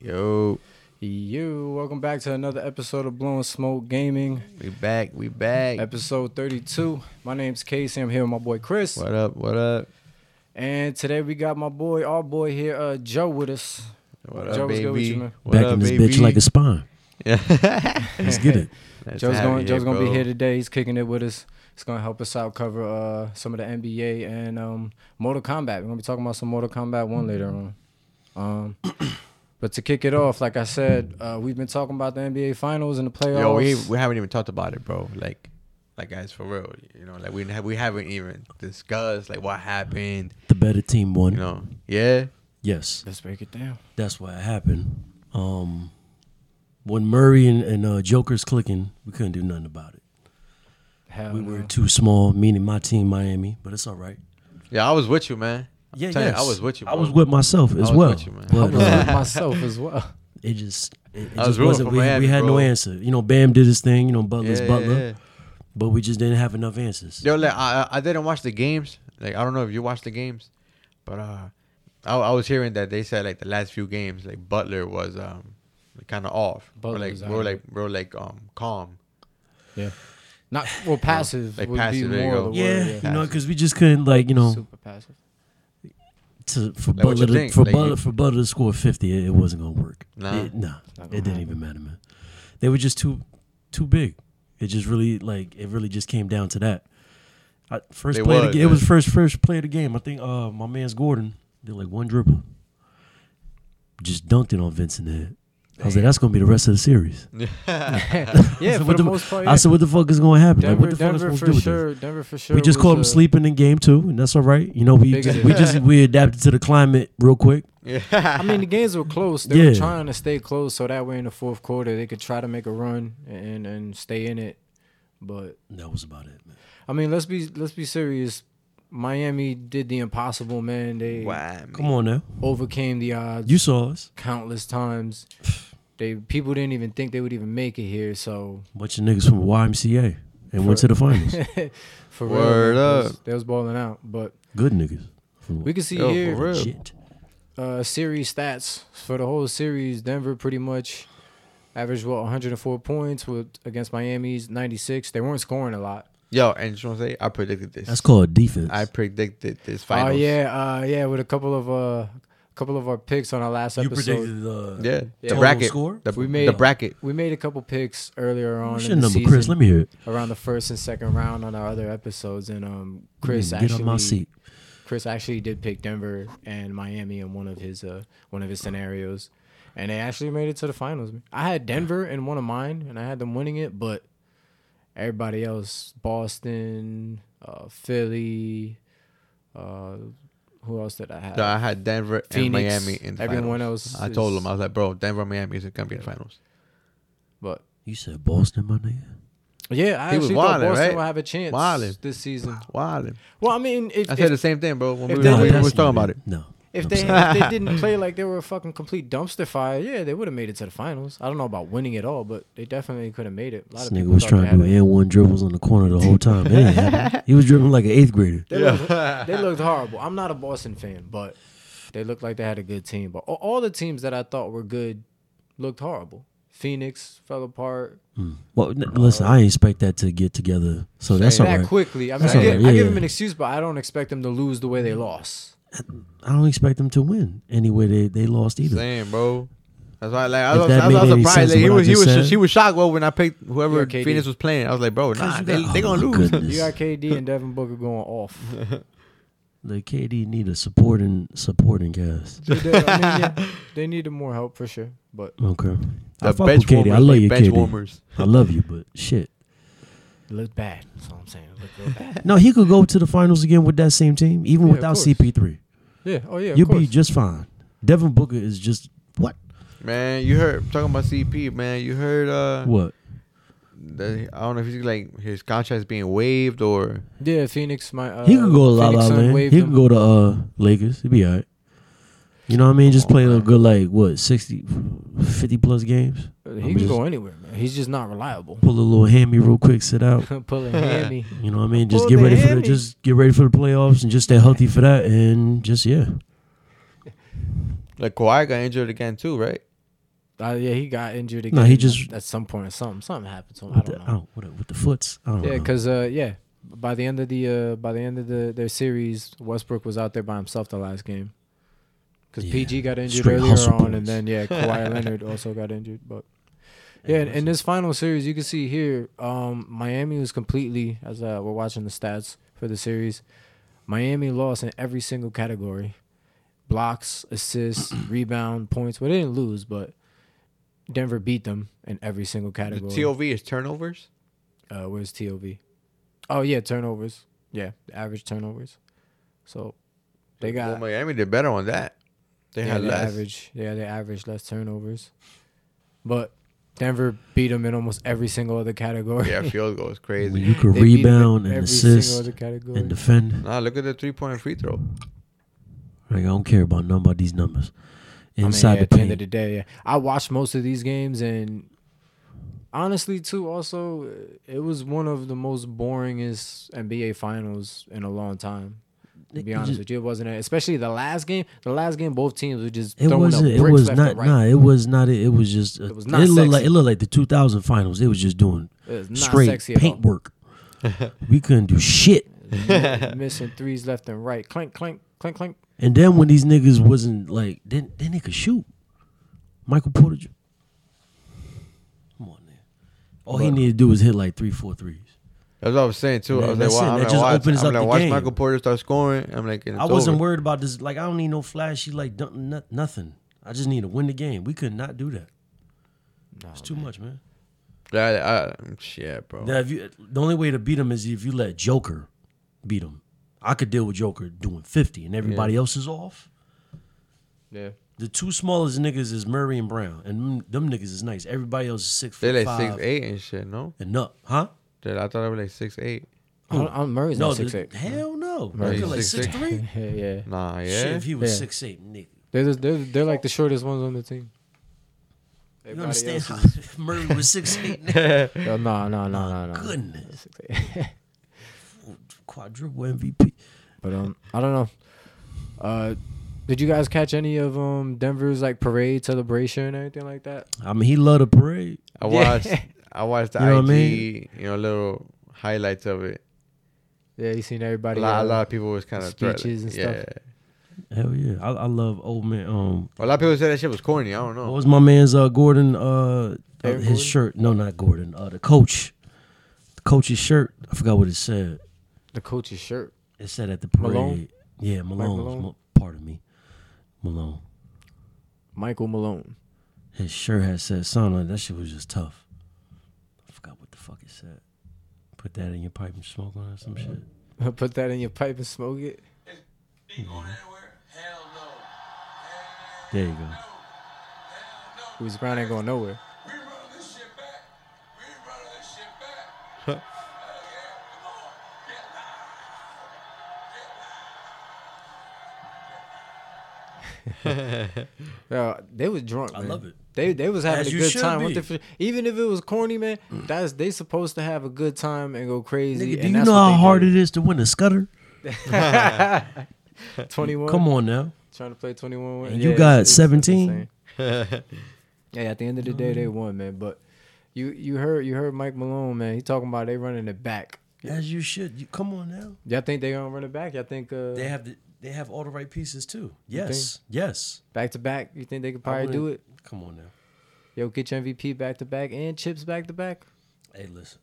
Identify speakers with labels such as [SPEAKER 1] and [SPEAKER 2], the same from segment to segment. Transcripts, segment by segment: [SPEAKER 1] Yo,
[SPEAKER 2] You welcome back to another episode of Blowing Smoke Gaming,
[SPEAKER 1] we back, we back.
[SPEAKER 2] episode 32. My name's Casey. I'm here with my boy Chris,
[SPEAKER 1] What up? What up?
[SPEAKER 2] and today we got my boy, our boy here, uh, Joe, with us.
[SPEAKER 1] What
[SPEAKER 2] Joe,
[SPEAKER 1] up,
[SPEAKER 2] what's
[SPEAKER 1] baby?
[SPEAKER 2] good with you, man?
[SPEAKER 1] What
[SPEAKER 3] Back
[SPEAKER 1] up,
[SPEAKER 3] in this
[SPEAKER 1] baby?
[SPEAKER 3] bitch like a spawn.
[SPEAKER 1] yeah.
[SPEAKER 3] Let's get it.
[SPEAKER 1] That's
[SPEAKER 2] Joe's
[SPEAKER 1] happy,
[SPEAKER 2] going, Joe's
[SPEAKER 1] bro.
[SPEAKER 2] going to be here today. He's kicking it with us. It's going to help us out cover uh, some of the NBA and um, Mortal Kombat. We're going to be talking about some Mortal Kombat one later on. Um, but to kick it off, like I said, uh, we've been talking about the NBA Finals and the playoffs.
[SPEAKER 1] Yo, we we haven't even talked about it, bro. Like, like guys, for real. You know, like we have we haven't even discussed like what happened.
[SPEAKER 3] The better team won.
[SPEAKER 1] You know, yeah.
[SPEAKER 3] Yes,
[SPEAKER 2] Let's break it down.
[SPEAKER 3] that's what happened. Um, when Murray and, and uh, Joker's clicking, we couldn't do nothing about it.
[SPEAKER 2] Hell
[SPEAKER 3] We
[SPEAKER 2] no.
[SPEAKER 3] were too small, meaning my team, Miami, but it's all right.
[SPEAKER 1] Yeah, I was with you, man. I'm
[SPEAKER 3] Yeah,
[SPEAKER 1] telling you,
[SPEAKER 3] yes.
[SPEAKER 1] I was with you.
[SPEAKER 3] I
[SPEAKER 1] bro.
[SPEAKER 3] was with myself as
[SPEAKER 1] was
[SPEAKER 3] well.
[SPEAKER 1] with you, man.
[SPEAKER 3] But
[SPEAKER 2] I was
[SPEAKER 3] uh,
[SPEAKER 2] with myself as well.
[SPEAKER 3] it just, it, it
[SPEAKER 1] I was
[SPEAKER 3] just
[SPEAKER 1] rooting
[SPEAKER 3] wasn't.
[SPEAKER 1] for
[SPEAKER 3] We,
[SPEAKER 1] Miami,
[SPEAKER 3] we had
[SPEAKER 1] bro.
[SPEAKER 3] no answer. You know, Bam did his thing. You know, Butler's
[SPEAKER 1] Yeah,
[SPEAKER 3] Butler,
[SPEAKER 1] yeah, yeah.
[SPEAKER 3] but we just didn't have enough answers.
[SPEAKER 1] Yo, like I, I I didn't watch the games. Like I don't know if you watched the games, but uh, I, I was hearing that they said like the last few games, like Butler was um, kind of off. Butler
[SPEAKER 2] Butler
[SPEAKER 1] like
[SPEAKER 2] was
[SPEAKER 1] we were
[SPEAKER 2] out.
[SPEAKER 1] like we were like um calm.
[SPEAKER 2] Yeah. Not well passive
[SPEAKER 1] Like
[SPEAKER 2] would
[SPEAKER 1] passive,
[SPEAKER 2] be
[SPEAKER 1] there you
[SPEAKER 2] more
[SPEAKER 1] go.
[SPEAKER 2] of the
[SPEAKER 3] Yeah,
[SPEAKER 2] word.
[SPEAKER 3] you
[SPEAKER 2] Yeah.
[SPEAKER 3] know, because we just couldn't like you know
[SPEAKER 2] Super passive.
[SPEAKER 3] to, for
[SPEAKER 1] Like, what you
[SPEAKER 3] Butler to,
[SPEAKER 1] think?
[SPEAKER 3] for
[SPEAKER 1] Like,
[SPEAKER 3] Butler
[SPEAKER 1] you-
[SPEAKER 3] for Butler to score fifty, it, it wasn't gonna work.
[SPEAKER 1] Nah.
[SPEAKER 3] it, nah,
[SPEAKER 2] Not gonna
[SPEAKER 3] it didn't even matter, man. They were just too too big. It just really like it really just came down to that. I, first
[SPEAKER 1] They
[SPEAKER 3] play, of
[SPEAKER 1] was,
[SPEAKER 3] the, ga- it was
[SPEAKER 1] man.
[SPEAKER 3] first first play of the game. I think uh my man's Gordon did like one dribble, just dunked it on Vincent head. I was like, that's gonna be the rest of the series.
[SPEAKER 2] yeah,
[SPEAKER 3] I said,
[SPEAKER 2] for
[SPEAKER 3] what
[SPEAKER 2] the
[SPEAKER 3] the-
[SPEAKER 2] most part.
[SPEAKER 3] I
[SPEAKER 2] Oh, Yeah.
[SPEAKER 3] said, what the fuck is gonna happen? like,
[SPEAKER 2] Denver,
[SPEAKER 3] what the fuck
[SPEAKER 2] Denver
[SPEAKER 3] is
[SPEAKER 2] for
[SPEAKER 3] supposed to do with this?
[SPEAKER 2] sure. Denver for sure.
[SPEAKER 3] we just
[SPEAKER 2] was,
[SPEAKER 3] caught him
[SPEAKER 2] uh,
[SPEAKER 3] sleeping in game two, and that's all right. You know, we
[SPEAKER 2] Big as-
[SPEAKER 3] we just we adapted to the climate real quick.
[SPEAKER 1] Yeah,
[SPEAKER 2] I mean, the games were close. They were
[SPEAKER 3] Yeah.
[SPEAKER 2] trying to stay close so that way in the fourth quarter they could try to make a run and and stay in it. But
[SPEAKER 3] That was about it, man.
[SPEAKER 2] I mean, let's be let's be serious. Miami did the impossible, man. They
[SPEAKER 1] wow,
[SPEAKER 3] Come on now,
[SPEAKER 2] overcame the odds
[SPEAKER 3] you saw us.
[SPEAKER 2] countless times. They people didn't even think they would even make it here. So
[SPEAKER 3] bunch of niggas from YMCA and went to the finals.
[SPEAKER 2] For
[SPEAKER 1] Word
[SPEAKER 2] real, man, they was-
[SPEAKER 1] up.
[SPEAKER 2] they was balling out. But
[SPEAKER 3] Good niggas. From
[SPEAKER 2] we can see
[SPEAKER 1] Yo, for
[SPEAKER 2] here
[SPEAKER 1] real.
[SPEAKER 3] Shit.
[SPEAKER 2] uh, series stats for the whole series. Denver pretty much averaged what 104 points with against Miami's 96. They weren't scoring a lot.
[SPEAKER 1] Yo, and just want to say, I predicted this.
[SPEAKER 3] That's called defense.
[SPEAKER 1] I predicted this
[SPEAKER 2] Oh
[SPEAKER 1] finals.
[SPEAKER 2] yeah, uh, yeah, with a couple of uh, couple of our picks on our last episode.
[SPEAKER 3] the
[SPEAKER 1] yeah. The
[SPEAKER 2] Total
[SPEAKER 1] bracket,
[SPEAKER 3] score?
[SPEAKER 1] the,
[SPEAKER 2] We made-
[SPEAKER 1] the bracket.
[SPEAKER 2] we made a couple picks earlier on
[SPEAKER 3] What's your
[SPEAKER 2] in the
[SPEAKER 3] number,
[SPEAKER 2] season,
[SPEAKER 3] Chris? Let me hear it.
[SPEAKER 2] around the first and second round on our other episodes, and um, Chris
[SPEAKER 3] Get
[SPEAKER 2] actually
[SPEAKER 3] on my seat.
[SPEAKER 2] Chris actually did pick Denver and Miami in one of his uh, one of his scenarios, and they actually made it to the finals. I had Denver in one of mine, and I had them winning it, but everybody else, Boston, uh, Philly, uh, who else did I have?
[SPEAKER 1] No, I had Denver and
[SPEAKER 2] Phoenix,
[SPEAKER 1] Miami in the
[SPEAKER 2] everyone
[SPEAKER 1] finals.
[SPEAKER 2] else
[SPEAKER 1] I told
[SPEAKER 2] is-
[SPEAKER 1] him I was like, bro, Denver, Miami is gonna be in the finals.
[SPEAKER 2] but
[SPEAKER 3] You said Boston, my nigga.
[SPEAKER 2] yeah, I
[SPEAKER 1] He was
[SPEAKER 2] actually thought
[SPEAKER 1] wildin',
[SPEAKER 2] Boston
[SPEAKER 1] right?
[SPEAKER 2] would have a chance
[SPEAKER 1] Wildin'.
[SPEAKER 2] this season.
[SPEAKER 1] Wow.
[SPEAKER 2] Well, I mean, if,
[SPEAKER 1] I
[SPEAKER 2] if,
[SPEAKER 1] said the same thing, bro. When we,
[SPEAKER 2] if
[SPEAKER 1] were-
[SPEAKER 2] they
[SPEAKER 1] we,
[SPEAKER 2] did-
[SPEAKER 1] were talking about it.
[SPEAKER 3] No.
[SPEAKER 2] if
[SPEAKER 3] I'm
[SPEAKER 2] they
[SPEAKER 3] sorry.
[SPEAKER 2] if they didn't play like they were a fucking complete dumpster fire, yeah, they would have made it to the finals. I don't know about winning at all, but they definitely could have made it. A lot
[SPEAKER 3] This
[SPEAKER 2] of
[SPEAKER 3] nigga
[SPEAKER 2] people
[SPEAKER 3] was
[SPEAKER 2] thought
[SPEAKER 3] trying
[SPEAKER 2] they
[SPEAKER 3] to do
[SPEAKER 2] had it.
[SPEAKER 3] and one dribbles on the corner the whole time. It didn't happen. he was dribbling like an eighth grader.
[SPEAKER 2] They, looked, they looked horrible. I'm not a Boston fan, but they looked like they had a good team. But all, all the teams that I thought were good looked horrible. Phoenix fell apart
[SPEAKER 3] Well, n- listen, I didn't expect that to get together, so that's all
[SPEAKER 2] that
[SPEAKER 3] right.
[SPEAKER 2] quickly. I mean,
[SPEAKER 3] That's
[SPEAKER 2] I,
[SPEAKER 3] all
[SPEAKER 2] give,
[SPEAKER 3] right,
[SPEAKER 2] I
[SPEAKER 3] yeah,
[SPEAKER 2] give
[SPEAKER 3] yeah.
[SPEAKER 2] them an excuse, but I don't expect them to lose the way they lost.
[SPEAKER 3] I don't expect them to win anyway. They they lost either.
[SPEAKER 1] Same, bro. That's why, like, I
[SPEAKER 3] If
[SPEAKER 1] was,
[SPEAKER 3] that
[SPEAKER 1] I was, I was
[SPEAKER 3] made any
[SPEAKER 1] surprised.
[SPEAKER 3] sense
[SPEAKER 1] Like, he
[SPEAKER 3] what I
[SPEAKER 1] was, he
[SPEAKER 3] just
[SPEAKER 1] was,
[SPEAKER 3] said.
[SPEAKER 1] she was shocked. Well, when I picked whoever
[SPEAKER 2] Yeah, KD.
[SPEAKER 1] Phoenix was playing, I was like, bro, nah,
[SPEAKER 3] you
[SPEAKER 1] they,
[SPEAKER 3] got-
[SPEAKER 1] they
[SPEAKER 3] oh
[SPEAKER 1] gonna
[SPEAKER 3] my
[SPEAKER 1] lose.
[SPEAKER 3] goodness.
[SPEAKER 2] You got KD and Devin Booker going off.
[SPEAKER 3] Like KD need a supporting supporting cast.
[SPEAKER 2] They- I mean, yeah, they needed more help for sure, but
[SPEAKER 3] Okay. I
[SPEAKER 1] The
[SPEAKER 3] fuck
[SPEAKER 1] bench
[SPEAKER 3] with Katie. I
[SPEAKER 1] warmers,
[SPEAKER 3] love
[SPEAKER 1] they
[SPEAKER 3] you,
[SPEAKER 1] bench
[SPEAKER 3] Katie.
[SPEAKER 1] warmers.
[SPEAKER 3] I love you, but shit.
[SPEAKER 2] it looked bad. That's all I'm saying. It looked real bad.
[SPEAKER 3] No, he could go to the finals again with that same team, even
[SPEAKER 2] Yeah, of
[SPEAKER 3] without
[SPEAKER 2] course.
[SPEAKER 3] CP3.
[SPEAKER 2] Yeah. Oh yeah. of
[SPEAKER 3] You'll be
[SPEAKER 2] course.
[SPEAKER 3] just fine. Devin Booker is just what?
[SPEAKER 1] Man, you heard talking about CP, man. You heard uh
[SPEAKER 3] What?
[SPEAKER 1] the- I don't know if he's like his contract's being waived or
[SPEAKER 2] Yeah, Phoenix. My uh,
[SPEAKER 3] He could go to La
[SPEAKER 2] Phoenix
[SPEAKER 3] La
[SPEAKER 2] Sun
[SPEAKER 3] Land.
[SPEAKER 2] waived
[SPEAKER 3] He
[SPEAKER 2] him.
[SPEAKER 3] could go to uh, Lakers. He'd be all right. You know what I mean?
[SPEAKER 2] Oh,
[SPEAKER 3] Just play a good, like, what, 60, 50 plus games?
[SPEAKER 2] He can go anywhere, man. He's just not reliable.
[SPEAKER 3] Pull a little hammy real quick, sit out.
[SPEAKER 2] Pulling hammy.
[SPEAKER 3] You know what I mean? Just
[SPEAKER 2] Pull
[SPEAKER 3] get
[SPEAKER 2] the
[SPEAKER 3] ready for the,
[SPEAKER 2] hammy.
[SPEAKER 3] just get ready for the playoffs and just stay healthy for that and just yeah.
[SPEAKER 1] like Kawhi got injured again too, right?
[SPEAKER 2] Uh, yeah, he got injured again.
[SPEAKER 3] No, he just-
[SPEAKER 2] at some point or something. Something happened to him. I
[SPEAKER 3] With the,
[SPEAKER 2] don't know.
[SPEAKER 3] oh, what, with the foots. I don't
[SPEAKER 2] Yeah,
[SPEAKER 3] know.
[SPEAKER 2] because uh, yeah, by the end of the uh, by the end of the their series, Westbrook was out there by himself the last game. Because
[SPEAKER 3] Yeah.
[SPEAKER 2] PG got injured
[SPEAKER 3] Straight
[SPEAKER 2] earlier
[SPEAKER 3] hustle
[SPEAKER 2] on,
[SPEAKER 3] boys.
[SPEAKER 2] and then yeah, Kawhi Leonard also got injured. But yeah, in, in this final series, you can see here, um, Miami was completely as uh, we're watching the stats for the series. Miami lost in every single category: blocks, assists, rebound, points. Well, they didn't lose, but Denver beat them in every single
[SPEAKER 1] The
[SPEAKER 2] category.
[SPEAKER 1] TOV is turnovers.
[SPEAKER 2] Uh, where's TOV? Oh yeah, turnovers. Yeah, the average turnovers. So they
[SPEAKER 1] Well,
[SPEAKER 2] got
[SPEAKER 1] Miami did better on that. They
[SPEAKER 2] yeah,
[SPEAKER 1] had
[SPEAKER 2] they
[SPEAKER 1] less.
[SPEAKER 2] average. Yeah, they average less turnovers. But Denver beat them in almost every single other category.
[SPEAKER 1] Yeah, field goal is
[SPEAKER 3] when
[SPEAKER 1] crazy.
[SPEAKER 3] you can
[SPEAKER 2] They beat 'em in
[SPEAKER 3] rebound and
[SPEAKER 2] every
[SPEAKER 3] assist
[SPEAKER 2] single other category.
[SPEAKER 3] and defend.
[SPEAKER 1] Nah, look at the three point free throw.
[SPEAKER 3] Like, I don't care about none about these numbers.
[SPEAKER 2] I mean,
[SPEAKER 3] Inside
[SPEAKER 2] yeah, at
[SPEAKER 3] the
[SPEAKER 2] the end of
[SPEAKER 3] paint.
[SPEAKER 2] the day, yeah. I watched most of these games, and honestly, too, also, it was one of the most boringest NBA finals in a long time. To
[SPEAKER 3] It-
[SPEAKER 2] be
[SPEAKER 3] it
[SPEAKER 2] honest
[SPEAKER 3] just-
[SPEAKER 2] with you, it wasn't. a- Especially the last game. The last game, both teams were just
[SPEAKER 3] It
[SPEAKER 2] throwing
[SPEAKER 3] wasn't.
[SPEAKER 2] up
[SPEAKER 3] It
[SPEAKER 2] bricks
[SPEAKER 3] was
[SPEAKER 2] left
[SPEAKER 3] not.
[SPEAKER 2] and right.
[SPEAKER 3] Nah, it was not. It was just. A,
[SPEAKER 2] It
[SPEAKER 3] it
[SPEAKER 2] was not
[SPEAKER 3] looked like
[SPEAKER 2] sexy.
[SPEAKER 3] it looked like the 2000 finals. They was just doing
[SPEAKER 2] It was not
[SPEAKER 3] straight
[SPEAKER 2] sexy at
[SPEAKER 3] paintwork. we couldn't do shit.
[SPEAKER 2] all. Missing threes left and right. Clank, clank, clank, clank.
[SPEAKER 3] And then when these niggas wasn't like, then then they could shoot. Michael Porter. Ju- Come on, man. All he
[SPEAKER 1] But-
[SPEAKER 3] needed to do was hit like three, four threes.
[SPEAKER 1] That's what I was saying too.
[SPEAKER 3] Man,
[SPEAKER 1] I was like,
[SPEAKER 3] that's
[SPEAKER 1] wow,
[SPEAKER 3] it.
[SPEAKER 1] I'm
[SPEAKER 3] That
[SPEAKER 1] like,
[SPEAKER 3] just
[SPEAKER 1] watch,
[SPEAKER 3] opens
[SPEAKER 1] I'm
[SPEAKER 3] up
[SPEAKER 1] like,
[SPEAKER 3] the
[SPEAKER 1] watch
[SPEAKER 3] game.
[SPEAKER 1] Michael Porter start scoring. I'm like, and
[SPEAKER 3] I
[SPEAKER 1] it's
[SPEAKER 3] wasn't
[SPEAKER 1] over.
[SPEAKER 3] worried about this. Like, I don't need no flashy, like dunk, no- nothing. I just need to win the game. We could not do that. it's too much, man.
[SPEAKER 1] That, I, shit, bro.
[SPEAKER 3] Now, if you, the only way to beat them is if you let Joker beat them. I could deal with Joker doing 50 and everybody else is off.
[SPEAKER 2] Yeah.
[SPEAKER 3] The two smallest niggas is Murray and Brown, and them, them niggas is nice. Everybody else is six foot
[SPEAKER 1] They're like
[SPEAKER 3] five
[SPEAKER 1] six eight and shit. No,
[SPEAKER 3] and up, huh?
[SPEAKER 1] Dude, I thought I was like six eight.
[SPEAKER 2] I'm, I'm Murray's
[SPEAKER 3] No,
[SPEAKER 2] not six
[SPEAKER 3] the-
[SPEAKER 2] eight.
[SPEAKER 3] hell no.
[SPEAKER 1] Murray's
[SPEAKER 3] Nigga like six
[SPEAKER 1] 6'3"?
[SPEAKER 3] three.
[SPEAKER 2] yeah, yeah.
[SPEAKER 1] Nah, yeah.
[SPEAKER 3] Shit, if he was
[SPEAKER 2] Yeah.
[SPEAKER 3] six eight, nigga.
[SPEAKER 2] They're, the, they're they're like the shortest ones on the team.
[SPEAKER 3] You understand how
[SPEAKER 2] Everybody else
[SPEAKER 3] if Murray was six eight? Nigga,
[SPEAKER 2] is- Yo, No, no, no, no, no.
[SPEAKER 3] goodness,
[SPEAKER 2] Six, eight.
[SPEAKER 3] quadruple MVP.
[SPEAKER 2] but um, I don't know. Uh, did you guys catch any of um Denver's like parade celebration and anything like that?
[SPEAKER 3] I mean, he loved a parade.
[SPEAKER 1] I
[SPEAKER 2] Yeah.
[SPEAKER 1] watched. I watched the
[SPEAKER 3] You know
[SPEAKER 1] IG.
[SPEAKER 3] what I mean?
[SPEAKER 1] You know, little highlights of it.
[SPEAKER 2] Yeah, you seen
[SPEAKER 1] A
[SPEAKER 2] everybody.
[SPEAKER 1] lot, a
[SPEAKER 2] uh,
[SPEAKER 1] lot of people was kind of
[SPEAKER 2] speeches and stuff.
[SPEAKER 3] Hell yeah, I, I love old man. Um,
[SPEAKER 1] A lot of people said that shit was corny. I don't
[SPEAKER 3] what
[SPEAKER 1] know.
[SPEAKER 3] was my man's uh Gordon uh uh,
[SPEAKER 2] Aaron
[SPEAKER 3] his
[SPEAKER 2] Gordon?
[SPEAKER 3] shirt? No, not Gordon. Uh, the coach, the coach's shirt. I forgot what it said.
[SPEAKER 2] the coach's shirt.
[SPEAKER 3] It said at the parade.
[SPEAKER 2] Malone?
[SPEAKER 3] Yeah, Malone.
[SPEAKER 2] Malone?
[SPEAKER 3] Mo- Pardon me, Malone.
[SPEAKER 2] Michael Malone.
[SPEAKER 3] His shirt had said something like that. Shit was just tough. I forgot what the fuck it said. Put that in your pipe and smoke on it, or some shit.
[SPEAKER 2] Put that in your pipe and smoke it.
[SPEAKER 3] There you go.
[SPEAKER 2] Who's Brown ain't going nowhere.
[SPEAKER 4] We run this shit back. We run this shit back. Hell yeah, come on. Get loud. Get loud.
[SPEAKER 2] Yeah, they was drunk.
[SPEAKER 3] I
[SPEAKER 2] man.
[SPEAKER 3] love it.
[SPEAKER 2] They they was having
[SPEAKER 3] As
[SPEAKER 2] a
[SPEAKER 3] you
[SPEAKER 2] good
[SPEAKER 3] should
[SPEAKER 2] time. With
[SPEAKER 3] be.
[SPEAKER 2] the, even if it was corny, man, that's they supposed to have a good time and go crazy.
[SPEAKER 3] Nigga, do you know how hard it is to win a scudder?
[SPEAKER 2] Twenty one.
[SPEAKER 3] Come on now.
[SPEAKER 2] trying to play 21
[SPEAKER 3] And you got 17?
[SPEAKER 2] yeah at the end of the day they won man but you you heard you heard mike malone man he talking about they running it back
[SPEAKER 3] As you should. You, come on now.
[SPEAKER 2] y'all think they gonna run it back y'all think uh,
[SPEAKER 3] They have the, they have all the right pieces too.
[SPEAKER 2] think?
[SPEAKER 3] Yes. Yes.
[SPEAKER 2] back to back you think they could probably
[SPEAKER 3] wouldn't-
[SPEAKER 2] do it
[SPEAKER 3] Come on now.
[SPEAKER 2] yo get your mvp back to back and chips back to back
[SPEAKER 3] Hey, listen.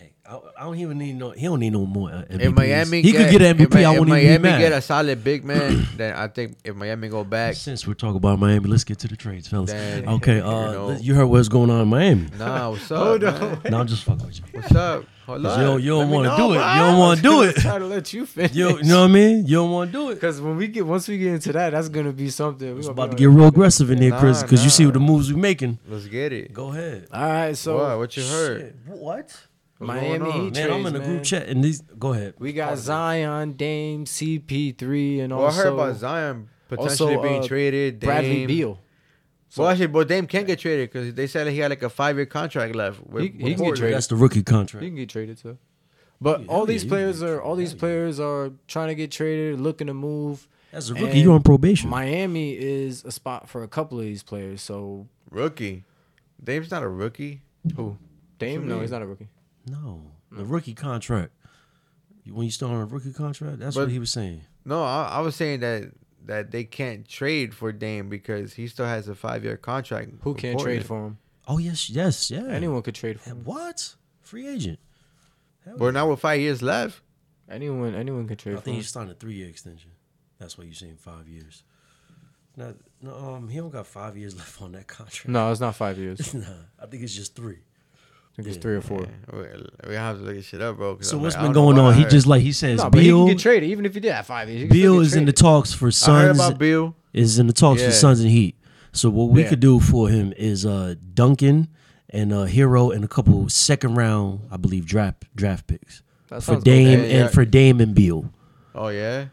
[SPEAKER 3] Hey, I, I don't even need no. He don't need no more. Uh,
[SPEAKER 1] If
[SPEAKER 3] MVPs.
[SPEAKER 1] Miami,
[SPEAKER 3] he could get an
[SPEAKER 1] if
[SPEAKER 3] MVP.
[SPEAKER 1] Mi-
[SPEAKER 3] I
[SPEAKER 1] if
[SPEAKER 3] won't even be
[SPEAKER 1] Miami
[SPEAKER 3] mad.
[SPEAKER 1] get a solid big man, then I think if Miami go back,
[SPEAKER 3] Since we're talking about Miami, let's get to the trades, fellas.
[SPEAKER 1] Dang.
[SPEAKER 3] Okay,
[SPEAKER 1] You know.
[SPEAKER 3] uh, you, heard what's going on in Miami.
[SPEAKER 1] nah, what's up? man?
[SPEAKER 3] Oh, No, I'm just fucking with you.
[SPEAKER 1] What's up? Hold
[SPEAKER 3] Cause
[SPEAKER 1] up.
[SPEAKER 3] you don't- you don't
[SPEAKER 1] Let me
[SPEAKER 3] wanna
[SPEAKER 1] know,
[SPEAKER 3] do it. You
[SPEAKER 1] man.
[SPEAKER 3] don't wanna do it.
[SPEAKER 2] try to let you finish
[SPEAKER 3] You, you know what I mean? You don't want to do it.
[SPEAKER 2] because when we get once we get into that that's gonna be something we
[SPEAKER 3] It's
[SPEAKER 2] gonna
[SPEAKER 3] about to
[SPEAKER 2] be
[SPEAKER 3] get real aggressive in here,
[SPEAKER 1] Nah,
[SPEAKER 3] Chris, because you see
[SPEAKER 1] nah.
[SPEAKER 3] what the moves we're making.
[SPEAKER 1] Let's get it.
[SPEAKER 3] Go ahead.
[SPEAKER 2] all right so
[SPEAKER 1] what? What you heard?
[SPEAKER 3] Shit, What?
[SPEAKER 1] What's
[SPEAKER 2] Miami
[SPEAKER 1] going on?
[SPEAKER 2] Heat.
[SPEAKER 3] Man, I'm in the
[SPEAKER 2] Trades, man.
[SPEAKER 3] group chat and these. Go ahead.
[SPEAKER 2] we got zion dame cp3 and
[SPEAKER 1] Well,
[SPEAKER 2] also
[SPEAKER 1] I heard about Zion potentially
[SPEAKER 2] also,
[SPEAKER 1] being
[SPEAKER 2] uh,
[SPEAKER 1] traded. Dame.
[SPEAKER 2] bradley beal
[SPEAKER 1] Well, actually, but Dame can get traded because they said that he had like a five year contract left. With,
[SPEAKER 2] He- he
[SPEAKER 1] with
[SPEAKER 2] can get
[SPEAKER 1] Portland.
[SPEAKER 2] traded.
[SPEAKER 3] That's the rookie
[SPEAKER 2] You
[SPEAKER 3] contract.
[SPEAKER 2] can get traded too. But
[SPEAKER 3] Yeah,
[SPEAKER 2] all
[SPEAKER 3] hell
[SPEAKER 2] these
[SPEAKER 3] yeah, you
[SPEAKER 2] players
[SPEAKER 3] can get
[SPEAKER 2] are all these
[SPEAKER 3] traded,
[SPEAKER 2] players are trying to get traded, looking to move.
[SPEAKER 3] As a rookie,
[SPEAKER 2] And
[SPEAKER 3] you're on probation.
[SPEAKER 2] Miami is a spot for a couple of these players, so
[SPEAKER 1] Rookie. Dame's not a rookie.
[SPEAKER 2] Who? Dame?
[SPEAKER 1] Should
[SPEAKER 2] No,
[SPEAKER 1] be.
[SPEAKER 2] he's not a rookie.
[SPEAKER 3] No, the rookie contract. When you start on a rookie contract, that's
[SPEAKER 1] But-
[SPEAKER 3] what he was saying.
[SPEAKER 1] No, I, I was saying that that they can't trade for Dame because he still has a five year contract.
[SPEAKER 2] Who can't trade for him?
[SPEAKER 3] Oh yes, yes, yeah.
[SPEAKER 2] Anyone could trade for him.
[SPEAKER 3] What? Free agent.
[SPEAKER 1] But now with five years left,
[SPEAKER 2] Anyone, anyone could trade
[SPEAKER 3] I
[SPEAKER 2] for
[SPEAKER 3] think
[SPEAKER 2] him.
[SPEAKER 3] he's signed a three-year extension. That's why you see him five years. No, no, um, he don't got five years left on that contract.
[SPEAKER 2] No, it's not five years. I
[SPEAKER 3] nah, I think it's just three.
[SPEAKER 2] think it's
[SPEAKER 3] Yeah.
[SPEAKER 2] three or four.
[SPEAKER 1] we, we have to look this shit up, bro. 'cause
[SPEAKER 3] So
[SPEAKER 1] I'm
[SPEAKER 3] what's
[SPEAKER 1] like, I
[SPEAKER 3] been
[SPEAKER 1] don't know
[SPEAKER 3] going
[SPEAKER 1] what
[SPEAKER 3] on?
[SPEAKER 1] I
[SPEAKER 3] He
[SPEAKER 1] heard.
[SPEAKER 3] just like he says,
[SPEAKER 2] No, but he can
[SPEAKER 3] Bill.
[SPEAKER 2] get traded even if he did have five years. he can still
[SPEAKER 3] Bill
[SPEAKER 2] get
[SPEAKER 3] is in the
[SPEAKER 2] traded.
[SPEAKER 3] talks
[SPEAKER 1] I
[SPEAKER 3] for
[SPEAKER 1] heard
[SPEAKER 3] Suns.
[SPEAKER 1] about Bill.
[SPEAKER 3] Is in the talks
[SPEAKER 1] Yeah.
[SPEAKER 3] for Suns and Heat. So what we
[SPEAKER 2] Yeah.
[SPEAKER 3] could do for him is uh, Duncan and uh, Hero and a couple second round, I believe, draft draft picks
[SPEAKER 2] That
[SPEAKER 3] for
[SPEAKER 2] sounds good.
[SPEAKER 3] Dame
[SPEAKER 1] Oh, Yeah,
[SPEAKER 3] and
[SPEAKER 1] yeah.
[SPEAKER 3] for Dame and Beal.
[SPEAKER 1] Oh yeah.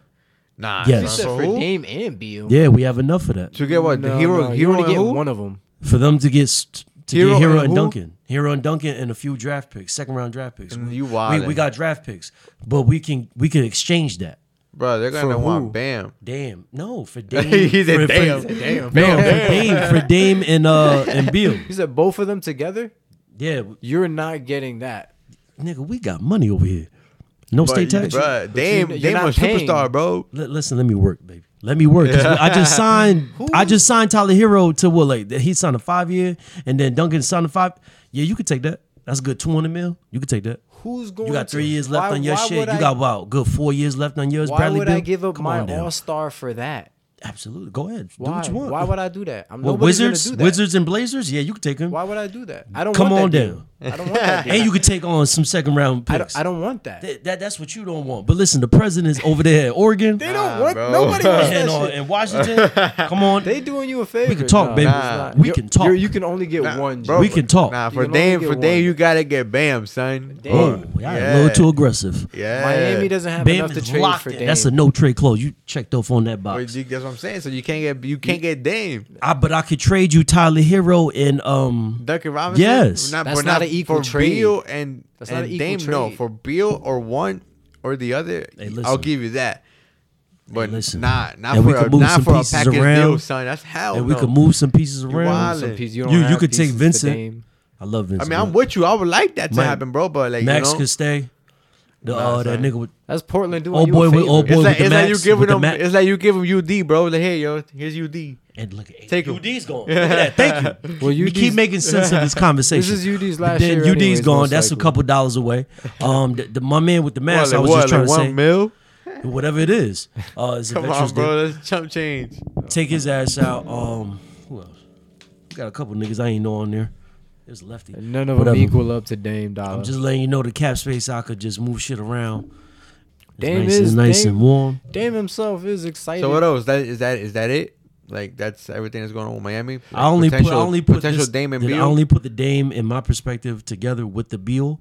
[SPEAKER 1] Nah.
[SPEAKER 3] Yes.
[SPEAKER 2] He
[SPEAKER 1] son,
[SPEAKER 2] said
[SPEAKER 1] for
[SPEAKER 2] for
[SPEAKER 1] who?
[SPEAKER 2] Dame and Bill.
[SPEAKER 3] Yeah, we have enough for that
[SPEAKER 1] To get what? the
[SPEAKER 2] No,
[SPEAKER 1] hero.
[SPEAKER 2] no, you
[SPEAKER 1] hero
[SPEAKER 2] only
[SPEAKER 1] and
[SPEAKER 2] get
[SPEAKER 1] who?
[SPEAKER 2] one of them.
[SPEAKER 3] for them to get st- to
[SPEAKER 1] Hero
[SPEAKER 3] get Hero
[SPEAKER 1] and
[SPEAKER 3] and
[SPEAKER 1] who?
[SPEAKER 3] Duncan, Hero and Duncan, and a few draft picks, second round draft picks.
[SPEAKER 1] And
[SPEAKER 3] we,
[SPEAKER 1] you
[SPEAKER 3] we,
[SPEAKER 1] wildin'.
[SPEAKER 3] we got draft picks, but we can we could exchange that.
[SPEAKER 1] Bro, they're gonna
[SPEAKER 2] For who?
[SPEAKER 1] want Bam.
[SPEAKER 3] Damn, no for Dame.
[SPEAKER 1] he
[SPEAKER 3] for,
[SPEAKER 1] said,
[SPEAKER 3] for-
[SPEAKER 2] Damn.
[SPEAKER 1] "Damn,
[SPEAKER 3] No, for Dame, for Dame and uh and Bill.
[SPEAKER 2] He said both of them together.
[SPEAKER 3] Yeah, w-
[SPEAKER 2] You're not getting that.
[SPEAKER 3] nigga, we got money over here. No state tax.
[SPEAKER 1] Bro, Dame,
[SPEAKER 2] you're
[SPEAKER 1] Dame a
[SPEAKER 2] not paying.
[SPEAKER 1] superstar, bro.
[SPEAKER 3] Li- listen, let me work, baby. Let me work. 'cause I just signed. I just signed Tyler Hero to what? Like he signed a five year, and then Duncan signed a five. Yeah, you could take that. That's a good two on the mill. You could take that.
[SPEAKER 2] Who's going?
[SPEAKER 3] You got three
[SPEAKER 2] to-
[SPEAKER 3] years left
[SPEAKER 2] why-
[SPEAKER 3] on your
[SPEAKER 2] why
[SPEAKER 3] shit.
[SPEAKER 2] would
[SPEAKER 3] You
[SPEAKER 2] I-
[SPEAKER 3] got wow, good four years left on yours.
[SPEAKER 2] Why
[SPEAKER 3] Bradley
[SPEAKER 2] would
[SPEAKER 3] Beal.
[SPEAKER 2] I give up
[SPEAKER 3] Come
[SPEAKER 2] my
[SPEAKER 3] on down.
[SPEAKER 2] All Star for that?
[SPEAKER 3] Absolutely, go ahead.
[SPEAKER 2] Why?
[SPEAKER 3] Do what you want.
[SPEAKER 2] Why would I do that? I'm
[SPEAKER 3] Well,
[SPEAKER 2] nobody's gonna
[SPEAKER 3] Wizards,
[SPEAKER 2] do that.
[SPEAKER 3] Wizards and Blazers. Yeah, you could take them,
[SPEAKER 2] Why would I do that? I don't
[SPEAKER 3] Come
[SPEAKER 2] want
[SPEAKER 3] on
[SPEAKER 2] that
[SPEAKER 3] down.
[SPEAKER 2] Deal. I don't want that. Deal.
[SPEAKER 3] and you could take on some second round
[SPEAKER 2] I
[SPEAKER 3] picks.
[SPEAKER 2] don't, I don't want that.
[SPEAKER 3] That, that- that's what you don't want. But listen, the president's over there at Oregon
[SPEAKER 2] They don't want.
[SPEAKER 1] bro.
[SPEAKER 2] Nobody wants that
[SPEAKER 3] and on,
[SPEAKER 2] shit.
[SPEAKER 3] in Washington. Come on,
[SPEAKER 2] They doing you a favor.
[SPEAKER 3] we can talk,
[SPEAKER 2] No,
[SPEAKER 3] baby.
[SPEAKER 2] it's
[SPEAKER 1] Nah.
[SPEAKER 2] not.
[SPEAKER 3] We
[SPEAKER 2] You're-
[SPEAKER 3] can talk.
[SPEAKER 2] you're- You can only get one. G.
[SPEAKER 1] bro,
[SPEAKER 3] We can talk.
[SPEAKER 1] Nah,
[SPEAKER 2] You
[SPEAKER 1] for
[SPEAKER 2] can only
[SPEAKER 1] Dame,
[SPEAKER 2] get
[SPEAKER 1] for Dame,
[SPEAKER 2] one.
[SPEAKER 1] you gotta get Bam, son.
[SPEAKER 2] Dame.
[SPEAKER 3] Oh,
[SPEAKER 1] Oh,
[SPEAKER 3] yeah, a little too aggressive.
[SPEAKER 1] Yeah.
[SPEAKER 2] Miami doesn't have
[SPEAKER 3] Bam
[SPEAKER 2] enough to
[SPEAKER 3] is
[SPEAKER 2] trade
[SPEAKER 3] locked
[SPEAKER 2] for
[SPEAKER 3] in.
[SPEAKER 2] Dame.
[SPEAKER 3] That's a no trade clause. You checked off on that
[SPEAKER 1] Well,
[SPEAKER 3] box.
[SPEAKER 1] you- That's what I'm saying. So you can't get you can't get Dame.
[SPEAKER 3] I, but I could trade you Tyler Hero and um.
[SPEAKER 1] Duncan Robinson.
[SPEAKER 3] Yes.
[SPEAKER 2] That's
[SPEAKER 1] but
[SPEAKER 2] not an equal
[SPEAKER 1] for
[SPEAKER 2] trade.
[SPEAKER 1] Beal and,
[SPEAKER 2] That's not
[SPEAKER 1] and
[SPEAKER 2] an equal
[SPEAKER 1] Dame. No,
[SPEAKER 2] trade.
[SPEAKER 1] for Beal or one or the other,
[SPEAKER 3] Hey,
[SPEAKER 1] I'll
[SPEAKER 3] listen.
[SPEAKER 1] give you that. But
[SPEAKER 3] listen.
[SPEAKER 1] not not
[SPEAKER 3] And we
[SPEAKER 1] for
[SPEAKER 3] can
[SPEAKER 1] a,
[SPEAKER 3] move
[SPEAKER 1] not
[SPEAKER 3] some
[SPEAKER 1] for a
[SPEAKER 3] pieces
[SPEAKER 1] package deal,
[SPEAKER 3] around,
[SPEAKER 1] son. That's hell.
[SPEAKER 3] And we
[SPEAKER 1] no.
[SPEAKER 3] could move some pieces
[SPEAKER 1] You
[SPEAKER 3] around.
[SPEAKER 1] wildin'.
[SPEAKER 2] Some piece- you
[SPEAKER 3] You-
[SPEAKER 2] don't have
[SPEAKER 3] you could take
[SPEAKER 2] pieces for
[SPEAKER 3] Vincent.
[SPEAKER 2] Dame.
[SPEAKER 3] I love
[SPEAKER 1] I
[SPEAKER 3] Vince.
[SPEAKER 1] mean, I'm
[SPEAKER 3] man.
[SPEAKER 1] with you. I would like that to
[SPEAKER 3] Man,
[SPEAKER 1] happen, bro. But like,
[SPEAKER 3] Max
[SPEAKER 1] you know,
[SPEAKER 3] could stay. The,
[SPEAKER 1] Nah,
[SPEAKER 3] uh, that
[SPEAKER 1] son.
[SPEAKER 3] nigga with
[SPEAKER 2] That's Portland doing
[SPEAKER 3] Old
[SPEAKER 2] you
[SPEAKER 3] boy
[SPEAKER 2] a
[SPEAKER 3] with-
[SPEAKER 2] favor.
[SPEAKER 3] old boy
[SPEAKER 1] it's
[SPEAKER 3] with
[SPEAKER 1] like
[SPEAKER 3] the
[SPEAKER 1] it's like you
[SPEAKER 3] Max,
[SPEAKER 1] giving
[SPEAKER 3] with the
[SPEAKER 1] him.
[SPEAKER 3] Max.
[SPEAKER 1] It's like you giving UD, bro. Like, hey, yo, here's UD.
[SPEAKER 3] and look at
[SPEAKER 1] Take
[SPEAKER 3] take
[SPEAKER 1] 'em.
[SPEAKER 3] UD's gone. Look at that. Thank you.
[SPEAKER 2] Well,
[SPEAKER 3] we
[SPEAKER 2] UD's
[SPEAKER 3] keep making sense of this conversation.
[SPEAKER 2] This is UD's
[SPEAKER 3] But
[SPEAKER 2] last
[SPEAKER 3] then
[SPEAKER 2] year
[SPEAKER 3] UD's
[SPEAKER 2] anyways,
[SPEAKER 3] gone.
[SPEAKER 2] most
[SPEAKER 3] That's a
[SPEAKER 2] likely.
[SPEAKER 3] couple dollars away. Um, the, the, my man with the
[SPEAKER 1] What,
[SPEAKER 3] mask.
[SPEAKER 1] like,
[SPEAKER 3] I was
[SPEAKER 1] what,
[SPEAKER 3] just trying
[SPEAKER 1] like
[SPEAKER 3] to
[SPEAKER 1] one
[SPEAKER 3] say
[SPEAKER 1] mil.
[SPEAKER 3] whatever it is. Uh, is a
[SPEAKER 1] Come
[SPEAKER 3] veterans
[SPEAKER 1] on, bro. That's chump change.
[SPEAKER 3] Day. Take his ass out. Um, who else? Got a couple niggas I ain't know on there. There's lefty.
[SPEAKER 2] None of
[SPEAKER 3] Whatever.
[SPEAKER 2] them equal up to Dame Dollar.
[SPEAKER 1] uh,
[SPEAKER 3] I'm just letting you know the cap space. I could just move shit around. It's
[SPEAKER 2] Dame
[SPEAKER 3] nice
[SPEAKER 2] is
[SPEAKER 3] and nice
[SPEAKER 2] Dame-
[SPEAKER 3] and warm.
[SPEAKER 2] Dame himself is excited.
[SPEAKER 1] So what else? That is that is that it? Like that's everything that's going on with Miami. Like,
[SPEAKER 3] I only put I
[SPEAKER 1] potential-
[SPEAKER 3] only put
[SPEAKER 1] potential
[SPEAKER 3] this-
[SPEAKER 1] Dame and
[SPEAKER 3] I
[SPEAKER 1] Beal.
[SPEAKER 3] only put the Dame in my perspective together with the Beal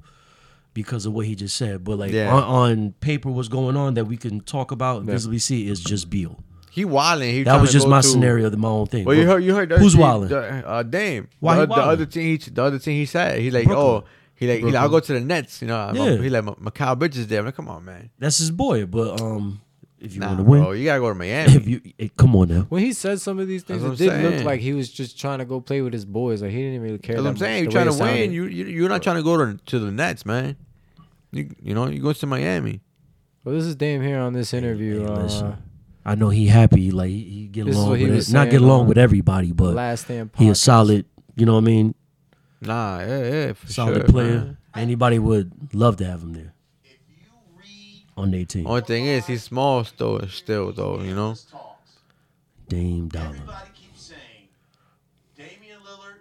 [SPEAKER 3] because of what he just said. But like
[SPEAKER 1] Yeah.
[SPEAKER 3] on, on paper, what's going on that we can talk about and visibly see is just Beal.
[SPEAKER 1] he wilding. He
[SPEAKER 3] That
[SPEAKER 1] tryna
[SPEAKER 3] was just
[SPEAKER 1] go
[SPEAKER 3] my
[SPEAKER 1] to-
[SPEAKER 3] scenario, the my own thing.
[SPEAKER 1] Well,
[SPEAKER 3] But
[SPEAKER 1] you heard you heard the other
[SPEAKER 3] who's
[SPEAKER 1] team-
[SPEAKER 3] wilding?
[SPEAKER 1] the, Uh, Dame.
[SPEAKER 3] Why
[SPEAKER 1] the,
[SPEAKER 3] he
[SPEAKER 1] oth- the
[SPEAKER 3] wildin'?
[SPEAKER 1] other team. He the other team. He said he like
[SPEAKER 3] Brooklyn.
[SPEAKER 1] oh he like, he like I'll go to the Nets. You know I'm-
[SPEAKER 3] Yeah.
[SPEAKER 1] he like Macau Bridges there. I'm like come on man.
[SPEAKER 3] That's his boy. But um, if you
[SPEAKER 1] Nah,
[SPEAKER 3] want to win,
[SPEAKER 1] bro, you gotta go to Miami.
[SPEAKER 3] if you eh, come on now,
[SPEAKER 2] when he said some of these things,
[SPEAKER 1] That's
[SPEAKER 2] it
[SPEAKER 1] what
[SPEAKER 2] did
[SPEAKER 1] I'm
[SPEAKER 2] look
[SPEAKER 1] saying.
[SPEAKER 2] like he was just trying to go play with his boys. Like he didn't really care.
[SPEAKER 1] That's
[SPEAKER 2] that
[SPEAKER 1] what I'm
[SPEAKER 2] much,
[SPEAKER 1] saying. You're
[SPEAKER 2] the way
[SPEAKER 1] trying
[SPEAKER 2] it
[SPEAKER 1] to
[SPEAKER 2] sounded.
[SPEAKER 1] win. You, you you're not trying to go to to the Nets, man. You you know you go to Miami.
[SPEAKER 2] Well, this is Dame here on this interview.
[SPEAKER 3] hey,
[SPEAKER 2] uh,
[SPEAKER 3] listen. I know he happy. Like he, he get
[SPEAKER 2] This is
[SPEAKER 3] along
[SPEAKER 2] what
[SPEAKER 3] with
[SPEAKER 2] he
[SPEAKER 3] it.
[SPEAKER 2] was
[SPEAKER 3] not get
[SPEAKER 2] saying
[SPEAKER 3] along
[SPEAKER 2] on
[SPEAKER 3] with everybody, but
[SPEAKER 2] last stand.
[SPEAKER 3] he a
[SPEAKER 2] podcast.
[SPEAKER 3] solid. You know what I mean?
[SPEAKER 1] Nah, yeah, yeah, for
[SPEAKER 3] Solid
[SPEAKER 1] sure,
[SPEAKER 3] player.
[SPEAKER 1] man.
[SPEAKER 3] Anybody would love to have him there on their team.
[SPEAKER 1] Only thing is he's small still, still though. You know.
[SPEAKER 4] Talks.
[SPEAKER 3] Dame Dollar.
[SPEAKER 4] Everybody keeps saying Damian Lillard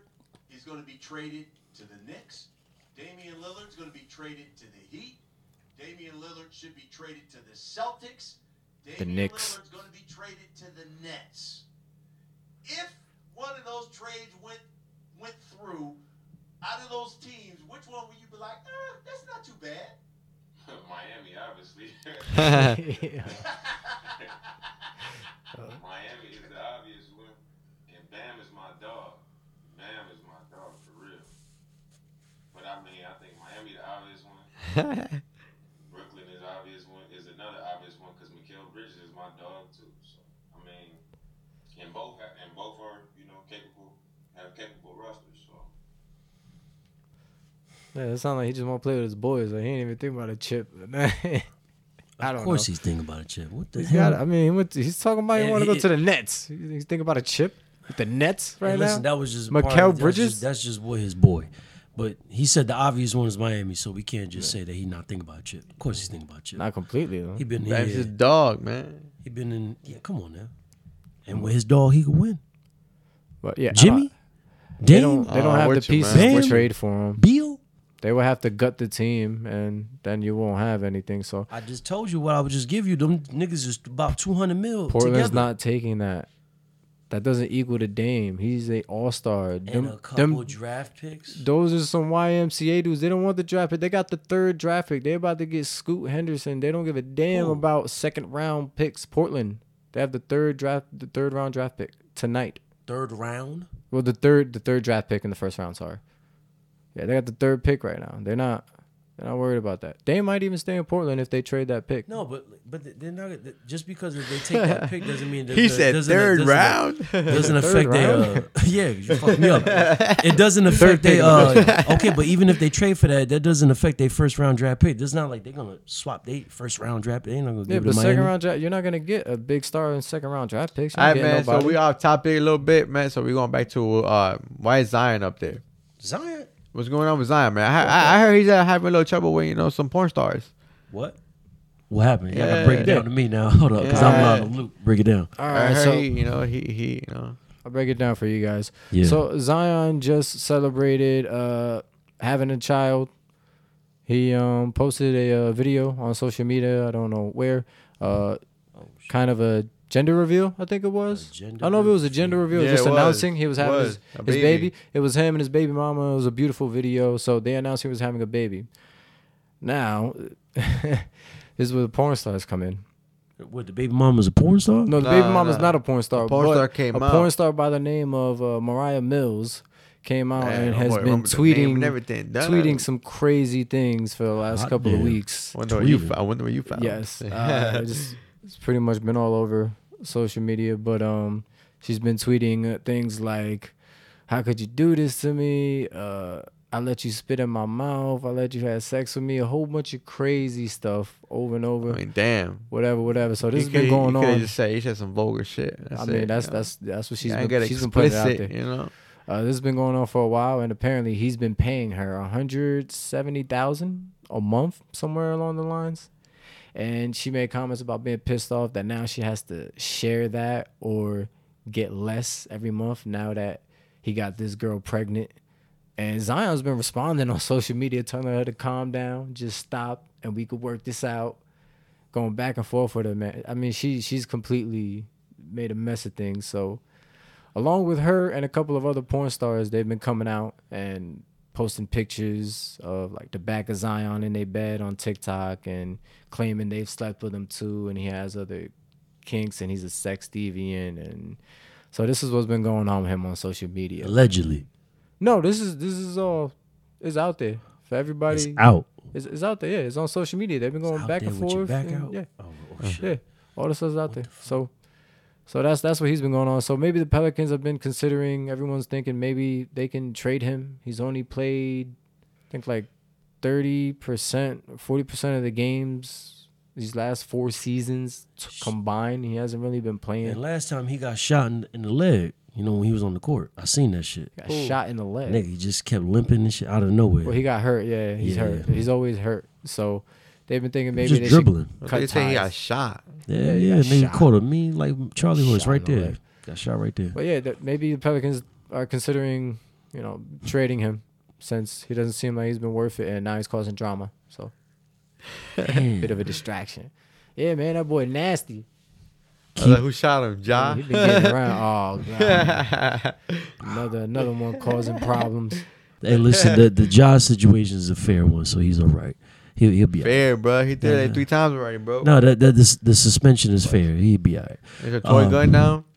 [SPEAKER 4] is going to be traded to the Knicks. Damian Lillard's going to be traded to the Heat. Damian Lillard should be traded to the Celtics. Damian
[SPEAKER 2] Knicks.
[SPEAKER 4] Lillard's going to be traded to the Nets. If one of those trades went went through, out of those teams, which one would you be like, ah, that's not too bad?
[SPEAKER 5] Miami, obviously. Miami is the obvious one, and Bam is my dog. Bam is my dog for real. But I mean, I think Miami the obvious one. Brooklyn is obvious one is another obvious one because Mikael Bridges is my dog too. So I mean, and both ha- and both are you know capable have capable rosters. So
[SPEAKER 2] Yeah, it sounds like he just want to play with his boys. Like he ain't even think about a chip. I don't
[SPEAKER 3] Of course
[SPEAKER 2] know.
[SPEAKER 3] he's thinking about a chip. What the
[SPEAKER 2] He's
[SPEAKER 3] hell?
[SPEAKER 2] got. I mean, he went to- he's talking about
[SPEAKER 3] Yeah,
[SPEAKER 2] he want to
[SPEAKER 3] he-
[SPEAKER 2] go to the Nets. You think He's thinking about a chip with the Nets right
[SPEAKER 3] And listen,
[SPEAKER 2] now.
[SPEAKER 3] that was just
[SPEAKER 2] Mikael
[SPEAKER 3] part of-
[SPEAKER 2] Bridges?
[SPEAKER 3] That's just, that's just what his boy. But he said the obvious one is Miami, so we can't just say that he not thinking about Chip. Of course he's thinking about Chip.
[SPEAKER 2] Not completely though.
[SPEAKER 3] He been here.
[SPEAKER 1] That's his dog, man.
[SPEAKER 3] He been in. Yeah, come on now. And with his dog, he could win.
[SPEAKER 2] But yeah, I don't-
[SPEAKER 3] Jimmy,
[SPEAKER 2] They
[SPEAKER 3] Dame,
[SPEAKER 2] don't. They don't
[SPEAKER 1] Uh,
[SPEAKER 2] have the
[SPEAKER 1] with you,
[SPEAKER 2] pieces
[SPEAKER 3] man.
[SPEAKER 2] to
[SPEAKER 3] Damn.
[SPEAKER 2] trade for him.
[SPEAKER 3] Beal.
[SPEAKER 2] They will have to gut the team, and then you won't have anything. So
[SPEAKER 3] I just told you what I would just give you. Them niggas is about two hundred mil
[SPEAKER 2] Portland's
[SPEAKER 3] together.
[SPEAKER 2] not taking that. That doesn't equal to Dame. He's a all star.
[SPEAKER 3] and a couple draft picks.
[SPEAKER 2] Those are some YMCA dudes. They don't want the draft pick. They got the third draft pick. They about to get Scoot Henderson. They don't give a damn
[SPEAKER 3] Who?
[SPEAKER 2] about second round picks. Portland. They have the third draft, the third round draft pick tonight.
[SPEAKER 3] Third round.
[SPEAKER 2] Well, the third, the third draft pick in the first round. Sorry. Yeah, they got the third pick right now. They're not, they're not worried about that. They might even stay in Portland if they trade that pick.
[SPEAKER 3] No, but but they're not. Just because if they take that pick doesn't mean that
[SPEAKER 1] He
[SPEAKER 3] that-
[SPEAKER 1] said
[SPEAKER 3] doesn't-
[SPEAKER 1] third
[SPEAKER 3] doesn't-
[SPEAKER 1] round.
[SPEAKER 3] doesn't
[SPEAKER 2] Third
[SPEAKER 3] affect their
[SPEAKER 2] round?
[SPEAKER 3] uh, yeah you fucked me up it doesn't affect
[SPEAKER 2] Third
[SPEAKER 3] their
[SPEAKER 2] pick.
[SPEAKER 3] uh, okay but even if they trade for that that doesn't affect their first round draft pick it's not like they're gonna swap their first round draft they ain't not gonna
[SPEAKER 2] Yeah,
[SPEAKER 3] give it
[SPEAKER 2] but
[SPEAKER 3] to
[SPEAKER 2] second
[SPEAKER 3] Miami.
[SPEAKER 2] round draft, you're not gonna get a big star in second round draft picks. You
[SPEAKER 1] All
[SPEAKER 2] ain't
[SPEAKER 1] right,
[SPEAKER 2] getting
[SPEAKER 1] man.
[SPEAKER 2] nobody.
[SPEAKER 1] So we off topic a little bit, man. So we going back to uh, why is Zion up there?
[SPEAKER 3] Zion
[SPEAKER 1] What's going on with Zion, man? I, I, I heard he's uh, having a little trouble with you know some porn stars.
[SPEAKER 3] what what happened you gotta
[SPEAKER 1] Yeah.
[SPEAKER 3] break it down to me now hold up because I'm
[SPEAKER 1] Yeah.
[SPEAKER 3] out of the loop break it down
[SPEAKER 2] All
[SPEAKER 1] I
[SPEAKER 2] right,
[SPEAKER 1] heard
[SPEAKER 2] so
[SPEAKER 1] he, you know he he you know
[SPEAKER 2] I'll break it down for you guys.
[SPEAKER 3] Yeah.
[SPEAKER 2] So Zion just celebrated uh, having a child. He um, posted a uh, video on social media. I don't know where. Uh, kind of a gender reveal, I think it was.
[SPEAKER 3] gender
[SPEAKER 2] I don't know if it was a gender reveal.
[SPEAKER 1] Yeah,
[SPEAKER 2] just
[SPEAKER 1] it was.
[SPEAKER 2] announcing he was having
[SPEAKER 1] Was.
[SPEAKER 2] his,
[SPEAKER 1] A
[SPEAKER 2] his baby.
[SPEAKER 1] baby.
[SPEAKER 2] It was him and his baby mama. It was a beautiful video. So they announced he was having a baby. Now, this is where the porn stars come in.
[SPEAKER 3] what the baby mama's a porn star
[SPEAKER 2] No, the
[SPEAKER 1] Nah,
[SPEAKER 2] baby mama's
[SPEAKER 1] nah.
[SPEAKER 2] not a porn star.
[SPEAKER 1] A porn
[SPEAKER 2] but
[SPEAKER 1] star came
[SPEAKER 2] a
[SPEAKER 1] out.
[SPEAKER 2] porn star by the name of uh, Mariah Mills came out
[SPEAKER 1] Man,
[SPEAKER 2] and
[SPEAKER 1] I
[SPEAKER 2] has
[SPEAKER 1] wanna
[SPEAKER 2] been
[SPEAKER 1] remember the name
[SPEAKER 2] tweeting
[SPEAKER 1] and everything. Nah, nah, nah.
[SPEAKER 2] tweeting some crazy things for the last
[SPEAKER 3] Hot
[SPEAKER 2] couple of
[SPEAKER 3] damn.
[SPEAKER 2] weeks.
[SPEAKER 1] I wonder where you
[SPEAKER 3] Tweeting.
[SPEAKER 1] fo- I wonder where you found.
[SPEAKER 2] Yes, uh, I just it's pretty much been all over social media, but um, she's been tweeting uh, things like, "How could you do this to me? Uh, I let you spit in my mouth. I let you have sex with me. A whole bunch of crazy stuff over and over."
[SPEAKER 1] I mean, damn.
[SPEAKER 2] Whatever, whatever. So
[SPEAKER 1] He
[SPEAKER 2] this has
[SPEAKER 1] Oh, coulda-
[SPEAKER 2] been going
[SPEAKER 1] he
[SPEAKER 2] on.
[SPEAKER 1] coulda Just say he said some vulgar shit. That's
[SPEAKER 2] I
[SPEAKER 1] it,
[SPEAKER 2] mean, that's
[SPEAKER 1] you know?
[SPEAKER 2] that's that's what she's
[SPEAKER 1] Yeah, I
[SPEAKER 2] been,
[SPEAKER 1] get
[SPEAKER 2] she's been putting it out
[SPEAKER 1] explicit,
[SPEAKER 2] there.
[SPEAKER 1] You know,
[SPEAKER 2] Uh, this has been going on for a while, and apparently he's been paying her a hundred seventy thousand a month, somewhere along the lines. And she made comments about being pissed off that now she has to share that or get less every month now that he got this girl pregnant. And Zion's been responding on social media, telling her to calm down, just stop, and we could work this out. Going back and forth with her, man. I mean, she she's completely made a mess of things. So, along with her and a couple of other porn stars, they've been coming out and posting pictures of like the back of Zion in their bed on TikTok and claiming they've slept with him too, and he has other kinks and he's a sex deviant and. So this is what's been going on with him on social media.
[SPEAKER 3] allegedly
[SPEAKER 2] No, this is this is all it's out there for
[SPEAKER 3] it's
[SPEAKER 2] everybody. It's,
[SPEAKER 3] out
[SPEAKER 2] it's, out there. Yeah, it's on social media. They've been going
[SPEAKER 3] out
[SPEAKER 2] back
[SPEAKER 3] there
[SPEAKER 2] and
[SPEAKER 3] with
[SPEAKER 2] forth.
[SPEAKER 3] your back
[SPEAKER 2] and-
[SPEAKER 3] out
[SPEAKER 2] Yeah,
[SPEAKER 3] oh, oh, shit.
[SPEAKER 2] yeah. All this stuff's out there. so, so that's that's what he's been going on. So maybe the Pelicans have been considering. Everyone's thinking maybe they can trade him. He's only played, I think like thirty percent, forty percent of the games these last four seasons t- combined. He hasn't really been
[SPEAKER 3] and
[SPEAKER 2] playing.
[SPEAKER 3] last time he got shot in, in the leg you know when he was on the court I seen that shit
[SPEAKER 2] Got shot in the leg.
[SPEAKER 3] nigga he just kept limping and shit out of nowhere
[SPEAKER 2] Well, he got hurt. Yeah, he's
[SPEAKER 3] Yeah.
[SPEAKER 2] hurt. He's always hurt. So they've been thinking maybe
[SPEAKER 3] just
[SPEAKER 2] they
[SPEAKER 3] dribbling.
[SPEAKER 2] should
[SPEAKER 1] they
[SPEAKER 2] cut
[SPEAKER 1] say he got
[SPEAKER 2] ties.
[SPEAKER 1] shot.
[SPEAKER 3] Yeah,
[SPEAKER 2] he
[SPEAKER 3] yeah,
[SPEAKER 2] got
[SPEAKER 3] nigga
[SPEAKER 2] shot.
[SPEAKER 3] caught a mean like Charlie horse
[SPEAKER 2] Shot
[SPEAKER 3] right
[SPEAKER 2] in the
[SPEAKER 3] there.
[SPEAKER 2] leg.
[SPEAKER 3] Got shot right there.
[SPEAKER 2] But yeah, that maybe the Pelicans are considering, you know, trading him since he doesn't seem like he's been worth it, and now he's causing drama. So bit of a distraction. Yeah, man, that boy nasty.
[SPEAKER 1] I was like, who shot him? Ja.
[SPEAKER 2] He's been getting around. Oh god, another another one causing problems.
[SPEAKER 3] Hey, listen, the the Josh situation is a fair one, so he's all right. He'll he'll be all right.
[SPEAKER 1] Fair, bro. He did
[SPEAKER 3] Yeah.
[SPEAKER 1] it three times already, bro.
[SPEAKER 3] No, that, that the, the suspension is fair. He'll be all right.
[SPEAKER 1] There's a toy
[SPEAKER 3] Um,
[SPEAKER 1] gun now.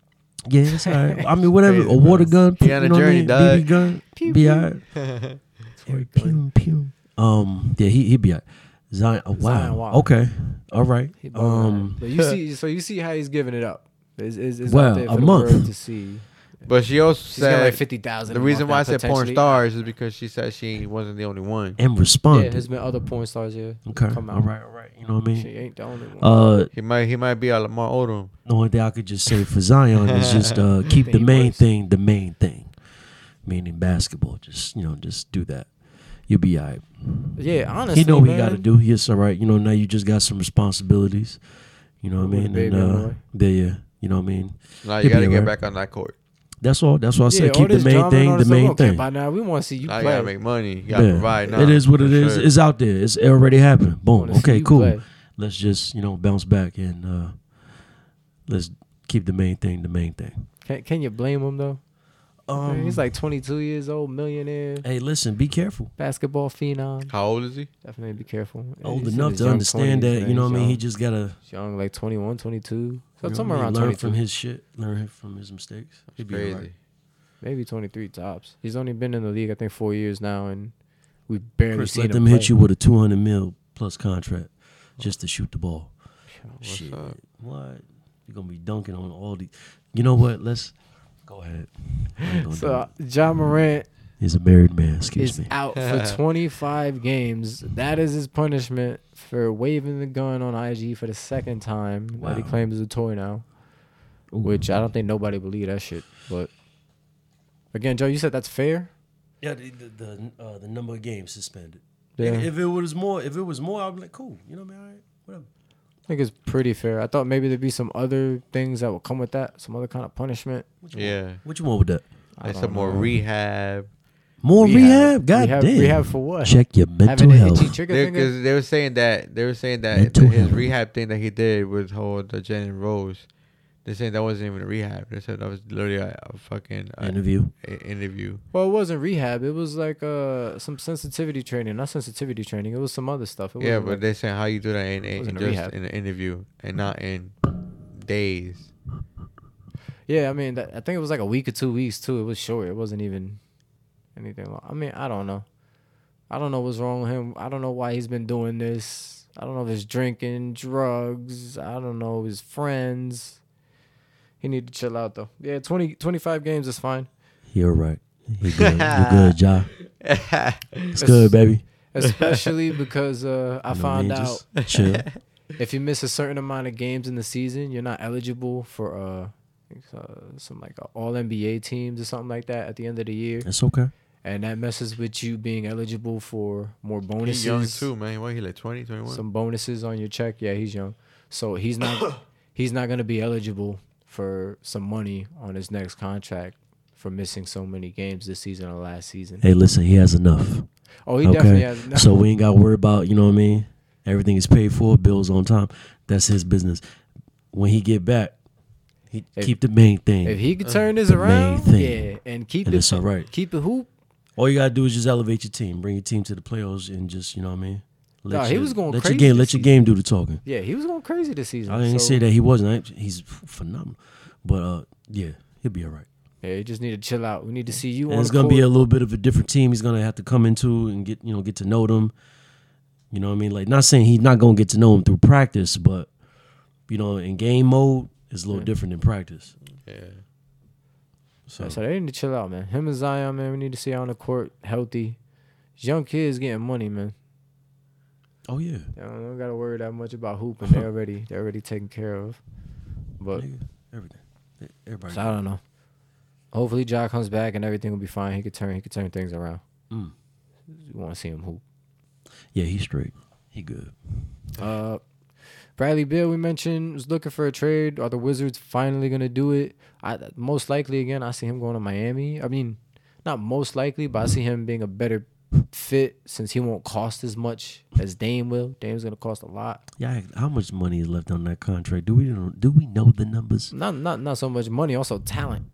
[SPEAKER 3] Yeah, it's all right. I mean, whatever.
[SPEAKER 1] Crazy,
[SPEAKER 3] a water
[SPEAKER 1] bro.
[SPEAKER 3] gun,
[SPEAKER 1] He
[SPEAKER 3] you
[SPEAKER 1] on a
[SPEAKER 3] know what I
[SPEAKER 1] journey,
[SPEAKER 3] mean? BB
[SPEAKER 1] dog.
[SPEAKER 3] gun, be all right. Pew, pew, pew. Um, yeah, he he be all right. Zion, oh, wow.
[SPEAKER 2] Zion Wilder.
[SPEAKER 3] Okay, all right.
[SPEAKER 2] He bum
[SPEAKER 3] Um,
[SPEAKER 2] around. but you see, so you see how he's giving it up. It's, it's, it's
[SPEAKER 3] Well,
[SPEAKER 2] out there
[SPEAKER 3] a
[SPEAKER 2] for the
[SPEAKER 3] month.
[SPEAKER 2] world to see.
[SPEAKER 1] But she also
[SPEAKER 2] She's got
[SPEAKER 1] said
[SPEAKER 2] like 50,000
[SPEAKER 1] The
[SPEAKER 2] a
[SPEAKER 1] reason
[SPEAKER 2] month
[SPEAKER 1] why I
[SPEAKER 2] now,
[SPEAKER 1] said porn
[SPEAKER 2] potentially. Uh,
[SPEAKER 1] stars is because she said she wasn't the only one.
[SPEAKER 3] and
[SPEAKER 2] Yeah,
[SPEAKER 3] responded.
[SPEAKER 2] there's been other porn stars here.
[SPEAKER 3] okay.
[SPEAKER 2] Come out.
[SPEAKER 3] All right. All right. You know what I
[SPEAKER 2] She
[SPEAKER 3] mean?
[SPEAKER 2] ain't the only one.
[SPEAKER 3] Uh,
[SPEAKER 1] He might he might be a Lamar Odom.
[SPEAKER 3] the only thing I could just say for Zion is just uh, keep the
[SPEAKER 2] Think he
[SPEAKER 3] main
[SPEAKER 2] works.
[SPEAKER 3] thing the main thing, meaning basketball. Just you know, just do that. You'll be all right.
[SPEAKER 2] yeah, honestly,
[SPEAKER 3] He know what he
[SPEAKER 2] man.
[SPEAKER 3] got to do. Yes, all right. You know, now you just got some responsibilities. You know what I
[SPEAKER 2] With the
[SPEAKER 3] mean?
[SPEAKER 2] baby
[SPEAKER 3] and, uh,
[SPEAKER 2] boy.
[SPEAKER 3] yeah, yeah. You know what I mean?
[SPEAKER 1] Now you
[SPEAKER 3] He'll be
[SPEAKER 1] gotta get
[SPEAKER 3] alright.
[SPEAKER 1] back on that court.
[SPEAKER 3] That's all. That's why I
[SPEAKER 2] Yeah,
[SPEAKER 3] said
[SPEAKER 2] all
[SPEAKER 3] keep the
[SPEAKER 2] this drama and
[SPEAKER 3] main
[SPEAKER 2] all
[SPEAKER 3] thing the
[SPEAKER 2] this stuff, we
[SPEAKER 3] main
[SPEAKER 2] don't care
[SPEAKER 3] thing.
[SPEAKER 2] By now, we want to see you
[SPEAKER 1] Now you
[SPEAKER 2] play.
[SPEAKER 1] gotta make money. You gotta provide now.
[SPEAKER 3] It is what it
[SPEAKER 1] For
[SPEAKER 3] is.
[SPEAKER 1] sure.
[SPEAKER 3] It's out there. It's it already happened. Boom.
[SPEAKER 2] Wanna see
[SPEAKER 3] Okay,
[SPEAKER 2] you
[SPEAKER 3] cool.
[SPEAKER 2] play.
[SPEAKER 3] Let's just, you know, bounce back and uh let's keep the main thing the main thing.
[SPEAKER 2] Can, can you blame him though? Man,
[SPEAKER 3] Um,
[SPEAKER 2] he's like 22 years old, millionaire,
[SPEAKER 3] Hey, listen, be careful.
[SPEAKER 2] basketball phenom.
[SPEAKER 1] How old is he?
[SPEAKER 2] Definitely be careful. Yeah,
[SPEAKER 3] Old
[SPEAKER 2] he's in
[SPEAKER 3] enough
[SPEAKER 2] his
[SPEAKER 3] to
[SPEAKER 2] young
[SPEAKER 3] understand
[SPEAKER 2] 20s,
[SPEAKER 3] that,
[SPEAKER 2] man.
[SPEAKER 3] you know what
[SPEAKER 2] He's
[SPEAKER 3] I mean? He
[SPEAKER 2] young.
[SPEAKER 3] just gotta
[SPEAKER 2] He's young, like 21, 22. So
[SPEAKER 3] you know
[SPEAKER 2] somewhere
[SPEAKER 3] what I
[SPEAKER 2] around
[SPEAKER 3] mean?
[SPEAKER 2] 22.
[SPEAKER 3] learn from his shit, learn from his mistakes. He'd be all
[SPEAKER 1] Crazy.
[SPEAKER 3] right.
[SPEAKER 2] maybe 23 tops. He's only been in the league, I think, four years now, and we've barely
[SPEAKER 3] Chris,
[SPEAKER 2] seen
[SPEAKER 3] let
[SPEAKER 2] him
[SPEAKER 3] them
[SPEAKER 2] play.
[SPEAKER 3] hit you with a two hundred mil plus contract just to shoot the ball.
[SPEAKER 1] What's
[SPEAKER 3] Shit,
[SPEAKER 1] up?
[SPEAKER 3] what? You're gonna be dunking on all these. You know what? Let's go ahead. I ain't gonna do
[SPEAKER 2] So
[SPEAKER 3] it.
[SPEAKER 2] John Morant
[SPEAKER 3] He's a married man. Excuse
[SPEAKER 2] is
[SPEAKER 3] me.
[SPEAKER 2] out for 25 games. That is his punishment for waving the gun on IG for the second time that he
[SPEAKER 3] Wow.
[SPEAKER 2] claims is a toy now,
[SPEAKER 3] Ooh.
[SPEAKER 2] which I don't think nobody believed that shit. But again, Joe, you said that's fair.
[SPEAKER 3] Yeah, the the, the, uh, the number of games suspended.
[SPEAKER 2] Yeah,
[SPEAKER 3] If,
[SPEAKER 2] I
[SPEAKER 3] if it was more, if it was more, I'd be like, cool. You know what I mean? All right, whatever.
[SPEAKER 2] think it's pretty fair. I thought maybe there'd be some other things that would come with that, some other kind of punishment.
[SPEAKER 3] What you Want?
[SPEAKER 1] Yeah.
[SPEAKER 3] What you want with that?
[SPEAKER 2] I
[SPEAKER 1] They
[SPEAKER 2] don't
[SPEAKER 1] said more
[SPEAKER 2] know.
[SPEAKER 1] rehab.
[SPEAKER 3] More
[SPEAKER 2] Rehab.
[SPEAKER 3] rehab? God
[SPEAKER 2] Rehab-
[SPEAKER 3] damn.
[SPEAKER 2] rehab for what?
[SPEAKER 3] Check your mental
[SPEAKER 2] Having an
[SPEAKER 3] health.
[SPEAKER 2] itchy trigger
[SPEAKER 1] They,
[SPEAKER 2] finger.
[SPEAKER 1] Cause they were saying that they were saying that
[SPEAKER 3] Mental
[SPEAKER 1] his
[SPEAKER 3] health.
[SPEAKER 1] rehab thing that he did with whole the Janet Rose. They saying that wasn't even a rehab. They said that was literally a, a fucking uh,
[SPEAKER 3] Interview.
[SPEAKER 1] a- interview.
[SPEAKER 2] Well, it wasn't rehab. It was like uh some sensitivity training, not sensitivity training. It was some other stuff. It
[SPEAKER 1] yeah,
[SPEAKER 2] wasn't
[SPEAKER 1] but
[SPEAKER 2] like-
[SPEAKER 1] they saying how you do that in, in,
[SPEAKER 2] wasn't a
[SPEAKER 1] just
[SPEAKER 2] rehab.
[SPEAKER 1] in an interview and not in days.
[SPEAKER 2] yeah, I mean, that, I think it was like a week or two weeks too. It was short. It wasn't even anything. Long. I mean, I don't know. I don't know what's wrong with him. I don't know why he's been doing this. I don't know if it's drinking, drugs. I don't know his friends. He need to chill out though. Yeah, 20, 25 games is fine.
[SPEAKER 3] You're right. You good, you good Ja. It's good, baby.
[SPEAKER 2] Especially because uh, I
[SPEAKER 3] You know what
[SPEAKER 2] found
[SPEAKER 3] mean?
[SPEAKER 2] out
[SPEAKER 3] Just Chill.
[SPEAKER 2] if you miss a certain amount of games in the season, you're not eligible for uh, I think, uh some like uh, all NBA teams or something like that at the end of the year,
[SPEAKER 3] It's okay.
[SPEAKER 2] and that messes with you being eligible for more bonuses.
[SPEAKER 1] He's young too, man. What he like 20, 21?
[SPEAKER 2] Some bonuses on your check. Yeah, he's young, so he's not he's not gonna be eligible for some money on his next contract for missing so many games this season or last season.
[SPEAKER 3] Hey, listen, he has enough.
[SPEAKER 2] Oh, he definitely
[SPEAKER 3] okay.
[SPEAKER 2] has.
[SPEAKER 3] So we ain't got to worry about, you know what I mean? Everything is paid for, bills on time. That's his business. When he get back, he
[SPEAKER 2] If-
[SPEAKER 3] keep the main thing.
[SPEAKER 2] if he could turn this
[SPEAKER 3] the main
[SPEAKER 2] around,
[SPEAKER 3] thing.
[SPEAKER 2] yeah, and keep
[SPEAKER 3] And
[SPEAKER 2] it
[SPEAKER 3] it's all right.
[SPEAKER 2] keep it hoop.
[SPEAKER 3] All you gotta do is just elevate your team, bring your team to the playoffs, and just you know what I mean. Let
[SPEAKER 2] Nah, he
[SPEAKER 3] your-
[SPEAKER 2] was going
[SPEAKER 3] let
[SPEAKER 2] crazy
[SPEAKER 3] your game,
[SPEAKER 2] this
[SPEAKER 3] let your game do the talking.
[SPEAKER 2] Yeah, he was going crazy this season.
[SPEAKER 3] I didn't
[SPEAKER 2] so-
[SPEAKER 3] say that he wasn't. I- he's f- phenomenal, but uh, yeah, he'll be all right.
[SPEAKER 2] Yeah, you just need to chill out. We need to see you
[SPEAKER 3] And
[SPEAKER 2] on
[SPEAKER 3] it's
[SPEAKER 2] the
[SPEAKER 3] gonna be a
[SPEAKER 2] court.
[SPEAKER 3] little bit of a different team. He's gonna have to come into and get you know get to know them. You know what I mean? Like not saying he's not gonna get to know him through practice, but you know in game mode it's a little different than practice.
[SPEAKER 1] yeah.
[SPEAKER 3] So
[SPEAKER 2] So they need to chill out, man. Him and Zion, man, we need to see you on the court healthy. These Young kids getting money, man.
[SPEAKER 3] oh yeah,
[SPEAKER 2] They don't, they don't gotta worry that much about hooping. They already they already taken care of. But
[SPEAKER 3] nigga, everything, everybody.
[SPEAKER 2] so I don't know. Hopefully, Ja comes back and everything will be fine. He could turn he could turn things around.
[SPEAKER 3] Mm.
[SPEAKER 2] You want to see him hoop.
[SPEAKER 3] Yeah, he's straight. He good.
[SPEAKER 2] Uh, Bradley Bill, we mentioned, was looking for a trade. Are the Wizards finally gonna do it? I most likely again. I see him going to Miami. I mean, not most likely, but I see him being a better fit since he won't cost as much as Dame will. Dame's gonna cost a lot.
[SPEAKER 3] Yeah, how much money is left on that contract? Do we know, do we know the numbers?
[SPEAKER 2] Not not not so much money, also talent,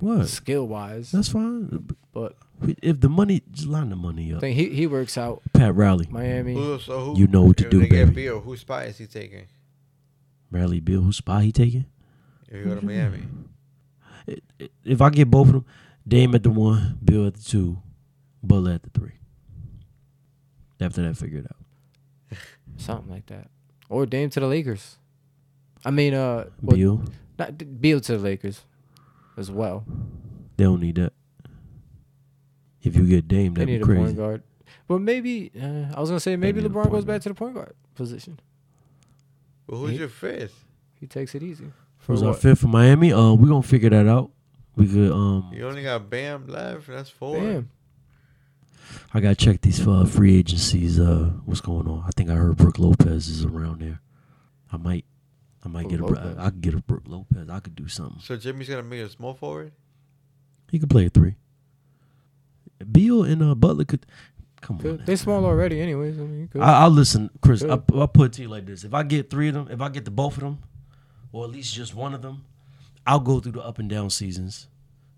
[SPEAKER 3] What?
[SPEAKER 2] skill wise.
[SPEAKER 3] That's fine.
[SPEAKER 2] But
[SPEAKER 3] But If the money, just line the money
[SPEAKER 2] I
[SPEAKER 3] up.
[SPEAKER 2] think he he works out
[SPEAKER 3] Pat Riley,
[SPEAKER 2] Miami.
[SPEAKER 1] Who, so who,
[SPEAKER 3] You know what to
[SPEAKER 1] if
[SPEAKER 3] do,
[SPEAKER 1] they get
[SPEAKER 3] baby.
[SPEAKER 1] Beal, whose spot is he taking
[SPEAKER 3] Riley Bill, who spot he taking?
[SPEAKER 1] if you go to Miami?
[SPEAKER 3] I- I- If I get both of them, Dame at the one, Bill at the two, Butler at the three. After that, figure it out.
[SPEAKER 2] Something like that, or Dame to the Lakers. I mean, uh, well,
[SPEAKER 3] Bill,
[SPEAKER 2] not Beal to the Lakers. as well.
[SPEAKER 3] They don't need that. If you get Dame,
[SPEAKER 2] They
[SPEAKER 3] that'd
[SPEAKER 2] need
[SPEAKER 3] be
[SPEAKER 2] a point
[SPEAKER 3] crazy.
[SPEAKER 2] guard. But maybe uh, I was gonna say maybe
[SPEAKER 3] need a
[SPEAKER 2] LeBron
[SPEAKER 3] point
[SPEAKER 2] goes
[SPEAKER 3] guard.
[SPEAKER 2] back to the point guard position.
[SPEAKER 1] Well, who's
[SPEAKER 2] He-
[SPEAKER 1] your fifth?
[SPEAKER 2] He takes it easy.
[SPEAKER 3] Who's our
[SPEAKER 2] what?
[SPEAKER 3] fifth for Miami? Uh, we're gonna figure that out. We could. Um,
[SPEAKER 1] You only got Bam left. That's four.
[SPEAKER 2] Damn.
[SPEAKER 3] I gotta check these uh, free agencies. Uh, what's going on? I think I heard Brooke Lopez is around there. I might, I might get a.
[SPEAKER 2] Brook
[SPEAKER 3] Bro-
[SPEAKER 2] Lopez.
[SPEAKER 3] I, I could get a Brooke Lopez. I could do something.
[SPEAKER 1] So Jimmy's gonna make a small forward.
[SPEAKER 3] He could play a three. Beal and uh, Butler could. Come on.
[SPEAKER 2] Good.
[SPEAKER 3] now.
[SPEAKER 2] They small already, anyways. I mean, you could.
[SPEAKER 3] I, I'll listen, Chris. I,
[SPEAKER 2] Good.
[SPEAKER 3] I'll put it to you like this: If I get three of them, if I get the both of them, or at least just one of them, I'll go through the up and down seasons.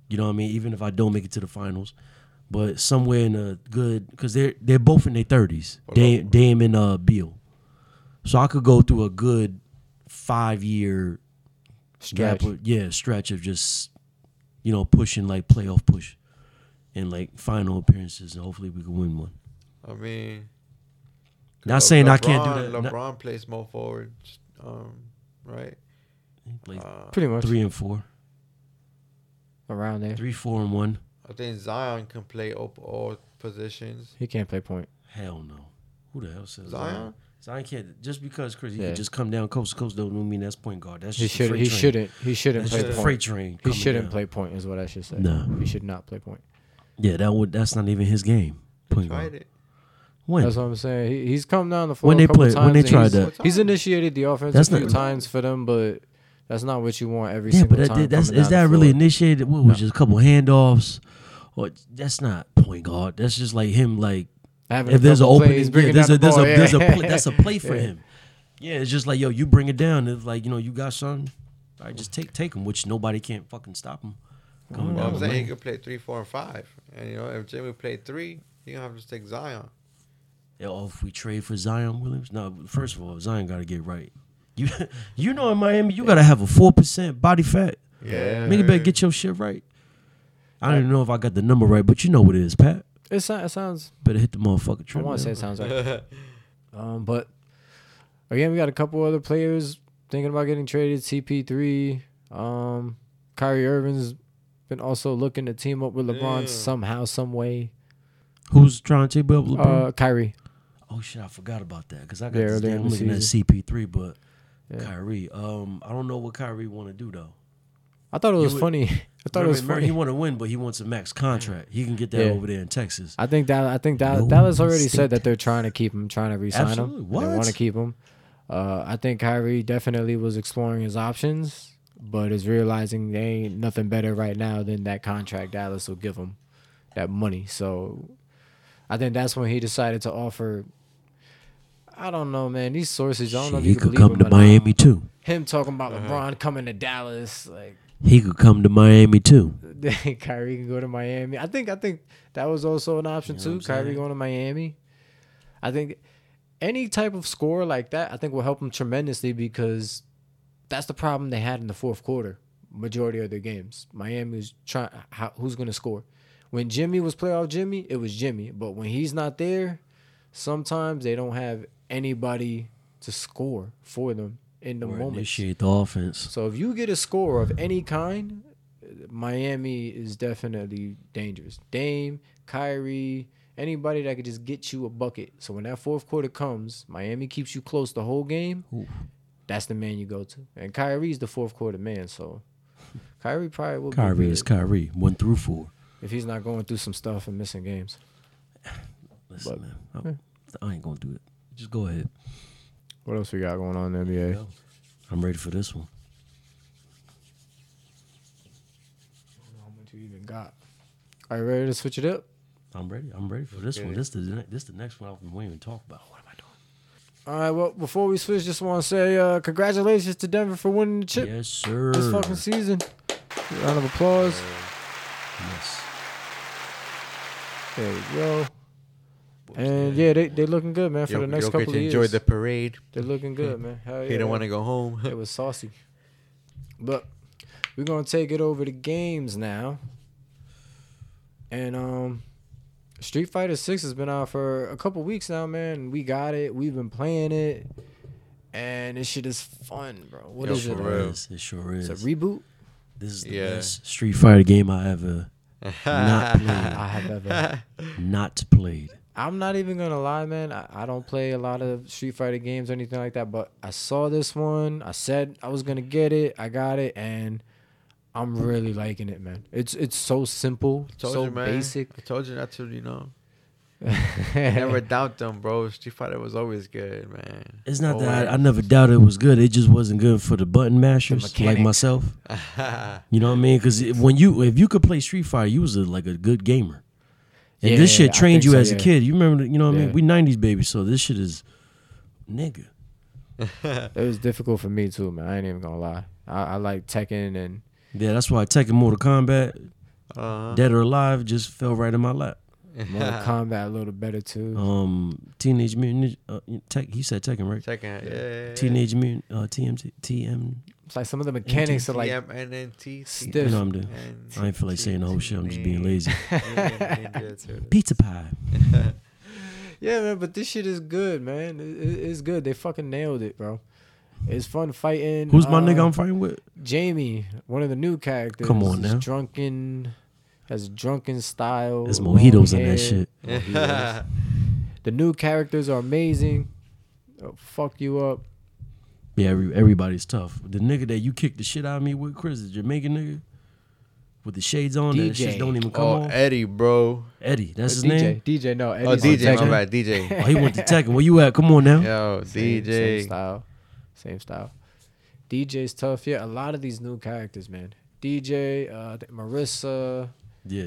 [SPEAKER 3] You know what I mean? Even if I don't make it to the finals, but somewhere in a good because they're they're both in their thirties. Dame, Dame and uh, Beal, so I could go through a good five year
[SPEAKER 2] Stretch.
[SPEAKER 3] gap of- yeah, stretch of just you know pushing like playoff push and like final appearances, and hopefully we can win one.
[SPEAKER 1] I mean,
[SPEAKER 3] Not
[SPEAKER 1] Le-
[SPEAKER 3] saying I can't do
[SPEAKER 1] LeBron-
[SPEAKER 3] that. Not-
[SPEAKER 1] LeBron plays small forward, um, right?
[SPEAKER 3] Like
[SPEAKER 1] Uh,
[SPEAKER 2] Pretty much
[SPEAKER 3] three and four.
[SPEAKER 2] around there.
[SPEAKER 3] Three, four, and one.
[SPEAKER 1] I think Zion can play op- all positions.
[SPEAKER 2] He can't play point.
[SPEAKER 3] Hell no. Who the hell says
[SPEAKER 1] Zion?
[SPEAKER 3] Zion can't just because Chris he
[SPEAKER 2] Yeah.
[SPEAKER 3] could just come down coast to coast don't mean that's point guard. That's
[SPEAKER 2] He
[SPEAKER 3] just
[SPEAKER 2] should.
[SPEAKER 3] A
[SPEAKER 2] He
[SPEAKER 3] freight train.
[SPEAKER 2] shouldn't. He shouldn't
[SPEAKER 3] That's
[SPEAKER 2] play
[SPEAKER 3] just a
[SPEAKER 2] point.
[SPEAKER 3] freight train.
[SPEAKER 2] he
[SPEAKER 3] coming
[SPEAKER 2] shouldn't
[SPEAKER 3] down.
[SPEAKER 2] play point. Is what I should say.
[SPEAKER 3] No.
[SPEAKER 2] He should not play point.
[SPEAKER 3] Yeah, that would. That's not even his game. Point
[SPEAKER 1] Tried
[SPEAKER 3] guard.
[SPEAKER 1] it.
[SPEAKER 3] When?
[SPEAKER 2] That's what I'm saying. He, he's come down the floor.
[SPEAKER 3] When they
[SPEAKER 2] a couple
[SPEAKER 3] play-
[SPEAKER 2] times
[SPEAKER 3] when they
[SPEAKER 2] and he's-
[SPEAKER 3] tried that-
[SPEAKER 2] He's initiated the offense
[SPEAKER 3] That's
[SPEAKER 2] a few
[SPEAKER 3] not-
[SPEAKER 2] times for them, but that's not what you want every
[SPEAKER 3] yeah,
[SPEAKER 2] single
[SPEAKER 3] but that,
[SPEAKER 2] time.
[SPEAKER 3] did- that's
[SPEAKER 2] coming
[SPEAKER 3] is
[SPEAKER 2] down
[SPEAKER 3] that
[SPEAKER 2] the
[SPEAKER 3] really
[SPEAKER 2] floor.
[SPEAKER 3] initiated? What was just a couple handoffs? Or that's not point guard. That's just like him. Like
[SPEAKER 2] Having
[SPEAKER 3] if
[SPEAKER 2] a
[SPEAKER 3] there's an
[SPEAKER 2] couple
[SPEAKER 3] opening,
[SPEAKER 2] plays,
[SPEAKER 3] yeah,
[SPEAKER 2] bringing
[SPEAKER 3] there's
[SPEAKER 2] down
[SPEAKER 3] a
[SPEAKER 2] the
[SPEAKER 3] there's a
[SPEAKER 2] ball,
[SPEAKER 3] there's a
[SPEAKER 2] yeah.
[SPEAKER 3] play, that's a play for
[SPEAKER 2] Yeah.
[SPEAKER 3] him. Yeah, it's just like yo, you bring it down. It's like you know you got something. I just take take him, which nobody can't fucking stop him. Coming
[SPEAKER 1] Well,
[SPEAKER 3] down
[SPEAKER 1] I'm
[SPEAKER 3] the
[SPEAKER 1] saying
[SPEAKER 3] lane.
[SPEAKER 1] he could play three, four, and five. And you know, if Jimmy played three, you gonna have to take Zion.
[SPEAKER 3] Yeah, Oh, if we trade for Zion Williams, no. First of all, Zion got to get right. You, you know, in Miami, you gotta have a four percent body fat.
[SPEAKER 1] Yeah,
[SPEAKER 3] Nigga, better get your shit right. I don't even know if I got the number right, but you know what it is, Pat.
[SPEAKER 2] It, so- it sounds.
[SPEAKER 3] Better hit the motherfucking
[SPEAKER 2] I
[SPEAKER 3] trip.
[SPEAKER 2] want to say
[SPEAKER 3] man.
[SPEAKER 2] it sounds right. um, but again, we got a couple other players thinking about getting traded. CP3, um, Kyrie Irving's been also looking to team up with LeBron
[SPEAKER 1] Yeah.
[SPEAKER 2] somehow, some way.
[SPEAKER 3] Who's trying to take up LeBron?
[SPEAKER 2] Uh, Kyrie.
[SPEAKER 3] oh shit, I forgot about that because I got
[SPEAKER 2] Yeah,
[SPEAKER 3] this
[SPEAKER 2] earlier
[SPEAKER 3] damn
[SPEAKER 2] in the
[SPEAKER 3] looking at
[SPEAKER 2] season.
[SPEAKER 3] CP3, but
[SPEAKER 2] Yeah.
[SPEAKER 3] Kyrie. Um, I don't know what Kyrie want to do though.
[SPEAKER 2] I thought it was
[SPEAKER 3] would-
[SPEAKER 2] funny. I thought it
[SPEAKER 3] Remember-
[SPEAKER 2] was
[SPEAKER 3] remember,
[SPEAKER 2] funny.
[SPEAKER 3] He want to win, but he wants a max contract. He can get that
[SPEAKER 2] Yeah.
[SPEAKER 3] over there in Texas.
[SPEAKER 2] I think that I think that
[SPEAKER 3] No
[SPEAKER 2] Dallas already
[SPEAKER 3] mistake.
[SPEAKER 2] said that they're trying to keep him, trying to resign
[SPEAKER 3] Absolutely.
[SPEAKER 2] him. They want to
[SPEAKER 3] What?
[SPEAKER 2] keep him. Uh, I think Kyrie definitely was exploring his options, but is realizing they ain't nothing better right now than that contract Dallas will give him, that money. So, I think that's when he decided to offer. I don't know, man. These sources, I don't know
[SPEAKER 3] Shit,
[SPEAKER 2] if
[SPEAKER 3] he
[SPEAKER 2] you can
[SPEAKER 3] could
[SPEAKER 2] believe
[SPEAKER 3] come
[SPEAKER 2] him
[SPEAKER 3] to
[SPEAKER 2] or not.
[SPEAKER 3] Miami too.
[SPEAKER 2] Him talking about LeBron coming to Dallas, like
[SPEAKER 3] He could come to Miami too.
[SPEAKER 2] Kyrie can go to Miami. I think I think that was also an option
[SPEAKER 3] You know what
[SPEAKER 2] too.
[SPEAKER 3] I'm saying?
[SPEAKER 2] Kyrie going to Miami. I think any type of score like that, I think will help them tremendously because that's the problem they had in the fourth quarter, majority of their games. Miami was trying how, who's going to score. When Jimmy was playoff Jimmy, it was Jimmy, but when he's not there, sometimes they don't have anybody to score for them in the
[SPEAKER 3] or
[SPEAKER 2] moment.
[SPEAKER 3] initiate the offense.
[SPEAKER 2] So if you get a score of any kind, Miami is definitely dangerous. Dame, Kyrie, anybody that could just get you a bucket. So when that fourth quarter comes, Miami keeps you close the whole game.
[SPEAKER 3] Oof.
[SPEAKER 2] That's the man you go to. And Kyrie's the fourth quarter man, so Kyrie probably will be
[SPEAKER 3] Kyrie
[SPEAKER 2] good
[SPEAKER 3] is Kyrie, one through four.
[SPEAKER 2] if he's not going through some stuff and missing games.
[SPEAKER 3] Listen,
[SPEAKER 2] But-
[SPEAKER 3] man, I, I ain't gonna do it. Just go ahead.
[SPEAKER 2] What else we got going on in the NBA?
[SPEAKER 3] I'm ready for this one.
[SPEAKER 2] How much you even got? Are you ready to switch it up?
[SPEAKER 3] I'm ready. I'm ready for this one. This the ne- this the next one I won't even talk about. What am I doing?
[SPEAKER 2] All right. Well, before we switch, just want to say uh, congratulations to Denver for winning the chip.
[SPEAKER 3] Yes, sir.
[SPEAKER 2] this fucking season. Round of applause.
[SPEAKER 3] yes.
[SPEAKER 2] There you go. And yeah, they they looking good, man. For
[SPEAKER 1] Yo-
[SPEAKER 2] the next
[SPEAKER 1] Jokic
[SPEAKER 2] couple of years,
[SPEAKER 1] enjoyed the parade.
[SPEAKER 2] they're looking good, man. Hell yeah,
[SPEAKER 1] he didn't
[SPEAKER 2] man.
[SPEAKER 1] want to go home.
[SPEAKER 2] It was saucy. But we're gonna take it over to games now. And um Street Fighter Six has been out for a couple weeks now, man. We got it. We've been playing it, and this shit is fun, bro. What
[SPEAKER 1] Yo,
[SPEAKER 2] is
[SPEAKER 1] for
[SPEAKER 2] it?
[SPEAKER 1] real.
[SPEAKER 3] It is. It sure is.
[SPEAKER 2] It's a reboot.
[SPEAKER 3] This is the
[SPEAKER 1] Yeah.
[SPEAKER 3] best Street Fighter game I ever not played.
[SPEAKER 2] I have ever.
[SPEAKER 3] Not played.
[SPEAKER 2] I'm not even gonna lie, man. I, I don't play a lot of Street Fighter games or anything like that, but I saw this one. I said I was gonna get it. I got it, and I'm really liking it, man. It's it's so simple,
[SPEAKER 1] Told
[SPEAKER 2] so
[SPEAKER 1] you, man.
[SPEAKER 2] basic.
[SPEAKER 1] I told you not to, you know. Never doubt them, bro. Street Fighter was always good, man.
[SPEAKER 3] It's
[SPEAKER 2] Oh,
[SPEAKER 3] not that I, I
[SPEAKER 1] Always.
[SPEAKER 3] never doubted it was good. It just wasn't good for the button mashers like
[SPEAKER 2] mechanics.
[SPEAKER 3] myself. You know what I mean? Because when you if you could play Street Fighter, you was a, like a good gamer. And this
[SPEAKER 2] Yeah,
[SPEAKER 3] shit
[SPEAKER 2] I
[SPEAKER 3] trained
[SPEAKER 2] think
[SPEAKER 3] you
[SPEAKER 2] so,
[SPEAKER 3] as a
[SPEAKER 2] yeah.
[SPEAKER 3] kid. You remember? the- You know what I
[SPEAKER 2] Yeah.
[SPEAKER 3] mean? We '90s babies, so this shit is nigga.
[SPEAKER 1] Uh-huh.
[SPEAKER 2] It was difficult for me too, man. I ain't even gonna lie. I, I like Tekken and
[SPEAKER 3] Yeah, that's why Tekken Mortal Kombat,
[SPEAKER 1] Uh-huh.
[SPEAKER 3] Dead or Alive, just fell right in my lap.
[SPEAKER 2] Mortal Kombat a little better too.
[SPEAKER 1] Oh.
[SPEAKER 3] Um, Teenage Mutant, Ninja- uh, Tek, he said Tekken, right?
[SPEAKER 1] Second, yeah. yeah, yeah.
[SPEAKER 3] Teenage Mutant, uh, TMT, TM.
[SPEAKER 2] It's like some of the mechanics are like
[SPEAKER 1] TMNNT.
[SPEAKER 2] stiff.
[SPEAKER 3] You know what I'm doing? I ain't feel like saying the whole shit. I'm just being lazy. Pizza pie.
[SPEAKER 2] Yeah, man, but this shit is good, man. It, it- it's good. They fucking nailed it, bro. It's fun fighting.
[SPEAKER 3] Who's my nigga
[SPEAKER 2] uh,
[SPEAKER 3] I'm fighting with?
[SPEAKER 2] Jamie, one of the new characters.
[SPEAKER 3] Come on
[SPEAKER 2] is
[SPEAKER 3] now.
[SPEAKER 2] Drunken, has drunken style.
[SPEAKER 1] Oh,
[SPEAKER 3] There's
[SPEAKER 2] long
[SPEAKER 3] mojitos in
[SPEAKER 2] hair.
[SPEAKER 3] that shit.
[SPEAKER 2] Mojitos. the new characters are amazing. They'll fuck you up.
[SPEAKER 3] Yeah, every, everybody's tough. The nigga that you kicked the shit out of me with, Chris, the Jamaican nigga with the shades on, that
[SPEAKER 2] DJ.
[SPEAKER 3] shit don't even come
[SPEAKER 1] Oh,
[SPEAKER 3] on.
[SPEAKER 1] Eddie, bro.
[SPEAKER 3] Eddie, that's his
[SPEAKER 2] DJ,
[SPEAKER 3] name.
[SPEAKER 2] DJ, no,
[SPEAKER 1] Oh,
[SPEAKER 2] Eddie's on
[SPEAKER 1] DJ, my
[SPEAKER 2] Tekken.
[SPEAKER 1] bad, DJ.
[SPEAKER 3] Oh, he went to Tekken. Where you at? Come on now.
[SPEAKER 1] Yo,
[SPEAKER 2] Same- same
[SPEAKER 1] DJ.
[SPEAKER 2] style, same style. DJ's tough. Yeah, a lot of these new characters, man. DJ, uh, I think Marissa,
[SPEAKER 3] Yeah.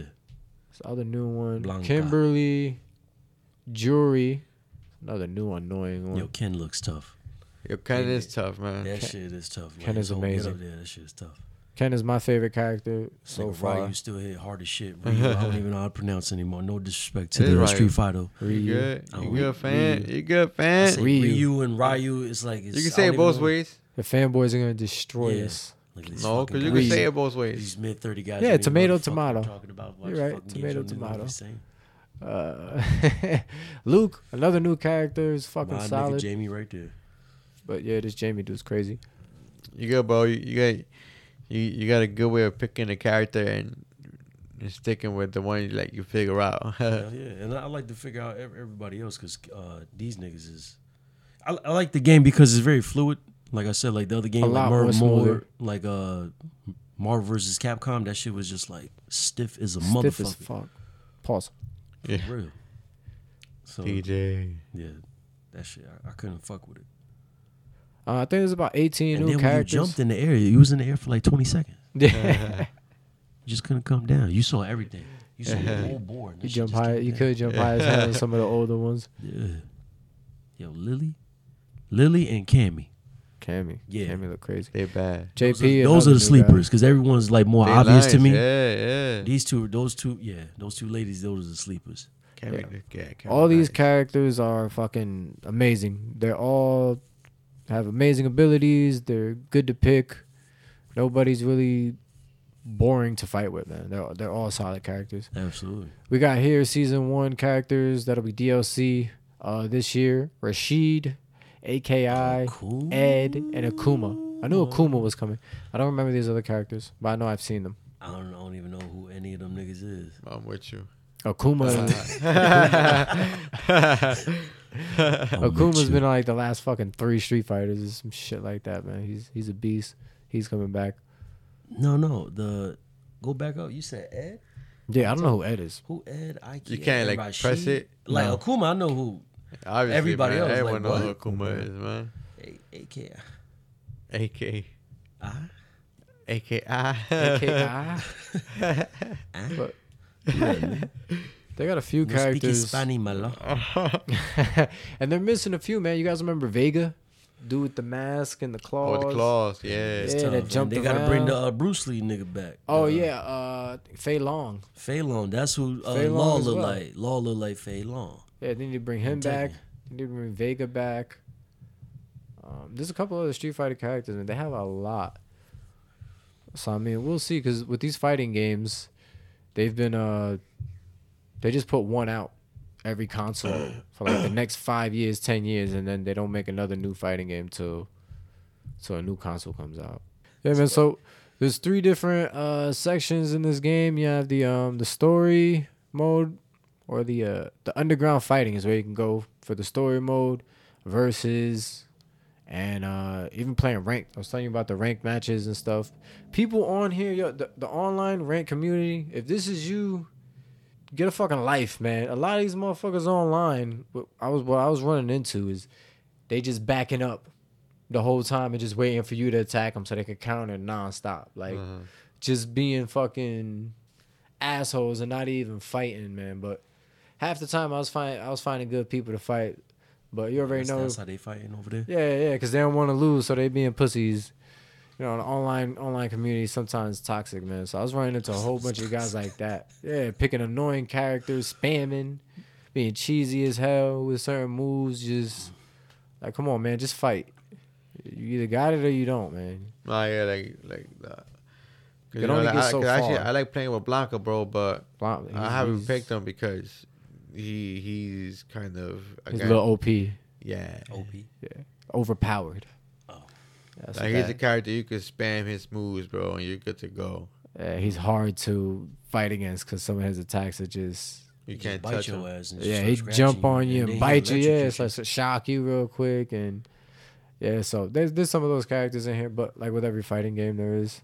[SPEAKER 2] this other new one,
[SPEAKER 3] Blanca.
[SPEAKER 2] Kimberly, Jury, another new annoying one.
[SPEAKER 3] Yo, Ken looks tough.
[SPEAKER 1] Yo, Ken is tough, man.
[SPEAKER 3] That shit is tough. man.
[SPEAKER 2] Ken is
[SPEAKER 3] Don't get
[SPEAKER 2] amazing.
[SPEAKER 3] up there. That shit is tough.
[SPEAKER 2] Ken is my favorite character so
[SPEAKER 3] So
[SPEAKER 2] far.
[SPEAKER 3] Ryu still hit hard as shit. Ryu, I don't even know how to pronounce anymore. No disrespect to
[SPEAKER 1] It is
[SPEAKER 3] the
[SPEAKER 1] Ryu.
[SPEAKER 3] Street Fighter.
[SPEAKER 1] You
[SPEAKER 2] Ryu.
[SPEAKER 1] good?
[SPEAKER 3] Oh,
[SPEAKER 1] You
[SPEAKER 3] we-
[SPEAKER 1] good, fan?
[SPEAKER 3] we-
[SPEAKER 1] You good,
[SPEAKER 3] I
[SPEAKER 1] fan?
[SPEAKER 3] say
[SPEAKER 2] Ryu.
[SPEAKER 3] Ryu. and Ryu is like it's,
[SPEAKER 1] Eh, You can
[SPEAKER 3] I
[SPEAKER 1] say
[SPEAKER 3] don't
[SPEAKER 1] it
[SPEAKER 3] even
[SPEAKER 1] both
[SPEAKER 3] know.
[SPEAKER 1] ways.
[SPEAKER 2] The fanboys are gonna destroy
[SPEAKER 3] Yeah.
[SPEAKER 2] us.
[SPEAKER 3] Like these
[SPEAKER 1] No,
[SPEAKER 3] fucking
[SPEAKER 1] because you
[SPEAKER 3] guys.
[SPEAKER 1] can say it both ways.
[SPEAKER 3] These mid thirty guys.
[SPEAKER 2] Yeah,
[SPEAKER 3] don't even
[SPEAKER 2] tomato,
[SPEAKER 3] know what the fuck
[SPEAKER 2] tomato.
[SPEAKER 3] we're Talking about Why
[SPEAKER 2] You're
[SPEAKER 3] the
[SPEAKER 2] right,
[SPEAKER 3] fuck these
[SPEAKER 2] tomato,
[SPEAKER 3] young niggas
[SPEAKER 2] tomato.
[SPEAKER 3] be
[SPEAKER 2] Uh,
[SPEAKER 3] saying?
[SPEAKER 2] Luke, another new character is fucking
[SPEAKER 3] My nigga
[SPEAKER 2] solid.
[SPEAKER 3] Jamie right there.
[SPEAKER 2] but yeah, this Jamie dude's crazy.
[SPEAKER 1] You good, bro? You, you got you you got a good way of picking a character and, and sticking with the one you like you figure out.
[SPEAKER 3] Hell yeah, and I, I like to figure out ev- everybody else because uh, these niggas is. I, I like the game because it's very fluid. Like I said, like the other game, like
[SPEAKER 2] lot
[SPEAKER 3] Mar-
[SPEAKER 2] more
[SPEAKER 3] more,
[SPEAKER 2] smoother.
[SPEAKER 3] like uh, Marvel versus Capcom. That shit was just like stiff as a
[SPEAKER 2] Stiff as
[SPEAKER 3] motherfucker.
[SPEAKER 2] fuck. Pause.
[SPEAKER 1] Yeah.
[SPEAKER 3] For real. So
[SPEAKER 1] DJ.
[SPEAKER 3] yeah, that shit I, I couldn't fuck with it.
[SPEAKER 2] Uh, I think there's about 18
[SPEAKER 3] And
[SPEAKER 2] new
[SPEAKER 3] then when
[SPEAKER 2] characters.
[SPEAKER 3] you jumped in the air, you was in the air for like twenty seconds.
[SPEAKER 2] Yeah.
[SPEAKER 3] You just couldn't come down. You saw everything. You saw the whole board. That
[SPEAKER 2] you
[SPEAKER 3] shit
[SPEAKER 2] jump
[SPEAKER 3] just
[SPEAKER 2] high.
[SPEAKER 3] came
[SPEAKER 2] You
[SPEAKER 3] down.
[SPEAKER 2] could jump high as hell in some of the older ones.
[SPEAKER 3] Yeah. Yo, Lily, Lily and Cammy.
[SPEAKER 2] Cammy.
[SPEAKER 3] Yeah.
[SPEAKER 2] Cammy look crazy.
[SPEAKER 1] They bad.
[SPEAKER 2] JP.
[SPEAKER 3] Those are, those
[SPEAKER 2] another
[SPEAKER 3] are
[SPEAKER 2] new
[SPEAKER 3] the
[SPEAKER 2] guy.
[SPEAKER 3] sleepers because everyone's like more
[SPEAKER 1] They
[SPEAKER 3] obvious to
[SPEAKER 1] nice,
[SPEAKER 3] me.
[SPEAKER 1] Yeah, yeah.
[SPEAKER 3] These two, those two, yeah, those two ladies, those are the sleepers.
[SPEAKER 1] Can't be- yeah, can't be
[SPEAKER 2] All these
[SPEAKER 1] nice.
[SPEAKER 2] characters are fucking amazing. They're all have amazing abilities. They're good to pick. Nobody's really boring to fight with, man. They're they're all solid characters.
[SPEAKER 3] Absolutely.
[SPEAKER 2] We got here season one characters that'll be DLC uh, this year. Rashid, AKI,
[SPEAKER 3] Cool.
[SPEAKER 2] Ed, and Akuma. I knew Akuma was coming. I don't remember these other characters, but I know I've seen them.
[SPEAKER 3] I don't, I don't even know who any of them niggas is.
[SPEAKER 1] I'm with you.
[SPEAKER 2] Akuma,
[SPEAKER 3] I'll mix
[SPEAKER 2] Akuma's
[SPEAKER 3] you.
[SPEAKER 2] been on like the last fucking three Street Fighters and some shit like that, man. He's he's a beast. He's coming back.
[SPEAKER 3] No, no. The go back up. You said Ed.
[SPEAKER 2] Yeah, I don't know who Ed is.
[SPEAKER 3] Who Ed? I
[SPEAKER 1] You can't, like, press it?
[SPEAKER 3] Like
[SPEAKER 2] No.
[SPEAKER 3] Akuma, I know who.
[SPEAKER 1] Obviously,
[SPEAKER 3] Everybody
[SPEAKER 1] man,
[SPEAKER 3] else, like,
[SPEAKER 1] everyone knows
[SPEAKER 3] what?
[SPEAKER 1] who Kuma is, man.
[SPEAKER 3] A- AK.
[SPEAKER 1] AK.
[SPEAKER 3] Ah.
[SPEAKER 1] AKI.
[SPEAKER 2] AKI. but they got a few
[SPEAKER 3] No speak
[SPEAKER 2] characters.
[SPEAKER 3] Hispani, my love.
[SPEAKER 2] and they're missing a few, man. You guys remember Vega? Dude with the mask and the
[SPEAKER 1] Oh,
[SPEAKER 2] claws.
[SPEAKER 1] the claws. Yeah.
[SPEAKER 2] Yeah. that
[SPEAKER 3] Tough, and
[SPEAKER 2] jumped
[SPEAKER 3] They gotta bring the
[SPEAKER 2] around.
[SPEAKER 3] uh, Bruce Lee nigga back.
[SPEAKER 2] Oh
[SPEAKER 1] Uh-huh.
[SPEAKER 3] Uh,
[SPEAKER 2] yeah, uh Fei Long.
[SPEAKER 3] Fei Long. That's who uh,
[SPEAKER 2] Fei Long
[SPEAKER 3] Law
[SPEAKER 2] as
[SPEAKER 3] look
[SPEAKER 2] well.
[SPEAKER 3] like. Law look like Fei Long.
[SPEAKER 2] Yeah, they need to bring him
[SPEAKER 3] Tekken.
[SPEAKER 2] back. They need to bring Vega back. Um, there's a couple other Street Fighter characters, and they have a lot. So I mean, we'll see. Cause with these fighting games, they've been uh, they just put one out every console for like the next five years, ten years, and then they don't make another new fighting game till till a new console comes out. Yeah, man. So There's three different uh, sections in this game. You have the um, the story mode, or the uh, the underground fighting is where you can go for the story mode, versus, and uh, even playing ranked. I was telling you about the ranked matches and stuff. People on here, yo, the, the online ranked community. If this is you, get a fucking life, man. A lot of these motherfuckers online. What I was what I was running into is they just backing up the whole time and just waiting for you to attack them so they could counter nonstop. Like just being fucking assholes and not even fighting, man. But half the time I was find I was finding good people to fight. But you already
[SPEAKER 3] That's,
[SPEAKER 2] know,
[SPEAKER 3] that's how they fighting over there.
[SPEAKER 2] yeah, yeah, because they don't want to lose, so they being pussies. You know, the online online community is sometimes toxic, man. So I was running into a whole bunch of guys like that. Yeah, picking annoying characters, spamming, being cheesy as hell with certain moves. Just like, come on, man, just fight. You either got it or you don't, man.
[SPEAKER 1] Oh yeah, like like. Uh, 'cause,
[SPEAKER 2] can only
[SPEAKER 1] like,
[SPEAKER 2] get
[SPEAKER 1] I,
[SPEAKER 2] so
[SPEAKER 1] 'cause Actually,
[SPEAKER 2] far.
[SPEAKER 1] I like playing with Blanca, bro, but
[SPEAKER 2] Blanc-
[SPEAKER 1] I
[SPEAKER 2] he's-
[SPEAKER 1] haven't
[SPEAKER 2] he's-
[SPEAKER 1] picked him because he he's kind of a
[SPEAKER 2] He's
[SPEAKER 1] guy-
[SPEAKER 2] a little OP,
[SPEAKER 1] yeah.
[SPEAKER 3] OP.
[SPEAKER 2] overpowered.
[SPEAKER 3] Oh.
[SPEAKER 2] That's
[SPEAKER 1] Like
[SPEAKER 2] what
[SPEAKER 1] he's a
[SPEAKER 2] that-
[SPEAKER 1] character you could spam his moves, bro, and you're good to go.
[SPEAKER 2] yeah, he's hard to fight against because some of his attacks are just
[SPEAKER 1] You
[SPEAKER 3] Just
[SPEAKER 1] can't
[SPEAKER 3] bite
[SPEAKER 1] touch
[SPEAKER 3] your
[SPEAKER 1] him.
[SPEAKER 3] ass and just
[SPEAKER 2] Yeah,
[SPEAKER 3] start
[SPEAKER 2] he
[SPEAKER 3] scratching
[SPEAKER 2] jump on you and,
[SPEAKER 3] then he
[SPEAKER 2] bite you. Yeah, it's like
[SPEAKER 3] electrocute
[SPEAKER 2] to shock you real quick and yeah. So there's there's some of those characters in here, but like with every fighting game, there is.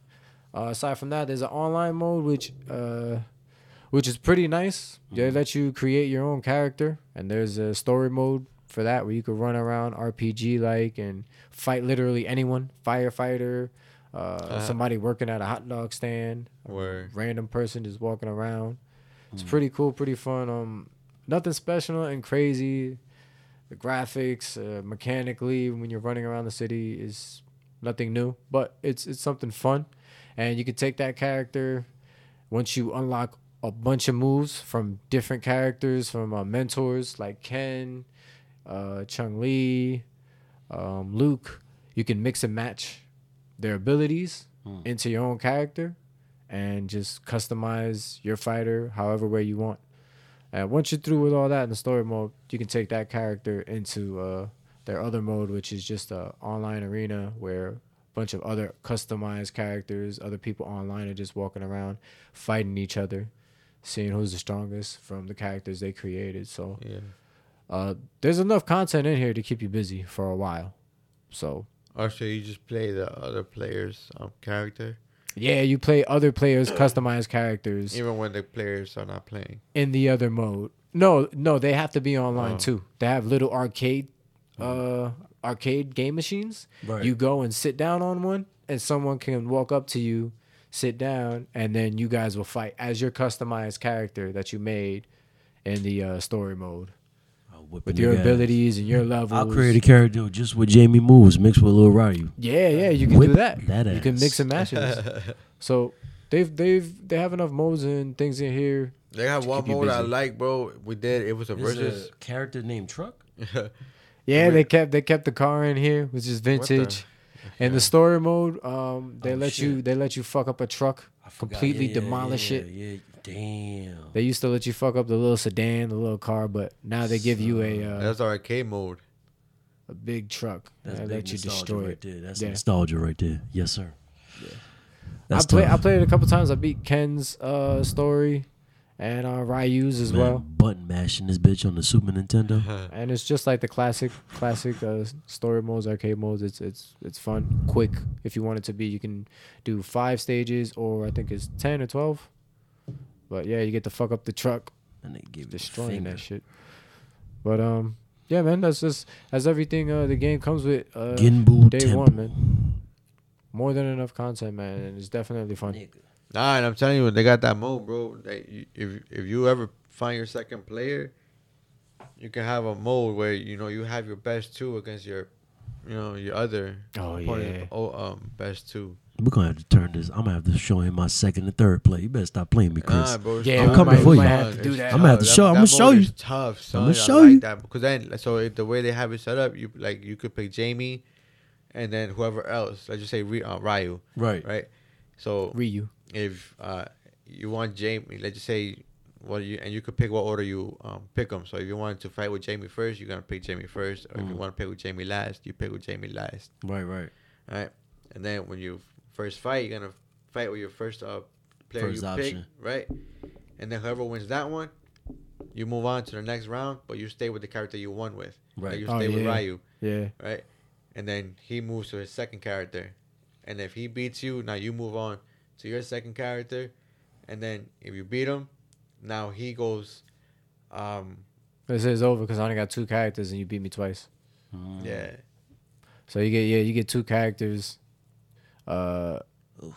[SPEAKER 2] Uh, aside from that, there's an online mode which uh, which is pretty nice. They let you create your own character, and there's a story mode for that where you can run around RPG like and fight literally anyone, firefighter, uh, somebody working at a hot dog stand,
[SPEAKER 1] Word.
[SPEAKER 2] random person just walking around. It's pretty cool, pretty fun. Um, nothing special and crazy. The graphics, uh, mechanically, when you're running around the city, is nothing new, but it's it's something fun, and you can take that character once you unlock a bunch of moves from different characters from uh, mentors like Ken, uh, Chung Li, um, Luke. You can mix and match their abilities into your own character and just customize your fighter however way you want. And once you're through with all that in the story mode, you can take that character into uh, their other mode, which is just a online arena where a bunch of other customized characters, other people online are just walking around fighting each other, seeing who's the strongest from the characters they created. So
[SPEAKER 1] Yeah.
[SPEAKER 2] uh, there's enough content in here to keep you busy for a while. So
[SPEAKER 1] Or should you just play the other player's um, character,
[SPEAKER 2] yeah, you play other players' customized characters.
[SPEAKER 1] even when the players are not playing?
[SPEAKER 2] in the other mode. No, no, they have to be online
[SPEAKER 1] Oh.
[SPEAKER 2] too. They have little arcade, uh, arcade game machines.
[SPEAKER 3] Right.
[SPEAKER 2] You go and sit down on one, and someone can walk up to you, sit down, and then you guys will fight as your customized character that you made in the uh, story mode
[SPEAKER 3] you. I'll whip
[SPEAKER 2] with
[SPEAKER 3] a
[SPEAKER 2] your
[SPEAKER 3] nigga ass.
[SPEAKER 2] abilities and your levels.
[SPEAKER 3] I'll create a character just with Jamie moves mixed with Lil Roddy.
[SPEAKER 2] Yeah, yeah, you can do
[SPEAKER 3] Whip
[SPEAKER 2] that.
[SPEAKER 3] that
[SPEAKER 2] You can mix
[SPEAKER 3] ass.
[SPEAKER 2] and match it. so they've they've they have enough modes and things in here.
[SPEAKER 1] They have one
[SPEAKER 2] keep you
[SPEAKER 1] mode I
[SPEAKER 2] busy.
[SPEAKER 1] like, bro. We did. It was a
[SPEAKER 3] There's
[SPEAKER 1] versus.
[SPEAKER 3] a character named Truck.
[SPEAKER 2] Yeah, they kept they kept the car in here, which is
[SPEAKER 1] the-
[SPEAKER 2] vintage. And the story mode, um, they
[SPEAKER 3] Oh,
[SPEAKER 2] let you
[SPEAKER 3] shit.
[SPEAKER 2] they let you fuck up a truck,
[SPEAKER 3] I forgot.
[SPEAKER 2] completely
[SPEAKER 3] Yeah, yeah,
[SPEAKER 2] demolish
[SPEAKER 3] yeah,
[SPEAKER 2] it.
[SPEAKER 3] Yeah, damn.
[SPEAKER 2] They used to let you fuck up the little sedan, the little car, but now they give you a uh,
[SPEAKER 1] That's our arcade mode.
[SPEAKER 2] a big truck.
[SPEAKER 3] That's
[SPEAKER 2] and
[SPEAKER 3] big
[SPEAKER 2] they let you
[SPEAKER 3] nostalgia
[SPEAKER 2] destroy
[SPEAKER 3] right
[SPEAKER 2] it.
[SPEAKER 3] there. That's
[SPEAKER 2] Yeah.
[SPEAKER 3] nostalgia right there. Yes, sir.
[SPEAKER 2] I
[SPEAKER 3] That's
[SPEAKER 2] play I
[SPEAKER 3] tough.
[SPEAKER 2] played it a couple times. I beat Ken's uh, story and uh, Ryu's as
[SPEAKER 3] Man,
[SPEAKER 2] well.
[SPEAKER 3] button mashing this bitch on the Super Nintendo.
[SPEAKER 2] And it's just like the classic classic uh, story modes, arcade modes. It's it's it's fun, quick. If you want it to be, you can do five stages or I think it's ten or twelve. But yeah, you get to fuck up the truck,
[SPEAKER 3] and they give you
[SPEAKER 2] destroying
[SPEAKER 3] finger.
[SPEAKER 2] that shit. But um, yeah, man, that's just that's everything uh, the game comes with. Uh,
[SPEAKER 3] Ginbu
[SPEAKER 2] day
[SPEAKER 3] Temple.
[SPEAKER 2] one, man. More than enough content, man, and it's definitely fun.
[SPEAKER 3] Nigga.
[SPEAKER 1] Nah, and I'm telling you, they got that mode, bro. That you, if if you ever find your second player, you can have a mode where you know you have your best two against your, you know, your other.
[SPEAKER 2] Oh,
[SPEAKER 1] opponent's
[SPEAKER 2] yeah.
[SPEAKER 1] o- um, best two.
[SPEAKER 3] We're gonna have to turn this. I'm gonna have to show him my second and third play. You better stop playing me, Chris.
[SPEAKER 1] Nah, bro, it's
[SPEAKER 2] Yeah,
[SPEAKER 1] tough,
[SPEAKER 3] I'm
[SPEAKER 1] bro.
[SPEAKER 3] coming for
[SPEAKER 1] It's
[SPEAKER 3] you.
[SPEAKER 1] tough.
[SPEAKER 3] I
[SPEAKER 2] have to do
[SPEAKER 1] It's
[SPEAKER 2] that.
[SPEAKER 1] tough.
[SPEAKER 3] I'ma have to show-
[SPEAKER 1] that
[SPEAKER 3] I'ma
[SPEAKER 1] mode
[SPEAKER 3] show
[SPEAKER 1] is
[SPEAKER 3] you.
[SPEAKER 1] Tough, son.
[SPEAKER 3] I'ma
[SPEAKER 1] I
[SPEAKER 3] show
[SPEAKER 1] like
[SPEAKER 3] you.
[SPEAKER 1] that because then, so if the way they have it set up, you like you could pick Jamie, and then whoever else. Let's just say Ri- uh, Ryu,
[SPEAKER 3] Right.
[SPEAKER 1] right? So
[SPEAKER 2] Ryu.
[SPEAKER 1] if uh, you want Jamie, let's just say what you and you could pick what order you um, pick them. So if you want to fight with Jamie first, you're gonna pick Jamie first, or if
[SPEAKER 3] Mm-hmm.
[SPEAKER 1] you want to pick with Jamie last, you pick with Jamie last,
[SPEAKER 3] Right. Right.
[SPEAKER 1] all right? And then when you first fight, you're gonna fight with your first uh, player
[SPEAKER 3] First
[SPEAKER 1] you
[SPEAKER 3] option.
[SPEAKER 1] pick, right? And then whoever wins that one, you move on to the next round, but you stay with the character you won with. Like,
[SPEAKER 3] Right.
[SPEAKER 1] you
[SPEAKER 2] Oh,
[SPEAKER 1] stay with
[SPEAKER 2] yeah.
[SPEAKER 1] Ryu,
[SPEAKER 2] Yeah.
[SPEAKER 1] right? And then he moves to his second character, and if he beats you, now you move on to your second character, and then if you beat him, now he goes. Um,
[SPEAKER 2] This is over because I only got two characters and you beat me twice.
[SPEAKER 1] Yeah,
[SPEAKER 2] So you get yeah, you get two characters, uh,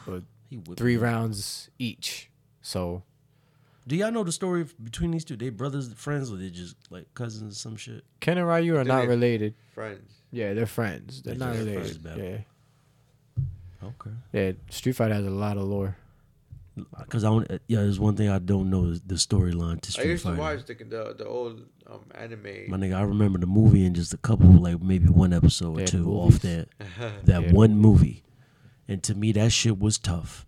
[SPEAKER 2] or
[SPEAKER 3] He whipped
[SPEAKER 2] three
[SPEAKER 3] me.
[SPEAKER 2] rounds each. So
[SPEAKER 3] Do y'all know the story f- between these two? They brothers, friends, or they just like cousins or some shit?
[SPEAKER 2] Ken and Ryu are not
[SPEAKER 1] they-
[SPEAKER 2] related.
[SPEAKER 1] friends.
[SPEAKER 2] Yeah, they're friends. They're
[SPEAKER 3] They
[SPEAKER 2] not
[SPEAKER 3] just
[SPEAKER 2] related.
[SPEAKER 3] friends,
[SPEAKER 2] Yeah,
[SPEAKER 3] man. Okay.
[SPEAKER 2] yeah. Street Fighter has a lot of lore.
[SPEAKER 3] Because I want, yeah, there's one thing I don't know is the storyline to
[SPEAKER 1] I
[SPEAKER 3] Street
[SPEAKER 1] used
[SPEAKER 3] Fighter.
[SPEAKER 1] to watch the the, the old um,
[SPEAKER 3] My
[SPEAKER 1] anime.
[SPEAKER 3] nigga, I remember the movie and just a couple, like maybe one episode
[SPEAKER 2] Yeah, the
[SPEAKER 3] or two
[SPEAKER 2] movies.
[SPEAKER 3] off that that one movie. And to me, that shit was tough,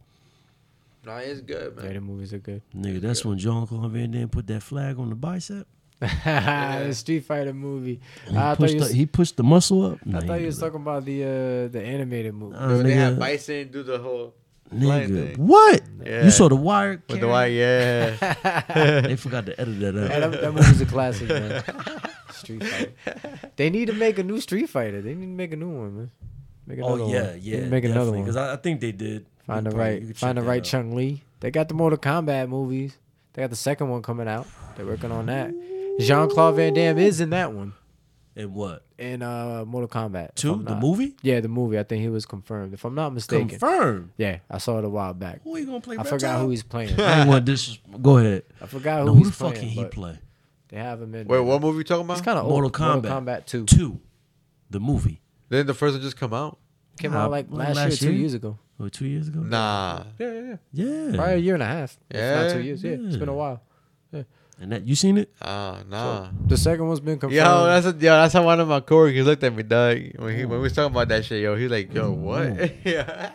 [SPEAKER 1] Nah, it's good,
[SPEAKER 2] Yeah,
[SPEAKER 1] man.
[SPEAKER 2] the movies are good.
[SPEAKER 3] nigga. That's when John Claude Van Damme put that flag on the bicep.
[SPEAKER 2] the Street Fighter movie.
[SPEAKER 3] and
[SPEAKER 2] I
[SPEAKER 3] he,
[SPEAKER 2] thought
[SPEAKER 3] pushed
[SPEAKER 2] you
[SPEAKER 3] the,
[SPEAKER 2] was,
[SPEAKER 3] he pushed the muscle up.
[SPEAKER 2] I
[SPEAKER 3] Nah,
[SPEAKER 2] thought
[SPEAKER 3] he
[SPEAKER 2] you was
[SPEAKER 3] did
[SPEAKER 2] talking about the uh, the animated movie.
[SPEAKER 3] Uh,
[SPEAKER 1] Remember they had
[SPEAKER 3] nigga.
[SPEAKER 1] Bison do the whole
[SPEAKER 3] that.
[SPEAKER 1] lion
[SPEAKER 3] nigga.
[SPEAKER 1] thing.
[SPEAKER 3] What?
[SPEAKER 1] Yeah.
[SPEAKER 3] You saw the wire?
[SPEAKER 1] With the
[SPEAKER 3] Karen?
[SPEAKER 1] white, yeah.
[SPEAKER 3] They forgot to edit that out.
[SPEAKER 2] Yeah, that, that movie's a classic, man. Street Fighter. They need to make a new Street Fighter. They need to make a new one, man. Make another
[SPEAKER 3] oh
[SPEAKER 2] one.
[SPEAKER 3] yeah,
[SPEAKER 2] They
[SPEAKER 3] yeah.
[SPEAKER 2] need to Make another one.
[SPEAKER 3] Because I, I think they did.
[SPEAKER 2] Find
[SPEAKER 3] You
[SPEAKER 2] the
[SPEAKER 3] probably-
[SPEAKER 2] right,
[SPEAKER 3] you could check
[SPEAKER 2] find the
[SPEAKER 3] that
[SPEAKER 2] right
[SPEAKER 3] out.
[SPEAKER 2] Chung Li. They got the Mortal Kombat movies. They got the second one coming out. They're working on that. Jean Claude Van Damme is in that one
[SPEAKER 3] And what?
[SPEAKER 2] in uh Mortal Kombat. if
[SPEAKER 3] Two?
[SPEAKER 2] I'm
[SPEAKER 3] The
[SPEAKER 2] not-
[SPEAKER 3] movie?
[SPEAKER 2] Yeah, the movie. I think he was confirmed, if I'm not mistaken.
[SPEAKER 3] Confirmed.
[SPEAKER 2] Yeah, I saw it a while back.
[SPEAKER 3] Who he gonna play?
[SPEAKER 2] I forgot
[SPEAKER 3] Reptile?
[SPEAKER 2] who he's playing.
[SPEAKER 3] I didn't want this. Go ahead.
[SPEAKER 2] I forgot who,
[SPEAKER 3] No, who
[SPEAKER 2] he's
[SPEAKER 3] the fuck
[SPEAKER 2] playing.
[SPEAKER 3] can he
[SPEAKER 2] but
[SPEAKER 3] play?
[SPEAKER 2] They have him in.
[SPEAKER 1] Wait,
[SPEAKER 2] there.
[SPEAKER 1] what movie you talking
[SPEAKER 2] It's
[SPEAKER 1] about?
[SPEAKER 2] kind of old.
[SPEAKER 3] Mortal Kombat.
[SPEAKER 2] Mortal Kombat Two.
[SPEAKER 3] Two, the movie.
[SPEAKER 1] Didn't the first one just come out?
[SPEAKER 2] Came
[SPEAKER 3] Nah,
[SPEAKER 2] out like
[SPEAKER 3] like
[SPEAKER 2] last,
[SPEAKER 3] last
[SPEAKER 2] year, two
[SPEAKER 3] year?
[SPEAKER 2] years ago.
[SPEAKER 3] Oh, two years ago.
[SPEAKER 1] Nah.
[SPEAKER 2] Yeah, yeah, yeah.
[SPEAKER 3] Yeah.
[SPEAKER 2] Probably a year and a half. Yeah.
[SPEAKER 1] Yeah.
[SPEAKER 2] Not two years. Yeah. It's been a
[SPEAKER 3] Yeah.
[SPEAKER 2] while.
[SPEAKER 3] And that you seen it?
[SPEAKER 1] Ah, nah.
[SPEAKER 2] The second one's been confirmed.
[SPEAKER 1] Yo, that's a, yo, that's how one of my coworkers looked at me, dog. When he when we was talking about that shit, yo, he's like, yo,
[SPEAKER 3] Mm-hmm.
[SPEAKER 1] what? yeah.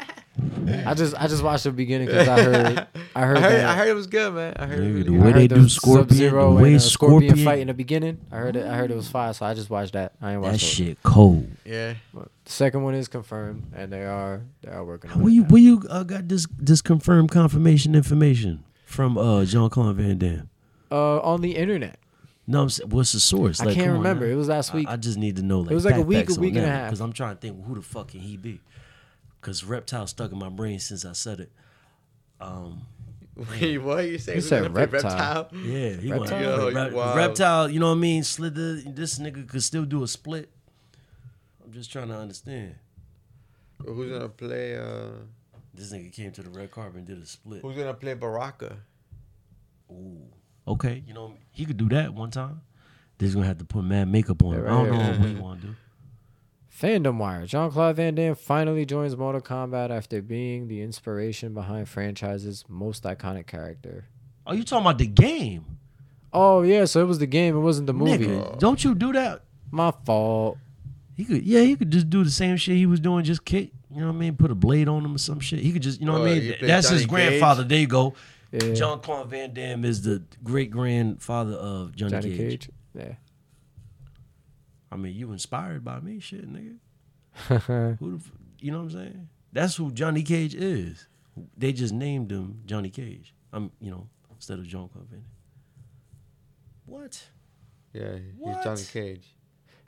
[SPEAKER 2] I just I just watched the beginning because I heard I heard
[SPEAKER 1] I heard,
[SPEAKER 2] that.
[SPEAKER 1] I heard it was good, man. I heard it
[SPEAKER 3] Nigga,
[SPEAKER 1] was
[SPEAKER 3] the
[SPEAKER 1] good.
[SPEAKER 3] way
[SPEAKER 2] I heard
[SPEAKER 3] they
[SPEAKER 2] the
[SPEAKER 3] do Scorpion,
[SPEAKER 2] Sub-Zero
[SPEAKER 3] the way
[SPEAKER 2] and, uh,
[SPEAKER 3] Scorpion,
[SPEAKER 2] fight in the beginning. I heard it. I heard it was fire, so I just watched that. I ain't
[SPEAKER 3] that
[SPEAKER 2] watched it.
[SPEAKER 3] shit cold.
[SPEAKER 1] Yeah.
[SPEAKER 2] But The second one is confirmed, and they are they are working on
[SPEAKER 3] Where
[SPEAKER 2] it.
[SPEAKER 3] you
[SPEAKER 2] now.
[SPEAKER 3] where you uh, got this this confirmed confirmation information from uh Jean Claude Van Damme?
[SPEAKER 2] Uh, on the internet.
[SPEAKER 3] No, I'm, sa- what's the source?
[SPEAKER 2] I
[SPEAKER 3] Like,
[SPEAKER 2] can't
[SPEAKER 3] come on
[SPEAKER 2] remember.
[SPEAKER 3] now.
[SPEAKER 2] It was last
[SPEAKER 3] I-
[SPEAKER 2] week.
[SPEAKER 3] I, just need to know. Like,
[SPEAKER 2] was like a week, a week and a half.
[SPEAKER 3] Because I'm trying to think who the fuck can he be? Because reptile stuck in my brain since I said it. Um,
[SPEAKER 1] Wait, what you say?
[SPEAKER 2] You
[SPEAKER 1] Who's
[SPEAKER 2] said
[SPEAKER 1] gonna play
[SPEAKER 2] reptile.
[SPEAKER 3] yeah, he
[SPEAKER 2] Reptile?
[SPEAKER 3] reptile.
[SPEAKER 1] Yo, you wild.
[SPEAKER 3] reptile. You know what I mean? Slither. This nigga could still do a split. I'm just trying to understand.
[SPEAKER 1] Who's gonna play? Uh,
[SPEAKER 3] This nigga came to the red carpet and did a split.
[SPEAKER 1] who's gonna play Baraka?
[SPEAKER 3] Ooh. Okay, you know he could do that one time. They're gonna have to put mad makeup on.
[SPEAKER 2] Yeah,
[SPEAKER 3] him.
[SPEAKER 2] right
[SPEAKER 3] I don't
[SPEAKER 2] here.
[SPEAKER 3] know what we want to do.
[SPEAKER 2] Fandom Wire. Jean Claude Van Damme finally joins Mortal Kombat after being the inspiration behind franchise's most iconic character.
[SPEAKER 3] Are Oh, you talking about the game,
[SPEAKER 2] Oh yeah, so it was the game. It wasn't the movie.
[SPEAKER 3] nigga? Don't you do that?
[SPEAKER 2] My fault.
[SPEAKER 3] He could, yeah, he could just do the same shit he was doing, just kick. You know what I mean? Put a blade on him or some shit. He could just, you know what
[SPEAKER 1] Oh,
[SPEAKER 3] I mean?
[SPEAKER 1] he
[SPEAKER 3] Th-
[SPEAKER 1] played
[SPEAKER 3] That's his
[SPEAKER 1] Johnny Cage?
[SPEAKER 3] grandfather. There you go.
[SPEAKER 2] Yeah.
[SPEAKER 3] John Claude Van Damme is the great grandfather of Johnny,
[SPEAKER 2] Johnny
[SPEAKER 3] Cage.
[SPEAKER 2] Cage. Yeah.
[SPEAKER 3] I mean, you inspired by me, shit, nigga. Who the, f- you know what I'm saying? That's who Johnny Cage is. They just named him Johnny Cage. I'm, you know, instead of John Claude Van Damme. What?
[SPEAKER 1] Yeah,
[SPEAKER 3] What?
[SPEAKER 1] he's Johnny Cage.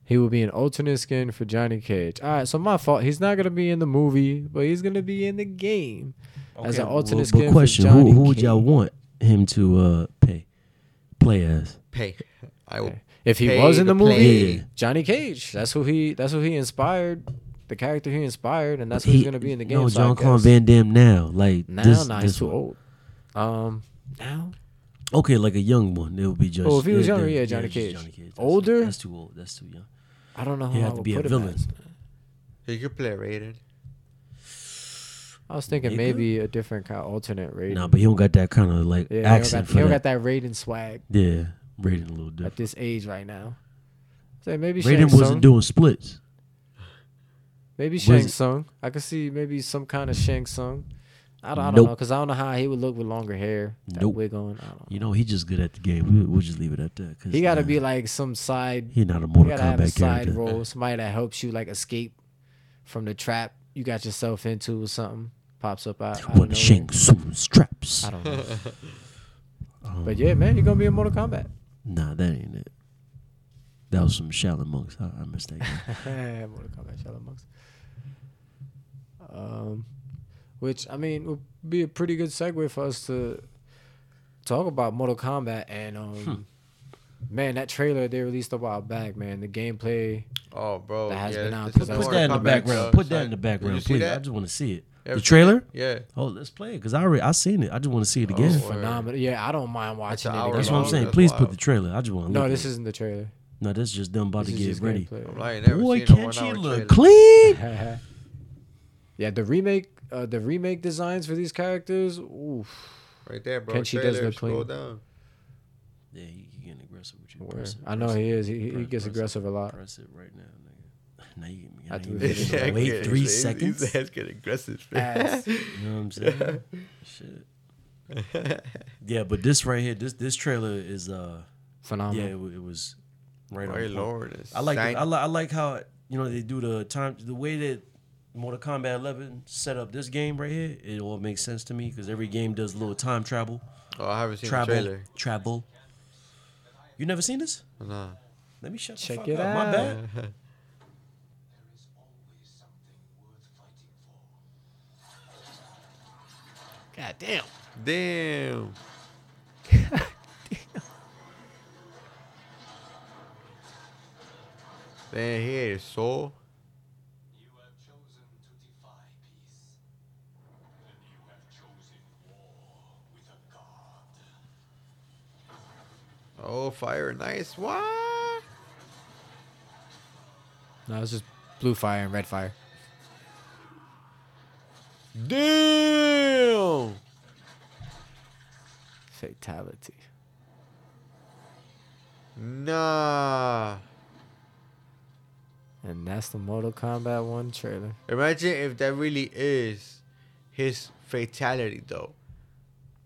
[SPEAKER 2] He will be an alternate skin for Johnny Cage. All right, so my fault. He's not gonna be in the movie, but he's gonna be in the game as
[SPEAKER 3] Okay,
[SPEAKER 2] an alternate
[SPEAKER 3] well,
[SPEAKER 2] skin
[SPEAKER 3] But question:
[SPEAKER 2] for Johnny
[SPEAKER 3] Who, who would
[SPEAKER 2] Cage.
[SPEAKER 3] y'all want him to uh, pay play as?
[SPEAKER 1] Pay. I will.
[SPEAKER 2] If he
[SPEAKER 1] pay
[SPEAKER 2] was in
[SPEAKER 1] to
[SPEAKER 2] the movie,
[SPEAKER 1] play?
[SPEAKER 2] Johnny Cage. That's who he. That's who he inspired. The character he inspired, and that's who he's gonna be in the game.
[SPEAKER 3] No,
[SPEAKER 2] so I
[SPEAKER 3] John Claude
[SPEAKER 2] guess-
[SPEAKER 3] Van Damme now, like
[SPEAKER 2] Now,
[SPEAKER 3] this,
[SPEAKER 2] nah,
[SPEAKER 3] this
[SPEAKER 2] he's too
[SPEAKER 3] one.
[SPEAKER 2] old. Um, now
[SPEAKER 3] Okay, like a young one, it would be just.
[SPEAKER 2] Oh, if he was younger,
[SPEAKER 3] then-
[SPEAKER 2] yeah, Johnny
[SPEAKER 3] just
[SPEAKER 2] Cage.
[SPEAKER 3] That's
[SPEAKER 2] Older?
[SPEAKER 3] that's too old. That's too young.
[SPEAKER 2] I don't know who
[SPEAKER 3] He
[SPEAKER 2] I
[SPEAKER 3] had to
[SPEAKER 2] would
[SPEAKER 3] be a
[SPEAKER 2] put him
[SPEAKER 3] villain.
[SPEAKER 2] as.
[SPEAKER 1] He could play Raiden.
[SPEAKER 2] I was thinking
[SPEAKER 3] Nigga.
[SPEAKER 2] maybe a different kind of alternate Raiden.
[SPEAKER 3] Nah, but he don't got that kind of like
[SPEAKER 2] yeah, he don't,
[SPEAKER 3] accent
[SPEAKER 2] got, he
[SPEAKER 3] for
[SPEAKER 2] don't got
[SPEAKER 3] that.
[SPEAKER 2] that Raiden swag
[SPEAKER 3] Yeah, Raiden a little
[SPEAKER 2] at
[SPEAKER 3] different.
[SPEAKER 2] this age right now. So maybe Shang
[SPEAKER 3] Raiden wasn't
[SPEAKER 2] Tsung.
[SPEAKER 3] doing splits.
[SPEAKER 2] Maybe Shang
[SPEAKER 3] it-
[SPEAKER 2] Tsung. I could see maybe some kind of Shang Tsung. I don't, I don't know
[SPEAKER 3] Nope.
[SPEAKER 2] because I don't know how he would look with longer hair, that
[SPEAKER 3] Nope.
[SPEAKER 2] wig on. I don't know.
[SPEAKER 3] You know, he just good at the game. We, we'll just leave it at that. 'cause,
[SPEAKER 2] He got to
[SPEAKER 3] nah,
[SPEAKER 2] be like some side.
[SPEAKER 3] He not a
[SPEAKER 2] You
[SPEAKER 3] Mortal
[SPEAKER 2] gotta have a
[SPEAKER 3] Kombat
[SPEAKER 2] side
[SPEAKER 3] character.
[SPEAKER 2] role, somebody that helps you like escape from the trap you got yourself into or something. pops up out, out of
[SPEAKER 3] One
[SPEAKER 2] nowhere.
[SPEAKER 3] Shang Tsung's traps.
[SPEAKER 2] I don't know. but yeah, man, you're gonna be in Mortal Kombat.
[SPEAKER 3] Nah, that ain't it. That was some Shaolin monks. I, I missed that. game.
[SPEAKER 2] Mortal Kombat Shadow Monks. Um, which I mean would be a pretty good segue for us to talk about Mortal Kombat and um,
[SPEAKER 1] Hmm.
[SPEAKER 2] man, that trailer they released a while back, man. The gameplay,
[SPEAKER 1] Oh, bro.
[SPEAKER 2] That has
[SPEAKER 1] yeah,
[SPEAKER 2] been out
[SPEAKER 1] this is
[SPEAKER 2] since I
[SPEAKER 3] Put
[SPEAKER 2] was-
[SPEAKER 1] Mortal
[SPEAKER 3] that in the
[SPEAKER 1] Kombat,
[SPEAKER 3] background.
[SPEAKER 1] bro.
[SPEAKER 3] Put that in the
[SPEAKER 1] Did
[SPEAKER 3] background,
[SPEAKER 1] you see
[SPEAKER 3] please. I
[SPEAKER 1] that?
[SPEAKER 3] just want to see it.
[SPEAKER 1] Yeah,
[SPEAKER 3] the
[SPEAKER 1] we-
[SPEAKER 3] trailer?
[SPEAKER 1] Yeah.
[SPEAKER 3] Oh, let's play it because I already I seen it. I just want to see it again.
[SPEAKER 1] Word.
[SPEAKER 2] phenomenal. Yeah, I don't mind watching
[SPEAKER 1] an
[SPEAKER 2] it.
[SPEAKER 1] hour
[SPEAKER 2] Again.
[SPEAKER 3] That's what I'm
[SPEAKER 1] Oh, Long,
[SPEAKER 3] saying.
[SPEAKER 1] that's
[SPEAKER 3] Please put
[SPEAKER 1] wild.
[SPEAKER 3] the trailer. I just want to.
[SPEAKER 2] No, this isn't the trailer.
[SPEAKER 3] no. This is just them about
[SPEAKER 2] This
[SPEAKER 3] to
[SPEAKER 2] is
[SPEAKER 3] get
[SPEAKER 2] just
[SPEAKER 3] ready.
[SPEAKER 1] I'm
[SPEAKER 2] gameplay.
[SPEAKER 1] like, I never
[SPEAKER 3] Boy,
[SPEAKER 1] seen a
[SPEAKER 3] can't she
[SPEAKER 1] one-hour
[SPEAKER 3] look
[SPEAKER 1] trailer.
[SPEAKER 3] clean?
[SPEAKER 2] yeah, the remake, uh, the remake designs for these characters. Oof.
[SPEAKER 1] Right there, bro.
[SPEAKER 2] Kenshi does
[SPEAKER 1] Trailer,
[SPEAKER 2] look
[SPEAKER 1] scroll
[SPEAKER 2] clean.
[SPEAKER 1] down.
[SPEAKER 3] Yeah, he, he getting aggressive with you.
[SPEAKER 2] Word.
[SPEAKER 3] Press it,
[SPEAKER 2] I know
[SPEAKER 3] press
[SPEAKER 2] he
[SPEAKER 3] it,
[SPEAKER 2] is. He, he- he
[SPEAKER 3] press-
[SPEAKER 2] gets
[SPEAKER 3] press it,
[SPEAKER 2] aggressive a lot.
[SPEAKER 3] Press it right now, nigga. Now you get me.
[SPEAKER 2] I
[SPEAKER 3] Now you
[SPEAKER 2] do
[SPEAKER 3] get me.
[SPEAKER 2] this.
[SPEAKER 1] Yeah,
[SPEAKER 3] Wait
[SPEAKER 1] kid,
[SPEAKER 3] three
[SPEAKER 1] he's-
[SPEAKER 3] seconds.
[SPEAKER 1] His head's getting aggressive.
[SPEAKER 2] Ass.
[SPEAKER 3] You know what I'm saying? Shit. yeah, but this right here, this this trailer is uh, yeah,
[SPEAKER 2] Phenomenal.
[SPEAKER 3] it, wa- it was right
[SPEAKER 1] My
[SPEAKER 3] on. point.
[SPEAKER 1] lord. it's
[SPEAKER 3] I like
[SPEAKER 1] sign-
[SPEAKER 3] the, I like I like how you know they do the time the way that Mortal Kombat 11 set up this game right here. It all makes sense to me because every game does a little time travel,
[SPEAKER 1] Oh, I haven't seen the
[SPEAKER 3] travel,
[SPEAKER 1] trailer.
[SPEAKER 3] travel. You never seen this?
[SPEAKER 1] Nah.
[SPEAKER 3] Let me shut
[SPEAKER 2] Check
[SPEAKER 3] the fuck
[SPEAKER 2] it
[SPEAKER 3] up. My
[SPEAKER 2] out.
[SPEAKER 3] bad.
[SPEAKER 4] There is always something worth
[SPEAKER 2] God
[SPEAKER 4] fighting for.
[SPEAKER 2] damn.
[SPEAKER 1] Damn. Damn, he ate his soul.
[SPEAKER 4] You have chosen to defy peace. And you have chosen war with a god.
[SPEAKER 1] Oh, fire and ice. What?
[SPEAKER 2] No, it's just blue fire and red fire.
[SPEAKER 1] Damn.
[SPEAKER 2] Fatality.
[SPEAKER 1] Nah.
[SPEAKER 2] And that's the Mortal Kombat 1 trailer.
[SPEAKER 1] Imagine if that really is his fatality, though.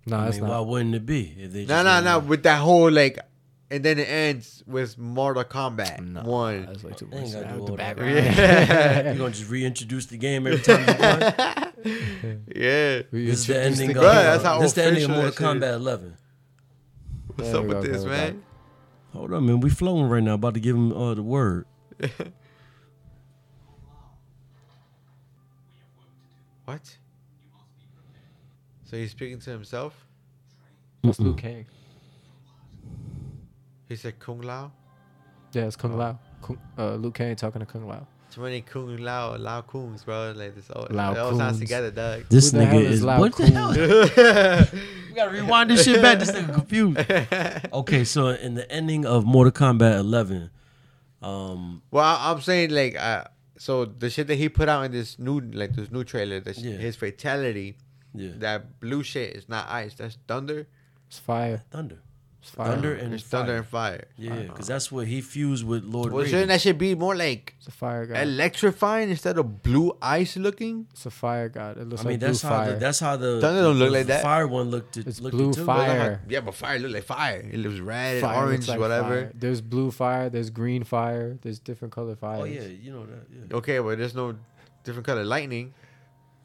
[SPEAKER 2] No,
[SPEAKER 3] I
[SPEAKER 2] that's
[SPEAKER 3] mean, why
[SPEAKER 2] not.
[SPEAKER 3] wouldn't it be? If they
[SPEAKER 1] No,
[SPEAKER 3] just
[SPEAKER 1] no,
[SPEAKER 3] made
[SPEAKER 1] no.
[SPEAKER 3] it-
[SPEAKER 1] With that whole like, and then it ends with Mortal Kombat
[SPEAKER 2] No,
[SPEAKER 1] one.
[SPEAKER 2] That's way too
[SPEAKER 3] They
[SPEAKER 2] much.
[SPEAKER 3] ain't gotta
[SPEAKER 2] Out
[SPEAKER 3] do
[SPEAKER 2] the
[SPEAKER 3] all that.
[SPEAKER 2] background.
[SPEAKER 3] You're gonna just reintroduce the game every time you want.
[SPEAKER 1] Yeah.
[SPEAKER 2] We
[SPEAKER 3] This is the
[SPEAKER 2] introduced
[SPEAKER 3] ending
[SPEAKER 2] the
[SPEAKER 3] of
[SPEAKER 1] Bruh,
[SPEAKER 2] game.
[SPEAKER 1] that's how
[SPEAKER 3] this the ending of
[SPEAKER 1] official
[SPEAKER 3] Mortal
[SPEAKER 1] that shit is.
[SPEAKER 3] Kombat 11.
[SPEAKER 1] What's
[SPEAKER 2] There
[SPEAKER 1] up
[SPEAKER 2] we
[SPEAKER 1] with
[SPEAKER 2] go,
[SPEAKER 1] this,
[SPEAKER 2] go
[SPEAKER 1] man?
[SPEAKER 3] Hold on, man. We flowing right now. About to give him uh, the word.
[SPEAKER 1] What? So he's speaking to himself.
[SPEAKER 2] It's Liu Kang.
[SPEAKER 1] He said Kung Lao.
[SPEAKER 2] Yeah, it's
[SPEAKER 3] Oh.
[SPEAKER 2] Kung Lao. Kung, uh, Liu Kang talking to Kung Lao.
[SPEAKER 1] Too many Kung Lao, Lao Kungs, bro. Like this all,
[SPEAKER 2] Lao
[SPEAKER 1] it all sounds
[SPEAKER 2] Kungs.
[SPEAKER 1] together, Doug.
[SPEAKER 3] This
[SPEAKER 2] Who the hell
[SPEAKER 3] nigga
[SPEAKER 2] is
[SPEAKER 3] is
[SPEAKER 2] Lao
[SPEAKER 3] what
[SPEAKER 2] Kun?
[SPEAKER 3] the hell? We gotta rewind this shit back. This nigga confused. Okay, so in the ending of Mortal Kombat 11, um,
[SPEAKER 1] well, I- I'm saying like, uh, so the shit that he put out in this new, like this new trailer, this,
[SPEAKER 3] Yeah.
[SPEAKER 1] his fatality,
[SPEAKER 3] yeah,
[SPEAKER 1] that blue shit is not ice. That's thunder.
[SPEAKER 2] It's fire.
[SPEAKER 3] Thunder,
[SPEAKER 2] It's fire.
[SPEAKER 3] Thunder and
[SPEAKER 1] It's thunder and
[SPEAKER 3] fire.
[SPEAKER 1] fire.
[SPEAKER 3] yeah, because that's what he fused with Lord
[SPEAKER 1] Well,
[SPEAKER 3] Raiden.
[SPEAKER 1] shouldn't that shit be more like
[SPEAKER 2] It's a fire god.
[SPEAKER 1] electrifying instead of blue ice looking?
[SPEAKER 2] it's a fire god. It looks
[SPEAKER 3] I mean,
[SPEAKER 2] like
[SPEAKER 3] that's
[SPEAKER 2] blue
[SPEAKER 3] how
[SPEAKER 2] fire.
[SPEAKER 3] the, that's how the
[SPEAKER 1] Thunder don't look
[SPEAKER 3] the
[SPEAKER 1] like that.
[SPEAKER 3] Fire one looked. It,
[SPEAKER 2] It's
[SPEAKER 3] looked
[SPEAKER 2] blue
[SPEAKER 3] it too.
[SPEAKER 2] fire.
[SPEAKER 1] Yeah, but fire look like fire. It looks red, and
[SPEAKER 2] Fire
[SPEAKER 1] orange,
[SPEAKER 2] looks like
[SPEAKER 1] whatever.
[SPEAKER 2] fire. There's blue fire. There's green fire. There's different color fires.
[SPEAKER 3] Oh yeah, you know that. Yeah.
[SPEAKER 1] Okay, but there's no different color lightning.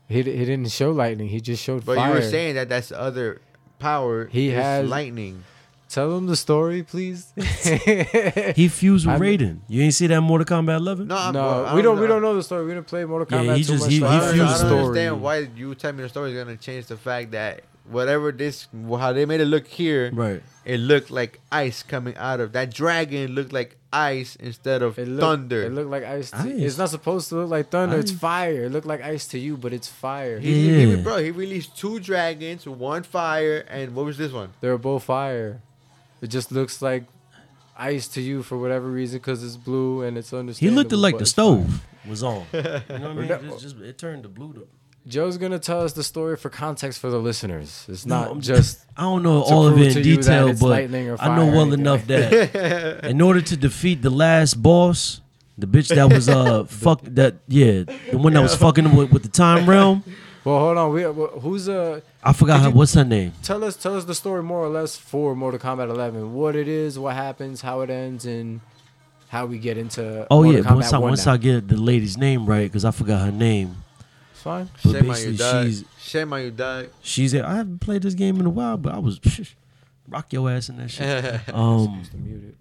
[SPEAKER 2] He, di- he didn't show lightning. He just showed
[SPEAKER 1] But
[SPEAKER 2] fire.
[SPEAKER 1] you were saying that that's the other power.
[SPEAKER 2] He
[SPEAKER 1] is
[SPEAKER 2] has-
[SPEAKER 1] lightning.
[SPEAKER 2] Tell him the story, please.
[SPEAKER 3] He fused with
[SPEAKER 2] I'm-
[SPEAKER 3] Raiden. You ain't see that in Mortal Kombat 11?
[SPEAKER 1] No, I'm,
[SPEAKER 2] no,
[SPEAKER 1] I
[SPEAKER 2] we don't.
[SPEAKER 1] know-
[SPEAKER 2] We don't know the story. We didn't play Mortal
[SPEAKER 3] Yeah,
[SPEAKER 2] Kombat.
[SPEAKER 3] he
[SPEAKER 2] too
[SPEAKER 3] just-
[SPEAKER 2] much,
[SPEAKER 3] he-
[SPEAKER 2] so
[SPEAKER 1] I
[SPEAKER 3] he
[SPEAKER 2] I
[SPEAKER 1] don't,
[SPEAKER 2] don't
[SPEAKER 1] I
[SPEAKER 3] fused
[SPEAKER 1] don't
[SPEAKER 3] the
[SPEAKER 2] know.
[SPEAKER 1] understand why you telling me the story is gonna change the fact that whatever this how they made it look here,
[SPEAKER 3] Right.
[SPEAKER 1] it looked like ice coming out of that dragon. Looked like ice instead of
[SPEAKER 2] It looked,
[SPEAKER 1] thunder.
[SPEAKER 2] It looked like ice. To,
[SPEAKER 3] Ice.
[SPEAKER 2] It's not supposed to look like thunder. It's
[SPEAKER 3] Ice.
[SPEAKER 2] fire. It looked like ice to you, but it's fire.
[SPEAKER 1] He- he- he-
[SPEAKER 3] Yeah.
[SPEAKER 1] bro, he released two dragons, one fire, and what was this one?
[SPEAKER 2] They're both fire. It just looks like ice to you for whatever reason because it's blue and it's
[SPEAKER 3] He
[SPEAKER 2] understandable.
[SPEAKER 3] looked at like
[SPEAKER 2] but
[SPEAKER 3] the
[SPEAKER 2] it's fire.
[SPEAKER 3] stove was on. You know what I mean? It, just, just- it turned to blue. To,
[SPEAKER 2] Joe's gonna tell us the story for context for the listeners. It's not
[SPEAKER 3] I'm
[SPEAKER 2] just
[SPEAKER 3] I don't know
[SPEAKER 2] to
[SPEAKER 3] all of
[SPEAKER 2] prove
[SPEAKER 3] it in
[SPEAKER 2] to you that
[SPEAKER 3] detail,
[SPEAKER 2] it's
[SPEAKER 3] but
[SPEAKER 2] lightning or
[SPEAKER 3] I
[SPEAKER 2] fire
[SPEAKER 3] know
[SPEAKER 2] or
[SPEAKER 3] well
[SPEAKER 2] anything.
[SPEAKER 3] enough that in order to defeat the last boss, the bitch that was uh fuck that yeah the one that was fucking him with, with the time realm.
[SPEAKER 2] well. Hold on, we wh- who's uh
[SPEAKER 3] I forgot her, what's her name.
[SPEAKER 2] tell us tell us the story more or less for Mortal Kombat 11. What it is, what happens, how it ends, and how we get into
[SPEAKER 3] Oh
[SPEAKER 2] Mortal
[SPEAKER 3] yeah,
[SPEAKER 2] Kombat
[SPEAKER 3] once I
[SPEAKER 2] 1
[SPEAKER 3] once
[SPEAKER 2] now.
[SPEAKER 3] I get the lady's name right because I forgot her name.
[SPEAKER 2] fine.
[SPEAKER 3] But
[SPEAKER 1] Shame on you,
[SPEAKER 3] basically,
[SPEAKER 1] Doug.
[SPEAKER 3] she's
[SPEAKER 1] Shame on you, Doug.
[SPEAKER 3] she's I haven't played this game in a while, but I was rock your ass in that shit. um,
[SPEAKER 2] Just to mute it.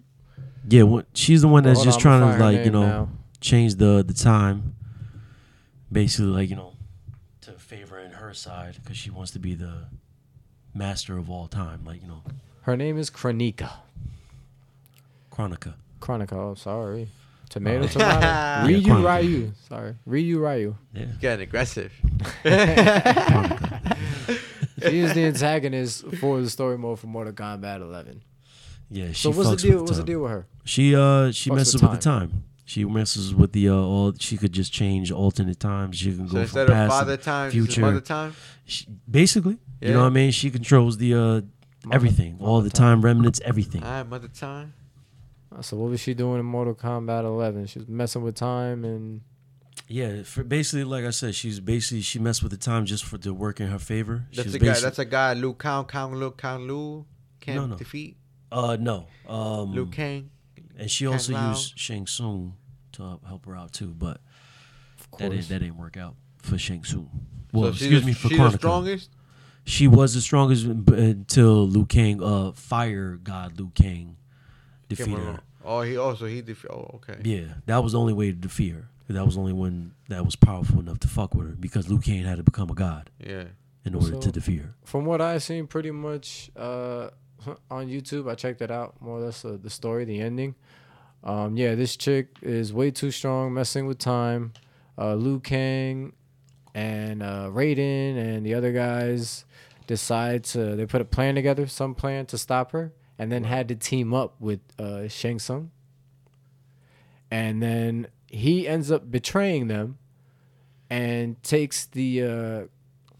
[SPEAKER 3] yeah, what, she's the one that's
[SPEAKER 2] Hold
[SPEAKER 3] just
[SPEAKER 2] on, I'm
[SPEAKER 3] trying to
[SPEAKER 2] firing
[SPEAKER 3] like
[SPEAKER 2] in
[SPEAKER 3] you know
[SPEAKER 2] now.
[SPEAKER 3] change the the time, basically like you know to favoring her side because she wants to be the master of all time, like you know
[SPEAKER 2] Her name is Kronika.
[SPEAKER 3] Chronica.
[SPEAKER 2] Kronika. Oh, sorry. Tomato, tomato. Ryu
[SPEAKER 3] Kronika.
[SPEAKER 2] Ryu. Sorry. Ryu Ryu.
[SPEAKER 3] Yeah,
[SPEAKER 1] Getting aggressive.
[SPEAKER 2] She is the antagonist for the story mode for Mortal Kombat 11.
[SPEAKER 3] yeah. She
[SPEAKER 2] So what's the
[SPEAKER 3] fucks
[SPEAKER 2] deal?
[SPEAKER 3] With
[SPEAKER 2] What's the
[SPEAKER 3] time.
[SPEAKER 2] deal with her?
[SPEAKER 3] She uh she
[SPEAKER 2] Fucks with
[SPEAKER 3] messes with, the time. She messes with the uh all. She could just change alternate times. She can
[SPEAKER 1] So
[SPEAKER 3] go
[SPEAKER 1] instead
[SPEAKER 3] from
[SPEAKER 1] of
[SPEAKER 3] past and
[SPEAKER 1] father time, this is
[SPEAKER 3] future.
[SPEAKER 1] mother time.
[SPEAKER 3] She, basically, you know
[SPEAKER 1] Yeah.
[SPEAKER 3] what I mean. She controls the uh everything, all the time remnants, everything.
[SPEAKER 1] All right, mother time.
[SPEAKER 2] Uh, So what was she doing in Mortal Kombat 11? She was messing with time and
[SPEAKER 3] Yeah, for basically, like I said, she's basically she messed with the time just for to work in her favor.
[SPEAKER 1] That's
[SPEAKER 3] she's
[SPEAKER 1] a guy.
[SPEAKER 3] basi-
[SPEAKER 1] That's a guy. Liu Kang, Kang Liu Kang Liu can't
[SPEAKER 3] No, no.
[SPEAKER 1] defeat
[SPEAKER 3] uh no. Um,
[SPEAKER 1] Liu Kang.
[SPEAKER 3] and she
[SPEAKER 1] Kang
[SPEAKER 3] also
[SPEAKER 1] Lao.
[SPEAKER 3] used Shang Tsung to help- help her out too, but
[SPEAKER 2] of
[SPEAKER 3] that
[SPEAKER 2] course.
[SPEAKER 3] didn't, that didn't work out for Shang Tsung. Well,
[SPEAKER 1] so she's
[SPEAKER 3] excuse
[SPEAKER 1] the-
[SPEAKER 3] me for
[SPEAKER 1] she's the
[SPEAKER 3] Chronica.
[SPEAKER 1] strongest.
[SPEAKER 3] She was the strongest b- until Liu Kang, uh, fire god Liu Kang,
[SPEAKER 1] Came
[SPEAKER 3] defeated
[SPEAKER 1] along.
[SPEAKER 3] her.
[SPEAKER 1] Oh, he also he defeat. Oh, okay.
[SPEAKER 3] Yeah, that was the only way to defeat her. That was the only one that was powerful enough to fuck with her because Liu Kang had to become a god
[SPEAKER 1] Yeah.
[SPEAKER 3] in order
[SPEAKER 2] So-
[SPEAKER 3] to defeat her.
[SPEAKER 2] From what I've seen, pretty much uh, on YouTube, I checked it out more or less uh, the story, the ending. Um, yeah, this chick is way too strong, messing with time. Uh, Liu Kang and uh, Raiden and the other guys decide to they put a plan together, some plan to stop her, and then had to team up with uh, Shang Tsung. And then he ends up betraying them and takes the uh,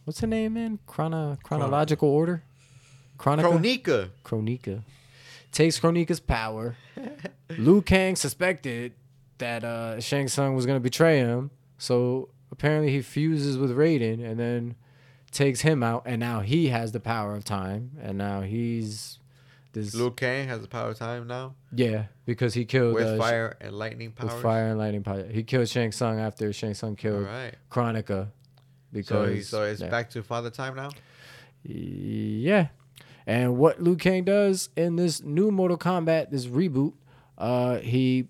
[SPEAKER 2] what's her name in Chrono chronological order. Chronica.
[SPEAKER 1] Chronica.
[SPEAKER 2] Kronika takes Kronika's power. Liu Kang suspected that uh, Shang Tsung was going to betray him, so apparently he fuses with Raiden and then takes him out, and now he has the power of time, and now he's this
[SPEAKER 1] Liu Kang has the power of time now
[SPEAKER 2] yeah because he killed
[SPEAKER 1] with
[SPEAKER 2] uh, Sh-
[SPEAKER 1] fire and lightning powers.
[SPEAKER 2] with fire and lightning power. He killed Shang Tsung after Shang Tsung
[SPEAKER 1] All
[SPEAKER 2] killed
[SPEAKER 1] right.
[SPEAKER 2] Kronika
[SPEAKER 1] So
[SPEAKER 2] because
[SPEAKER 1] he, so it's
[SPEAKER 2] yeah.
[SPEAKER 1] back to father time now.
[SPEAKER 2] Yeah. And what Liu Kang does in this new Mortal Kombat, this reboot, uh, he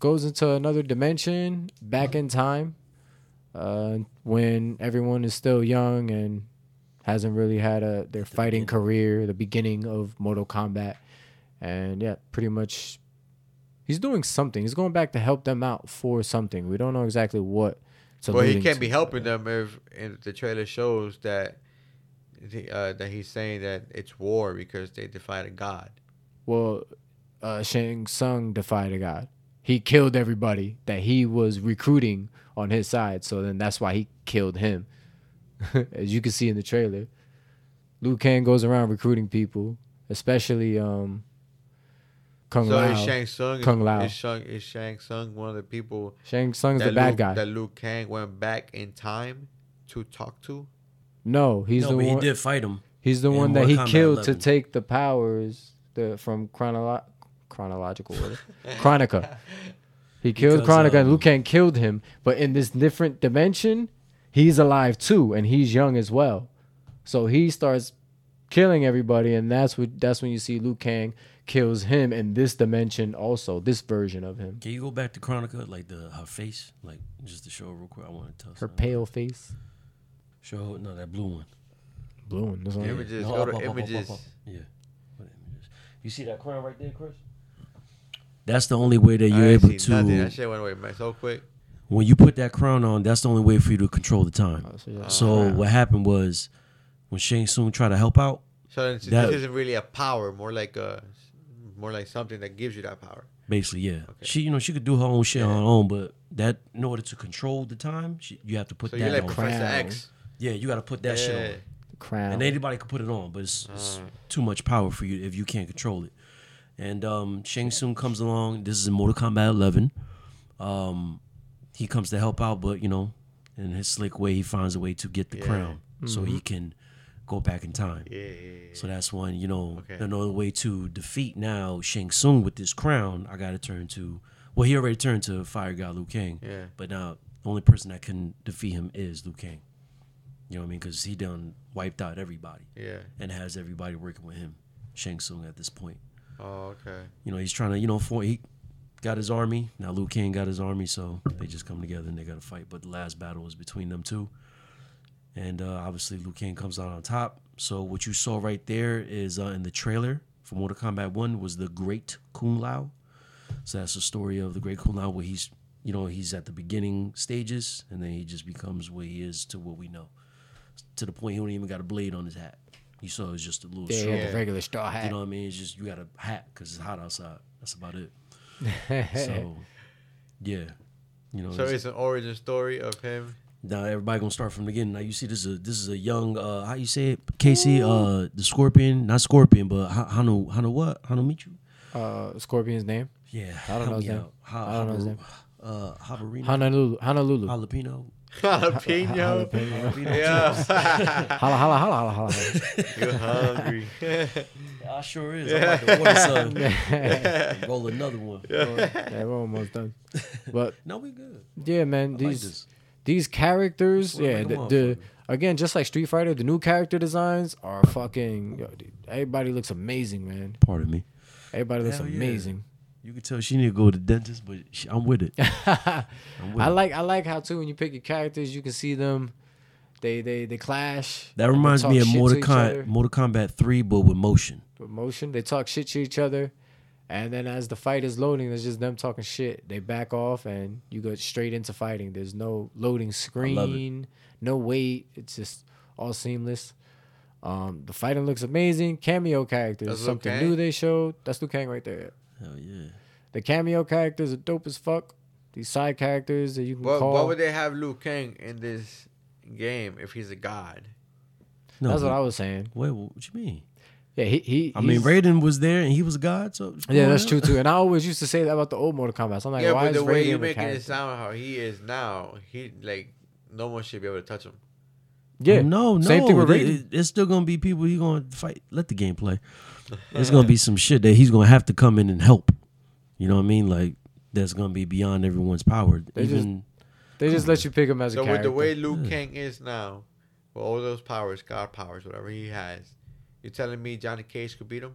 [SPEAKER 2] goes into another dimension back in time uh, when everyone is still young and hasn't really had a their fighting career, the beginning of Mortal Kombat. And yeah, pretty much he's doing something. He's going back to help them out for something. We don't know exactly what. it's
[SPEAKER 1] Well, he
[SPEAKER 2] alluding
[SPEAKER 1] can't
[SPEAKER 2] to,
[SPEAKER 1] be
[SPEAKER 2] but-
[SPEAKER 1] helping them if, if the trailer shows that the, uh, that he's saying that it's war because they defied a god.
[SPEAKER 2] Well, uh, Shang Tsung defied a god. He killed everybody that he was recruiting on his side. So then that's why he killed him. As you can see in the trailer, Liu Kang goes around recruiting people, especially um, Kung
[SPEAKER 1] so
[SPEAKER 2] Lao.
[SPEAKER 1] is Shang Tsung is-
[SPEAKER 2] Kung Lao.
[SPEAKER 1] Is, Shang, is Shang Tsung one of the people
[SPEAKER 2] Shang Tsung's the
[SPEAKER 1] that
[SPEAKER 2] bad
[SPEAKER 1] Liu,
[SPEAKER 2] guy.
[SPEAKER 1] that Liu Kang went back in time to talk to?
[SPEAKER 2] no, he's
[SPEAKER 3] no,
[SPEAKER 2] the
[SPEAKER 3] but
[SPEAKER 2] one.
[SPEAKER 3] he did fight him.
[SPEAKER 2] He's the
[SPEAKER 3] in
[SPEAKER 2] one that
[SPEAKER 3] Mortal
[SPEAKER 2] he
[SPEAKER 3] Kombat
[SPEAKER 2] killed to
[SPEAKER 3] 11.
[SPEAKER 2] take the powers the, from chronolo- chronological order. Chronica. He killed
[SPEAKER 3] Because,
[SPEAKER 2] Chronica and
[SPEAKER 3] um,
[SPEAKER 2] Liu Kang killed him, but in this different dimension, he's alive too and he's young as well. So he starts killing everybody and that's what that's when you see Liu Kang kills him in this dimension also, this version of him.
[SPEAKER 3] Can you go back to Chronica, like the her face, like just to show her real quick? I want to tell
[SPEAKER 2] Her
[SPEAKER 3] something.
[SPEAKER 2] pale face.
[SPEAKER 3] Show her, no that blue one.
[SPEAKER 2] Blue one. This one.
[SPEAKER 1] Yeah, Images,
[SPEAKER 3] No,
[SPEAKER 1] go
[SPEAKER 3] up,
[SPEAKER 1] to
[SPEAKER 3] up, up, up,
[SPEAKER 1] images.
[SPEAKER 3] up, up. Yeah. What images? You see that crown right there, Chris? That's the only way that
[SPEAKER 1] I
[SPEAKER 3] you're
[SPEAKER 1] ain't
[SPEAKER 3] able
[SPEAKER 1] seen nothing. That
[SPEAKER 3] to.
[SPEAKER 1] shit went away man, so quick.
[SPEAKER 3] When you put that crown on, that's the only way for you to control the time.
[SPEAKER 2] Oh, so yeah.
[SPEAKER 3] So what happened was, when Shang Tsung tried to help out,
[SPEAKER 1] So it's,
[SPEAKER 3] That-
[SPEAKER 1] this isn't really a power, more like a more like something that gives you that power.
[SPEAKER 3] basically, yeah, she you know she could do her own shit on her own, but that in order to control the time, she, you have to put
[SPEAKER 1] So
[SPEAKER 3] that
[SPEAKER 1] you're like
[SPEAKER 3] on.
[SPEAKER 2] cra-
[SPEAKER 1] Professor
[SPEAKER 2] Crown.
[SPEAKER 1] X.
[SPEAKER 3] yeah, you got to put that shit
[SPEAKER 1] Yeah.
[SPEAKER 3] on.
[SPEAKER 2] Crown.
[SPEAKER 3] and anybody could put it on, but it's, it's too much power for you if you can't control it. And um, Shang Tsung comes along. This is in Mortal Kombat 11. Um, he comes to help out, but you know, in his slick way, he finds a way to get the crown so he can go back in time.
[SPEAKER 1] Yeah, yeah, yeah.
[SPEAKER 3] So that's one, you know,
[SPEAKER 1] Okay.
[SPEAKER 3] another way to defeat now Shang Tsung with this crown. I got to turn to, well, he already turned to Fire God Liu Kang.
[SPEAKER 1] Yeah.
[SPEAKER 3] But now the only person that can defeat him is Liu Kang. You know what I mean? Because he done wiped out everybody
[SPEAKER 1] Yeah.
[SPEAKER 3] and has everybody working with him, Shang Tsung at this point.
[SPEAKER 1] Oh, okay.
[SPEAKER 3] You know, he's trying to, you know, for he got his army. Now Liu Kang got his army, so they just come together and they got to fight. But the last battle was between them two. And uh, obviously Liu Kang comes out on top. So what you saw right there is uh, in the trailer for Mortal Kombat 1 was the Great Kung Lao. So that's the story of the Great Kung Lao where he's, you know, he's at the beginning stages and then he just becomes what he is to what we know. To the point he don't even got a blade on his hat. You saw it was just a little
[SPEAKER 2] Yeah,
[SPEAKER 3] short.
[SPEAKER 2] yeah, the regular straw
[SPEAKER 3] You
[SPEAKER 2] hat.
[SPEAKER 3] know what I mean? It's just you got to hat because it's hot outside. That's about it. So, yeah, you know.
[SPEAKER 2] Oh,
[SPEAKER 1] So
[SPEAKER 3] it's-
[SPEAKER 1] it's an origin story of him.
[SPEAKER 3] now everybody gonna start from the beginning. Now you see this is a this is a young uh how you say it Casey uh the scorpion not scorpion but how how no how no what how no meet you
[SPEAKER 2] uh, Scorpion's name
[SPEAKER 3] yeah
[SPEAKER 2] I don't know his name.
[SPEAKER 3] how,
[SPEAKER 2] I don't know his name.
[SPEAKER 3] uh Havarino
[SPEAKER 2] Honolulu. Honolulu. Holla,
[SPEAKER 3] jalapeno
[SPEAKER 1] Jalapeno. Yeah.
[SPEAKER 2] holla, holla, holla, holla.
[SPEAKER 1] You're hungry.
[SPEAKER 3] I sure is I'm about to order some and roll another one
[SPEAKER 2] yeah, we're almost done. But
[SPEAKER 3] no we good
[SPEAKER 2] yeah, man,
[SPEAKER 3] I like
[SPEAKER 2] these
[SPEAKER 3] this.
[SPEAKER 2] these characters,
[SPEAKER 3] Look
[SPEAKER 2] yeah,
[SPEAKER 3] like a
[SPEAKER 2] the, the
[SPEAKER 3] motherfucker.
[SPEAKER 2] again, just like Street Fighter, the new character designs are fucking. Yo, dude, everybody looks amazing, man.
[SPEAKER 3] pardon me
[SPEAKER 2] Everybody looks
[SPEAKER 3] Hell yeah.
[SPEAKER 2] amazing.
[SPEAKER 3] you can tell she need to go to the dentist but she, I'm with it I'm with
[SPEAKER 2] I
[SPEAKER 3] it.
[SPEAKER 2] like I like how too when you pick your characters, you can see them. They they they clash.
[SPEAKER 3] that
[SPEAKER 2] and they
[SPEAKER 3] reminds
[SPEAKER 2] talk
[SPEAKER 3] me of
[SPEAKER 2] shit to
[SPEAKER 3] Mortal
[SPEAKER 2] each other
[SPEAKER 3] Kombat Mortal Kombat three but with motion
[SPEAKER 2] with motion. They talk shit to each other, and then as the fight is loading, it's just them talking shit. They back off, and you go straight into fighting. There's no loading
[SPEAKER 3] love it.
[SPEAKER 2] screen, no wait. It's just all seamless. Um, the fighting looks amazing. Cameo characters,
[SPEAKER 1] That's Liu
[SPEAKER 2] something
[SPEAKER 1] Kang?
[SPEAKER 2] new they showed. That's Liu Kang right there.
[SPEAKER 3] hell yeah.
[SPEAKER 2] The cameo characters are dope as fuck. These side characters that you can
[SPEAKER 1] What,
[SPEAKER 2] call.
[SPEAKER 1] why would they have Liu Kang in this game if he's a god?
[SPEAKER 3] No,
[SPEAKER 2] That's what
[SPEAKER 3] but-
[SPEAKER 2] I was saying.
[SPEAKER 3] Wait, what you mean?
[SPEAKER 2] Yeah, he. he
[SPEAKER 3] I mean,
[SPEAKER 2] he's-
[SPEAKER 3] Raiden was there and he was a god, so come
[SPEAKER 2] Yeah,
[SPEAKER 3] on
[SPEAKER 2] that's
[SPEAKER 3] now.
[SPEAKER 2] true too. And I always used to say that about the old Mortal Kombat. So I'm like,
[SPEAKER 1] yeah,
[SPEAKER 2] why is
[SPEAKER 1] but the way
[SPEAKER 2] Raiden
[SPEAKER 1] you're
[SPEAKER 2] a
[SPEAKER 1] making
[SPEAKER 2] character?
[SPEAKER 1] it sound how he is now, he like no one should be able to touch him.
[SPEAKER 2] Yeah,
[SPEAKER 3] No, no.
[SPEAKER 2] Same thing with
[SPEAKER 3] they-
[SPEAKER 2] Raiden.
[SPEAKER 3] it- It's still gonna be people he gonna fight. Let the game play. It's gonna be some shit that he's gonna have to come in and help. You know what I mean? Like that's gonna be beyond everyone's power.
[SPEAKER 2] They just-
[SPEAKER 3] Even
[SPEAKER 2] They just let you pick him as a
[SPEAKER 1] So with
[SPEAKER 2] character. Hmm.
[SPEAKER 1] the way Liu Kang is now, with all those powers, God powers, whatever he has, you're telling me Johnny Cage could beat him?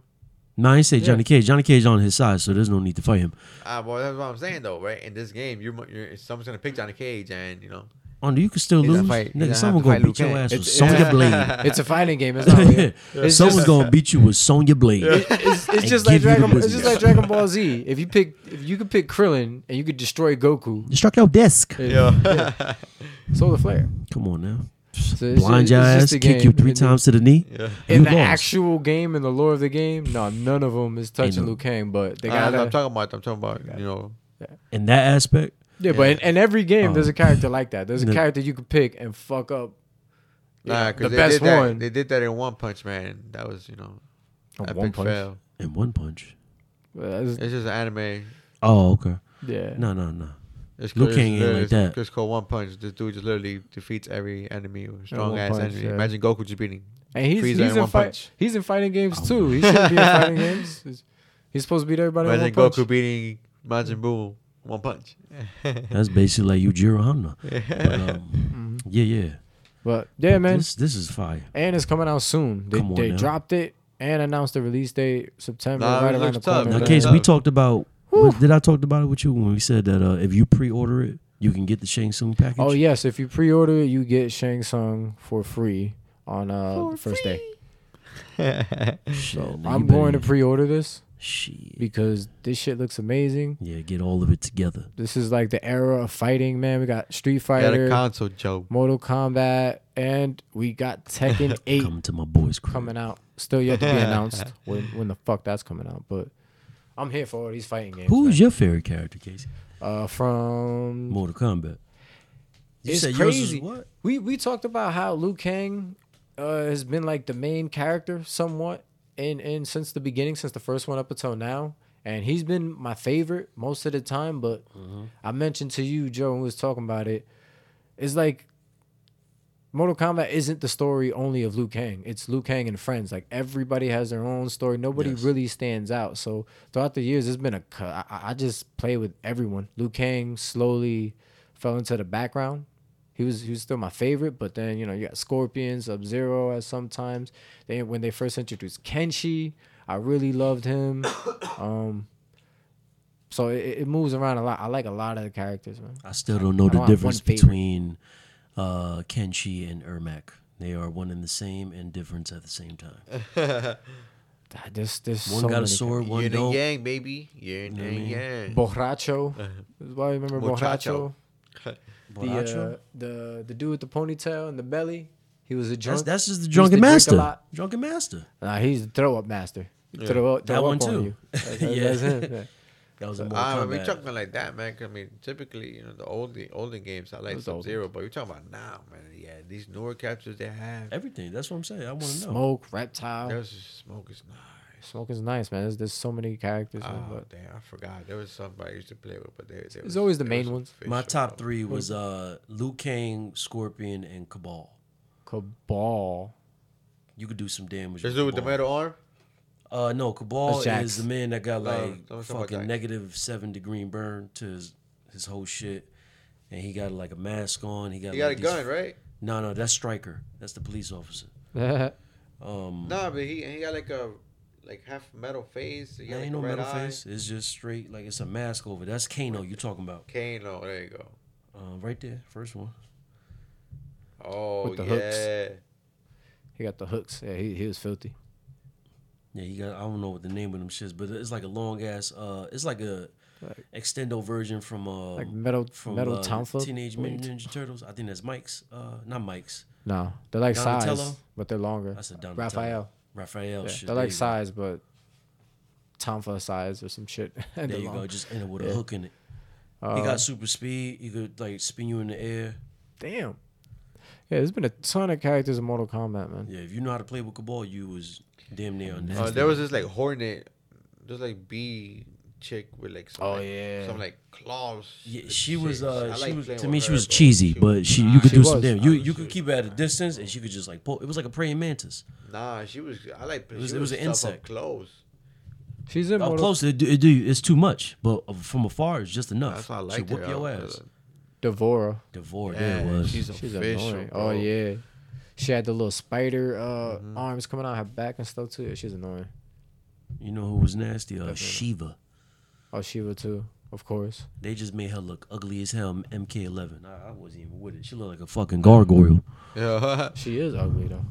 [SPEAKER 3] no, I ain't say Johnny Cage. Johnny Cage on his side, so there's no need to fight him.
[SPEAKER 1] Ah, well, that's what I'm saying though, right? In this game, you're, you're someone's gonna pick Johnny Cage, and you know,
[SPEAKER 3] On you can still
[SPEAKER 1] He's gonna
[SPEAKER 3] lose.
[SPEAKER 1] fight- he's
[SPEAKER 3] Nigga,
[SPEAKER 1] gonna have
[SPEAKER 3] someone
[SPEAKER 1] to
[SPEAKER 3] gonna
[SPEAKER 1] fight Liu
[SPEAKER 3] beat your
[SPEAKER 1] Kang.
[SPEAKER 3] ass with
[SPEAKER 2] It's-
[SPEAKER 3] Sonya Blade.
[SPEAKER 2] it's a fighting game. It's not. Real. Oh, It's
[SPEAKER 3] Someone's
[SPEAKER 2] just,
[SPEAKER 3] gonna beat you with Sonya Blade.
[SPEAKER 2] It's, it's
[SPEAKER 3] and
[SPEAKER 2] just like
[SPEAKER 3] give you the
[SPEAKER 2] Dragon. It's just
[SPEAKER 3] business.
[SPEAKER 2] like Dragon Ball Z. If you pick, if you could pick Krillin and you could destroy Goku,
[SPEAKER 3] Destruct your desk.
[SPEAKER 1] yeah,
[SPEAKER 2] Solar Flare,
[SPEAKER 3] Come on now.
[SPEAKER 2] So it's-
[SPEAKER 3] Blind
[SPEAKER 2] it's
[SPEAKER 3] your
[SPEAKER 2] just
[SPEAKER 3] ass,
[SPEAKER 2] a
[SPEAKER 3] kick
[SPEAKER 2] game.
[SPEAKER 3] you three
[SPEAKER 2] In the-
[SPEAKER 3] times to the knee.
[SPEAKER 1] yeah.
[SPEAKER 2] in
[SPEAKER 3] You
[SPEAKER 2] the
[SPEAKER 3] lost.
[SPEAKER 2] actual game, in the lore of the game, no, none of them is touching
[SPEAKER 3] no-
[SPEAKER 2] Liu Kang. But they got.
[SPEAKER 1] Nah, that's what I'm
[SPEAKER 2] to
[SPEAKER 1] talking about. I'm talking about you know.
[SPEAKER 3] in that aspect.
[SPEAKER 2] yeah, but in, in every game,
[SPEAKER 3] Oh.
[SPEAKER 2] there's a character like that. There's a
[SPEAKER 3] No.
[SPEAKER 2] character you could pick and fuck up. you
[SPEAKER 1] Nah,
[SPEAKER 2] know,
[SPEAKER 1] 'cause
[SPEAKER 2] the
[SPEAKER 1] they
[SPEAKER 2] best
[SPEAKER 1] did that,
[SPEAKER 2] one.
[SPEAKER 1] They did that in One Punch Man. That was you know
[SPEAKER 2] Oh,
[SPEAKER 1] epic
[SPEAKER 2] One Punch?
[SPEAKER 1] fail.
[SPEAKER 3] In One Punch.
[SPEAKER 2] Uh, it's-
[SPEAKER 1] It's just an anime.
[SPEAKER 3] Oh, okay.
[SPEAKER 2] Yeah.
[SPEAKER 3] No, no, no.
[SPEAKER 1] It's
[SPEAKER 3] Liu
[SPEAKER 1] called- it's
[SPEAKER 3] Kang ain't
[SPEAKER 1] literally-
[SPEAKER 3] like that.
[SPEAKER 1] It's, it's called One Punch. This dude just literally defeats every enemy, strong
[SPEAKER 2] one
[SPEAKER 1] ass
[SPEAKER 2] punch,
[SPEAKER 1] enemy.
[SPEAKER 2] yeah.
[SPEAKER 1] Imagine Goku just beating.
[SPEAKER 2] And he's
[SPEAKER 1] Frieza
[SPEAKER 2] he's
[SPEAKER 1] in
[SPEAKER 2] in
[SPEAKER 1] One
[SPEAKER 2] fight,
[SPEAKER 1] Punch. Oh,
[SPEAKER 2] he's in fighting games too. He shouldn't be in fighting games. He's- He's supposed to beat everybody. in
[SPEAKER 1] Imagine
[SPEAKER 2] One
[SPEAKER 1] Goku
[SPEAKER 2] punch.
[SPEAKER 1] beating Majin Buu. One punch.
[SPEAKER 3] That's basically like Yujiro Hanma. But, um, yeah, yeah.
[SPEAKER 2] But Mm-hmm. yeah, man.
[SPEAKER 3] This, this is fire.
[SPEAKER 2] And it's coming out soon. They,
[SPEAKER 3] Come on
[SPEAKER 2] they
[SPEAKER 3] now.
[SPEAKER 2] dropped it and announced the release date September
[SPEAKER 1] Nah,
[SPEAKER 2] right
[SPEAKER 1] it
[SPEAKER 2] around the
[SPEAKER 1] looks tough.
[SPEAKER 2] corner.
[SPEAKER 3] Now,
[SPEAKER 1] Yeah.
[SPEAKER 2] man.
[SPEAKER 3] Case, we
[SPEAKER 1] Love.
[SPEAKER 3] talked about. what- did I talk about it with you when we said that uh, if you pre-order it, you can get the Shang Tsung package?
[SPEAKER 2] oh yes, if you pre-order it, you get Shang Tsung for free on uh the first day.
[SPEAKER 3] Shit,
[SPEAKER 2] So
[SPEAKER 3] nigga,
[SPEAKER 2] I'm
[SPEAKER 3] you better-
[SPEAKER 2] going to pre-order this
[SPEAKER 3] Shit.
[SPEAKER 2] because this shit looks amazing.
[SPEAKER 3] Yeah, get all of it together.
[SPEAKER 2] This is like the era of fighting, man. We got Street
[SPEAKER 1] Got a
[SPEAKER 2] Fighter,
[SPEAKER 1] console joke.
[SPEAKER 2] Mortal Kombat, and we got Tekken 8
[SPEAKER 3] Come to my boys' crib.
[SPEAKER 2] coming out. Still yet to be announced when when the fuck that's coming out. But I'm here for all these fighting games.
[SPEAKER 3] Who's
[SPEAKER 2] man.
[SPEAKER 3] your favorite character, Casey?
[SPEAKER 2] uh from?
[SPEAKER 3] Mortal Kombat. You
[SPEAKER 2] it's
[SPEAKER 3] said yours is
[SPEAKER 2] crazy.
[SPEAKER 3] what?
[SPEAKER 2] We we talked about how Liu Kang uh, has been like the main character somewhat in in since the beginning, since the first one up until now. And he's been my favorite most of the time, but I mentioned to you, Joe, when we was talking about it, it's like Mortal Kombat isn't the story only of Liu Kang. It's Liu Kang and friends. Like everybody has their own story. Nobody
[SPEAKER 3] Yes.
[SPEAKER 2] really stands out. So throughout the years, it's been a. cu- I, I I just play with everyone. Liu Kang slowly fell into the background. He was he was still my favorite, but then you know you got Scorpion, Sub Zero at sometimes. They when they first introduced Kenshi, I really loved him. um, so it, it moves around a lot. I like a lot of the characters, man.
[SPEAKER 3] I still don't know
[SPEAKER 2] I don't
[SPEAKER 3] the
[SPEAKER 2] have
[SPEAKER 3] difference
[SPEAKER 2] one favorite.
[SPEAKER 3] between uh, Kenshi and Ermac. They are one and the same and different at the same time.
[SPEAKER 2] God, There's there's
[SPEAKER 3] One
[SPEAKER 2] so
[SPEAKER 3] got
[SPEAKER 2] many
[SPEAKER 3] a sword, one
[SPEAKER 1] Yin and
[SPEAKER 3] don't.
[SPEAKER 1] yang, baby. Yin
[SPEAKER 3] know what I
[SPEAKER 1] and
[SPEAKER 3] mean?
[SPEAKER 2] characters.
[SPEAKER 1] yang.
[SPEAKER 2] Borracho, is why I remember Borracho.
[SPEAKER 1] Muchacho.
[SPEAKER 2] The, uh,
[SPEAKER 3] Boracho?
[SPEAKER 2] the the dude with the ponytail and the belly, he was a
[SPEAKER 3] That's,
[SPEAKER 2] drunk.
[SPEAKER 3] that's just
[SPEAKER 2] He
[SPEAKER 3] the
[SPEAKER 2] used to
[SPEAKER 3] drunken
[SPEAKER 2] drink a
[SPEAKER 3] master.
[SPEAKER 2] lot.
[SPEAKER 3] Drunken master.
[SPEAKER 2] Nah, he's the throw up master. He Throw up, throw
[SPEAKER 3] That
[SPEAKER 2] up
[SPEAKER 3] one
[SPEAKER 2] on
[SPEAKER 3] too.
[SPEAKER 2] you. That- that-
[SPEAKER 3] Yeah.
[SPEAKER 2] That's him. yeah.
[SPEAKER 3] That was a Mortal
[SPEAKER 1] Ah, we
[SPEAKER 3] Kombat.
[SPEAKER 1] talking like that, man. 'cause I mean, typically, you know, the old the older games I like
[SPEAKER 2] Those old
[SPEAKER 1] Sub Zero, but we talking about now, man. Yeah, these newer captures they have.
[SPEAKER 3] Everything. That's what I'm saying. I want to know.
[SPEAKER 2] Smoke, reptile.
[SPEAKER 1] There was just smoke is nice.
[SPEAKER 2] Smoke is nice, man. There's, there's so many characters. man,
[SPEAKER 3] Ah.
[SPEAKER 1] Oh
[SPEAKER 2] but
[SPEAKER 1] damn, I forgot. There was somebody I used to play with, but there, there
[SPEAKER 2] It's always the
[SPEAKER 1] there
[SPEAKER 2] main
[SPEAKER 1] was
[SPEAKER 2] ones.
[SPEAKER 1] fish
[SPEAKER 3] My
[SPEAKER 1] or
[SPEAKER 3] top
[SPEAKER 1] something.
[SPEAKER 3] three was uh, Liu Kang, Scorpion, and Cabal.
[SPEAKER 2] Cabal.
[SPEAKER 3] You could do some damage.
[SPEAKER 1] This dude with the
[SPEAKER 3] Cabal.
[SPEAKER 1] metal arm.
[SPEAKER 3] Uh, no, Cabal
[SPEAKER 2] That's Jax.
[SPEAKER 3] is the man that got
[SPEAKER 1] No, don't
[SPEAKER 3] like
[SPEAKER 1] talk about
[SPEAKER 3] fucking
[SPEAKER 1] Jax.
[SPEAKER 3] negative seven degree burn to his, his whole shit, and he got like a mask on. He got
[SPEAKER 1] He got a
[SPEAKER 3] like, these-
[SPEAKER 1] gun, right?
[SPEAKER 3] No, no, that's Striker. That's the police officer.
[SPEAKER 2] yeah,
[SPEAKER 3] Um,
[SPEAKER 1] Nah, but he and he got like a like half metal face. He
[SPEAKER 3] it
[SPEAKER 1] got like
[SPEAKER 3] ain't
[SPEAKER 1] a
[SPEAKER 3] no
[SPEAKER 1] red
[SPEAKER 3] metal
[SPEAKER 1] eye.
[SPEAKER 3] face. It's just straight like it's a mask over. That's Kano you talking about?
[SPEAKER 1] Kano, there you go.
[SPEAKER 3] Uh, right there, first one.
[SPEAKER 1] Oh
[SPEAKER 2] With the hooks.
[SPEAKER 1] yeah,
[SPEAKER 2] he got the hooks. Yeah, he, he was filthy.
[SPEAKER 3] Yeah, he got. I don't know what the name of them shits, but it's like a long ass. Uh, it's like a
[SPEAKER 2] Like-
[SPEAKER 3] extendo version from uh,
[SPEAKER 2] Like metal
[SPEAKER 3] from
[SPEAKER 2] metal
[SPEAKER 3] uh,
[SPEAKER 2] town flip.
[SPEAKER 3] Teenage Mutant Ninja Turtles. I think that's Mike's. Uh, not Mike's.
[SPEAKER 2] No, they're like size,
[SPEAKER 3] Donatello?
[SPEAKER 2] but they're longer.
[SPEAKER 3] That's a Donatello.
[SPEAKER 2] Raphael.
[SPEAKER 3] Raphael.
[SPEAKER 2] Yeah,
[SPEAKER 3] shit.
[SPEAKER 2] they're
[SPEAKER 3] There
[SPEAKER 2] like
[SPEAKER 3] you go.
[SPEAKER 2] size, but Tomfa size or some shit. and
[SPEAKER 3] There
[SPEAKER 2] they're
[SPEAKER 3] you go.
[SPEAKER 2] long.
[SPEAKER 3] Just end it with
[SPEAKER 2] Yeah.
[SPEAKER 3] a hook in it. he
[SPEAKER 1] Uh,
[SPEAKER 3] got super speed. He could like spin you in the air.
[SPEAKER 2] Damn. Yeah, there's been a ton of characters in Mortal Kombat, man.
[SPEAKER 3] Yeah, if you know how to play with Cabal, you was damn near
[SPEAKER 1] Uh,
[SPEAKER 3] unnecessary.
[SPEAKER 1] there was this like hornet, this like bee chick with like some
[SPEAKER 2] Oh,
[SPEAKER 1] like,
[SPEAKER 2] yeah.
[SPEAKER 1] some like claws.
[SPEAKER 3] Yeah,
[SPEAKER 1] and
[SPEAKER 3] she was.
[SPEAKER 1] shit.
[SPEAKER 3] Uh,
[SPEAKER 1] I
[SPEAKER 3] she
[SPEAKER 1] like
[SPEAKER 3] was.
[SPEAKER 1] playing
[SPEAKER 3] To
[SPEAKER 1] with
[SPEAKER 3] me, she
[SPEAKER 1] her,
[SPEAKER 3] was
[SPEAKER 1] though.
[SPEAKER 3] cheesy, but she you could
[SPEAKER 2] She
[SPEAKER 3] do some
[SPEAKER 2] was.
[SPEAKER 3] damn. You
[SPEAKER 1] I was
[SPEAKER 3] you could
[SPEAKER 1] shooting.
[SPEAKER 3] keep her at a distance, and she could just like pull. It was like a praying mantis.
[SPEAKER 1] Nah, she was. I like. It
[SPEAKER 3] was-
[SPEAKER 1] she
[SPEAKER 3] it was an
[SPEAKER 1] stuff up
[SPEAKER 3] insect.
[SPEAKER 1] Close.
[SPEAKER 2] She's in
[SPEAKER 3] Up
[SPEAKER 2] Mortal
[SPEAKER 3] close, it do, it do it's too much, but uh, from afar, it's just enough.
[SPEAKER 1] That's why I
[SPEAKER 3] She
[SPEAKER 1] like
[SPEAKER 3] whoop your ass.
[SPEAKER 2] Devora.
[SPEAKER 3] Devore, there it
[SPEAKER 1] Yeah,
[SPEAKER 3] was.
[SPEAKER 1] she's
[SPEAKER 2] She's
[SPEAKER 1] official.
[SPEAKER 2] annoying.
[SPEAKER 1] bro.
[SPEAKER 2] Oh yeah, she had the little spider uh,
[SPEAKER 3] Mm-hmm.
[SPEAKER 2] arms coming out her back and stuff too. Yeah, she's annoying.
[SPEAKER 3] You know who was nasty? Uh, Shiva.
[SPEAKER 2] Oh, Shiva too, of course.
[SPEAKER 3] They just made her look ugly as hell. MK11. I, I wasn't even with it. She looked like a fucking gargoyle.
[SPEAKER 1] Yeah.
[SPEAKER 2] She is ugly though.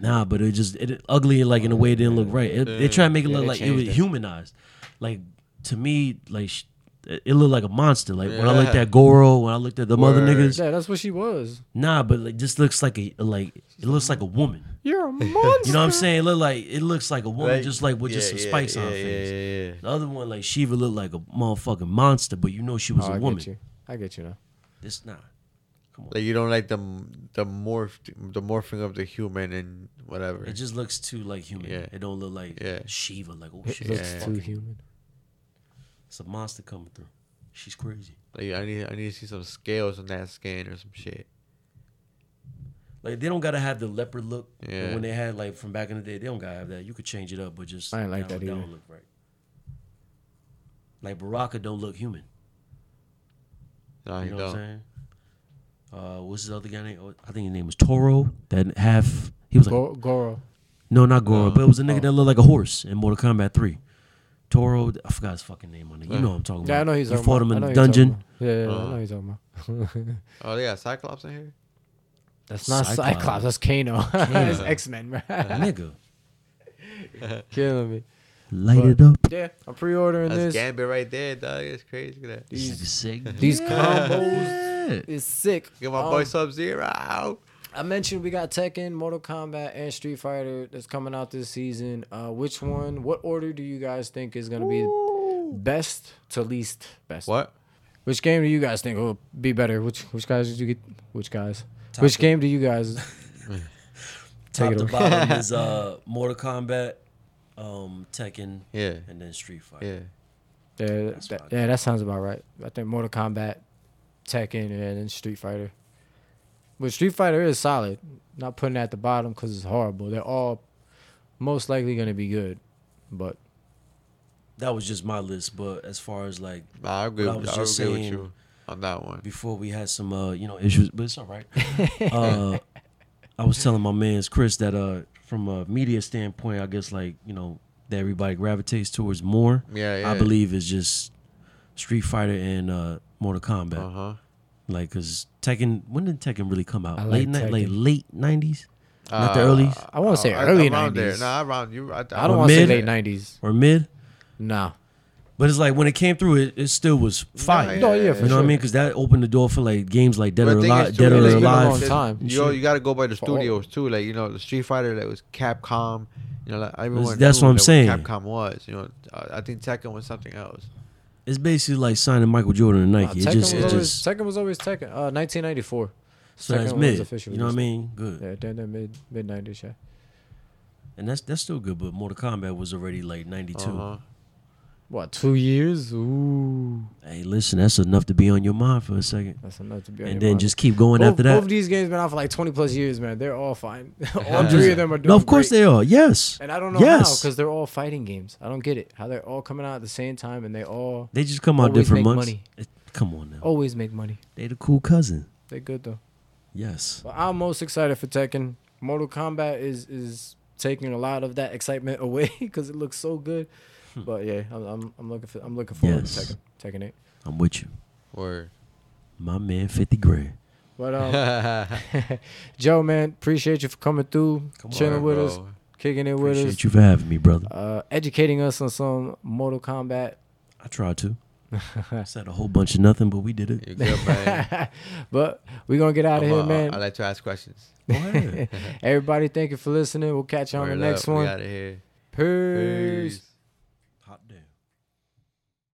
[SPEAKER 3] Nah, but it just it ugly like in a way it didn't look right. It, They try to make it
[SPEAKER 2] Yeah,
[SPEAKER 3] look
[SPEAKER 2] they
[SPEAKER 3] like it
[SPEAKER 2] changed
[SPEAKER 3] was
[SPEAKER 2] it.
[SPEAKER 3] humanized. Like to me, like sh- it it looked like a monster. Like when I looked
[SPEAKER 1] Yeah.
[SPEAKER 3] at Goro, when I looked at the mother
[SPEAKER 1] Word.
[SPEAKER 3] niggas.
[SPEAKER 2] Yeah, that's what she was.
[SPEAKER 3] Nah, but like just looks like a like it looks like a woman.
[SPEAKER 2] You're a monster.
[SPEAKER 3] You know what I'm saying? It look like it looks like a woman,
[SPEAKER 1] Like,
[SPEAKER 3] just like with just
[SPEAKER 1] yeah,
[SPEAKER 3] some
[SPEAKER 1] yeah,
[SPEAKER 3] spikes on her
[SPEAKER 1] yeah,
[SPEAKER 3] face.
[SPEAKER 1] yeah, yeah.
[SPEAKER 3] The other one, like Shiva, looked like a motherfucking monster, but you know she was
[SPEAKER 2] Oh,
[SPEAKER 3] a
[SPEAKER 2] I
[SPEAKER 3] woman. Oh,
[SPEAKER 2] get you. I get you now.
[SPEAKER 3] It's not.
[SPEAKER 1] Like you don't like the the morph the morphing of the human and whatever.
[SPEAKER 3] It just looks too like human.
[SPEAKER 1] Yeah.
[SPEAKER 3] It don't look like
[SPEAKER 1] Yeah.
[SPEAKER 3] Shiva. Like oh
[SPEAKER 2] It
[SPEAKER 3] shit,
[SPEAKER 2] looks
[SPEAKER 1] yeah.
[SPEAKER 2] too human.
[SPEAKER 3] it's a monster coming through. She's crazy.
[SPEAKER 1] like I need I need to see some scales on that skin or some shit.
[SPEAKER 3] Like they don't gotta have the leopard look. but
[SPEAKER 1] Yeah.
[SPEAKER 3] When they had like from back in the day, they don't gotta have that. You could change it up, but just
[SPEAKER 2] I ain't like
[SPEAKER 3] don't-
[SPEAKER 2] that either.
[SPEAKER 3] don't look right. Like Baraka don't look human.
[SPEAKER 1] No,
[SPEAKER 3] You
[SPEAKER 1] you
[SPEAKER 3] know what
[SPEAKER 1] don't.
[SPEAKER 3] I'm saying? Uh, what's his other guy name? Oh, I think his name was Toro. That half he was like
[SPEAKER 2] Go- Goro.
[SPEAKER 3] no, not Goro,
[SPEAKER 1] No.
[SPEAKER 3] but it was a
[SPEAKER 2] Oh.
[SPEAKER 3] nigga that looked like a horse in Mortal Kombat Three. Toro, I forgot his fucking name on it. You know what I'm talking about.
[SPEAKER 2] Yeah, I know he's.
[SPEAKER 3] You
[SPEAKER 2] talking
[SPEAKER 3] fought
[SPEAKER 2] about-
[SPEAKER 3] him
[SPEAKER 2] I
[SPEAKER 3] in
[SPEAKER 2] know
[SPEAKER 3] the
[SPEAKER 2] he's talking
[SPEAKER 3] dungeon.
[SPEAKER 2] about- Yeah, yeah, yeah, I
[SPEAKER 1] Uh.
[SPEAKER 2] know he's talking about.
[SPEAKER 1] Oh, they got Cyclops in here.
[SPEAKER 2] that's not Cyclops.
[SPEAKER 3] Cyclops.
[SPEAKER 2] That's Kano. that's X Men.
[SPEAKER 3] nigga,
[SPEAKER 2] Killing me.
[SPEAKER 3] light
[SPEAKER 2] But-
[SPEAKER 3] it up.
[SPEAKER 2] Yeah, I'm pre-ordering
[SPEAKER 1] That's
[SPEAKER 2] this.
[SPEAKER 1] Gambit right there, dog. It's crazy. Look at that.
[SPEAKER 3] This nigga sick.
[SPEAKER 2] These
[SPEAKER 3] Yeah.
[SPEAKER 2] combos is sick.
[SPEAKER 1] Get my
[SPEAKER 2] Um,
[SPEAKER 1] boy Sub Zero.
[SPEAKER 2] I mentioned we got Tekken, Mortal Kombat, and Street Fighter that's coming out this season. Uh, which one? What order do you guys think is gonna be best to least best?
[SPEAKER 1] What?
[SPEAKER 2] Which game do you guys think will be better? Which which guys did you get? Which guys? which game do you guys?
[SPEAKER 3] Top
[SPEAKER 2] Take it
[SPEAKER 3] to
[SPEAKER 2] away.
[SPEAKER 3] bottom is uh, Mortal Kombat, um, Tekken,
[SPEAKER 1] Yeah.
[SPEAKER 3] and then Street Fighter.
[SPEAKER 1] Yeah.
[SPEAKER 2] Yeah,
[SPEAKER 3] That's
[SPEAKER 2] that,
[SPEAKER 3] fine.
[SPEAKER 2] yeah, that sounds about right. I think Mortal Kombat, Tekken, and then Street Fighter. But Street Fighter is solid. Not putting it at the bottom because it's horrible. They're all most likely gonna be good, but
[SPEAKER 3] That was just my list, but as far as like
[SPEAKER 1] Nah, I agree,
[SPEAKER 3] But I
[SPEAKER 1] with,
[SPEAKER 3] was
[SPEAKER 1] I agree
[SPEAKER 3] just
[SPEAKER 1] with
[SPEAKER 3] saying-
[SPEAKER 1] you. on that one.
[SPEAKER 3] before we had some uh you know issues, but it's all right. uh, I was telling my man's Chris that uh from a media standpoint, I guess like you know that everybody gravitates towards more.
[SPEAKER 1] Yeah, yeah.
[SPEAKER 3] I believe is just Street Fighter and uh Mortal Kombat.
[SPEAKER 2] Uh-huh.
[SPEAKER 1] Uh huh.
[SPEAKER 3] Like, cause Tekken, when did Tekken really come out?
[SPEAKER 2] I
[SPEAKER 3] late
[SPEAKER 2] like
[SPEAKER 3] night,
[SPEAKER 2] Tekken. Uh,
[SPEAKER 3] late late nineties, not the early
[SPEAKER 2] I want to say early
[SPEAKER 1] Uh, around there.
[SPEAKER 2] nineties.
[SPEAKER 1] Nah, around you. I,
[SPEAKER 2] I don't
[SPEAKER 3] Or
[SPEAKER 2] want to say
[SPEAKER 3] mid.
[SPEAKER 2] late nineties.
[SPEAKER 3] or mid.
[SPEAKER 2] Nah,
[SPEAKER 3] But it's like when it came through, it, it still was fire.
[SPEAKER 2] No, yeah, for
[SPEAKER 3] you know what I
[SPEAKER 2] sure.
[SPEAKER 3] mean? Because that opened the door for like games like Dead
[SPEAKER 1] But
[SPEAKER 3] or
[SPEAKER 1] the thing
[SPEAKER 3] Alive.
[SPEAKER 1] is, too,
[SPEAKER 3] Dead or
[SPEAKER 2] it's been a
[SPEAKER 3] Alive.
[SPEAKER 2] long time.
[SPEAKER 1] You know, you got to go by the
[SPEAKER 2] all-
[SPEAKER 1] studios too. Like you know, the Street Fighter that was Capcom. You know, like everyone.
[SPEAKER 3] that's
[SPEAKER 1] knew
[SPEAKER 3] what I'm
[SPEAKER 1] that
[SPEAKER 3] saying.
[SPEAKER 1] Capcom was. You know, I I think Tekken was something else.
[SPEAKER 3] It's basically like signing Michael Jordan and
[SPEAKER 2] Uh,
[SPEAKER 3] Nike. it
[SPEAKER 2] Tekken,
[SPEAKER 3] just,
[SPEAKER 2] was
[SPEAKER 3] it
[SPEAKER 2] always,
[SPEAKER 3] just,
[SPEAKER 2] Tekken was always Tekken. Uh, 1994.
[SPEAKER 3] so
[SPEAKER 2] Tekken
[SPEAKER 3] that's
[SPEAKER 2] was
[SPEAKER 3] mid.
[SPEAKER 2] officially
[SPEAKER 3] You know what I
[SPEAKER 2] just-
[SPEAKER 3] mean? Good.
[SPEAKER 2] Yeah, then that mid mid 90s. Yeah.
[SPEAKER 3] And that's that's still good. But Mortal Kombat was already like '92.
[SPEAKER 1] Uh-huh.
[SPEAKER 2] What two years? Ooh,
[SPEAKER 3] Hey, listen, that's enough to be on your mind for a second,
[SPEAKER 2] that's enough to be. on
[SPEAKER 3] and
[SPEAKER 2] your
[SPEAKER 3] then
[SPEAKER 2] mind.
[SPEAKER 3] just keep going
[SPEAKER 2] both,
[SPEAKER 3] after that.
[SPEAKER 2] Both of these games been out for like 20 plus years, man. They're all fine. all
[SPEAKER 1] Yeah.
[SPEAKER 2] three of them are doing
[SPEAKER 3] no, of course
[SPEAKER 2] great.
[SPEAKER 3] they are. Yes.
[SPEAKER 2] And I don't know
[SPEAKER 3] Yes.
[SPEAKER 2] how because they're all fighting games. I don't get it. How they're all coming out at the same time and they all
[SPEAKER 3] They just come out
[SPEAKER 2] Always
[SPEAKER 3] different
[SPEAKER 2] make
[SPEAKER 3] months.
[SPEAKER 2] money. Oh.
[SPEAKER 3] It- come on now.
[SPEAKER 2] always make money.
[SPEAKER 3] They the cool cousin.
[SPEAKER 2] They're good though.
[SPEAKER 3] Yes.
[SPEAKER 2] But I'm most excited for Tekken. Mortal Kombat is is taking a lot of that excitement away because it looks so good.
[SPEAKER 1] Hmm.
[SPEAKER 2] But yeah, I'm, I'm, I'm looking for I'm looking forward
[SPEAKER 3] Yes.
[SPEAKER 2] to Tekken Tekken 8.
[SPEAKER 3] I'm with you.
[SPEAKER 1] Word.
[SPEAKER 3] My man, fifty grand.
[SPEAKER 2] But um, Joe man, appreciate you for coming through, chilling
[SPEAKER 1] Word,
[SPEAKER 2] with
[SPEAKER 1] bro.
[SPEAKER 2] us, kicking it with us.
[SPEAKER 3] Appreciate you for having me, brother.
[SPEAKER 2] uh, educating us on some Mortal Kombat.
[SPEAKER 3] I tried to. Said a whole bunch of nothing, but we did it.
[SPEAKER 1] You good, man?
[SPEAKER 2] but we're gonna get out of
[SPEAKER 1] I'm,
[SPEAKER 2] here,
[SPEAKER 1] uh,
[SPEAKER 2] man.
[SPEAKER 1] I like to ask questions.
[SPEAKER 3] Go ahead.
[SPEAKER 2] Everybody, thank you for listening. We'll catch you on the
[SPEAKER 1] Word
[SPEAKER 2] next
[SPEAKER 1] up, We
[SPEAKER 2] one.
[SPEAKER 1] out of here.
[SPEAKER 2] Peace.
[SPEAKER 1] Peace.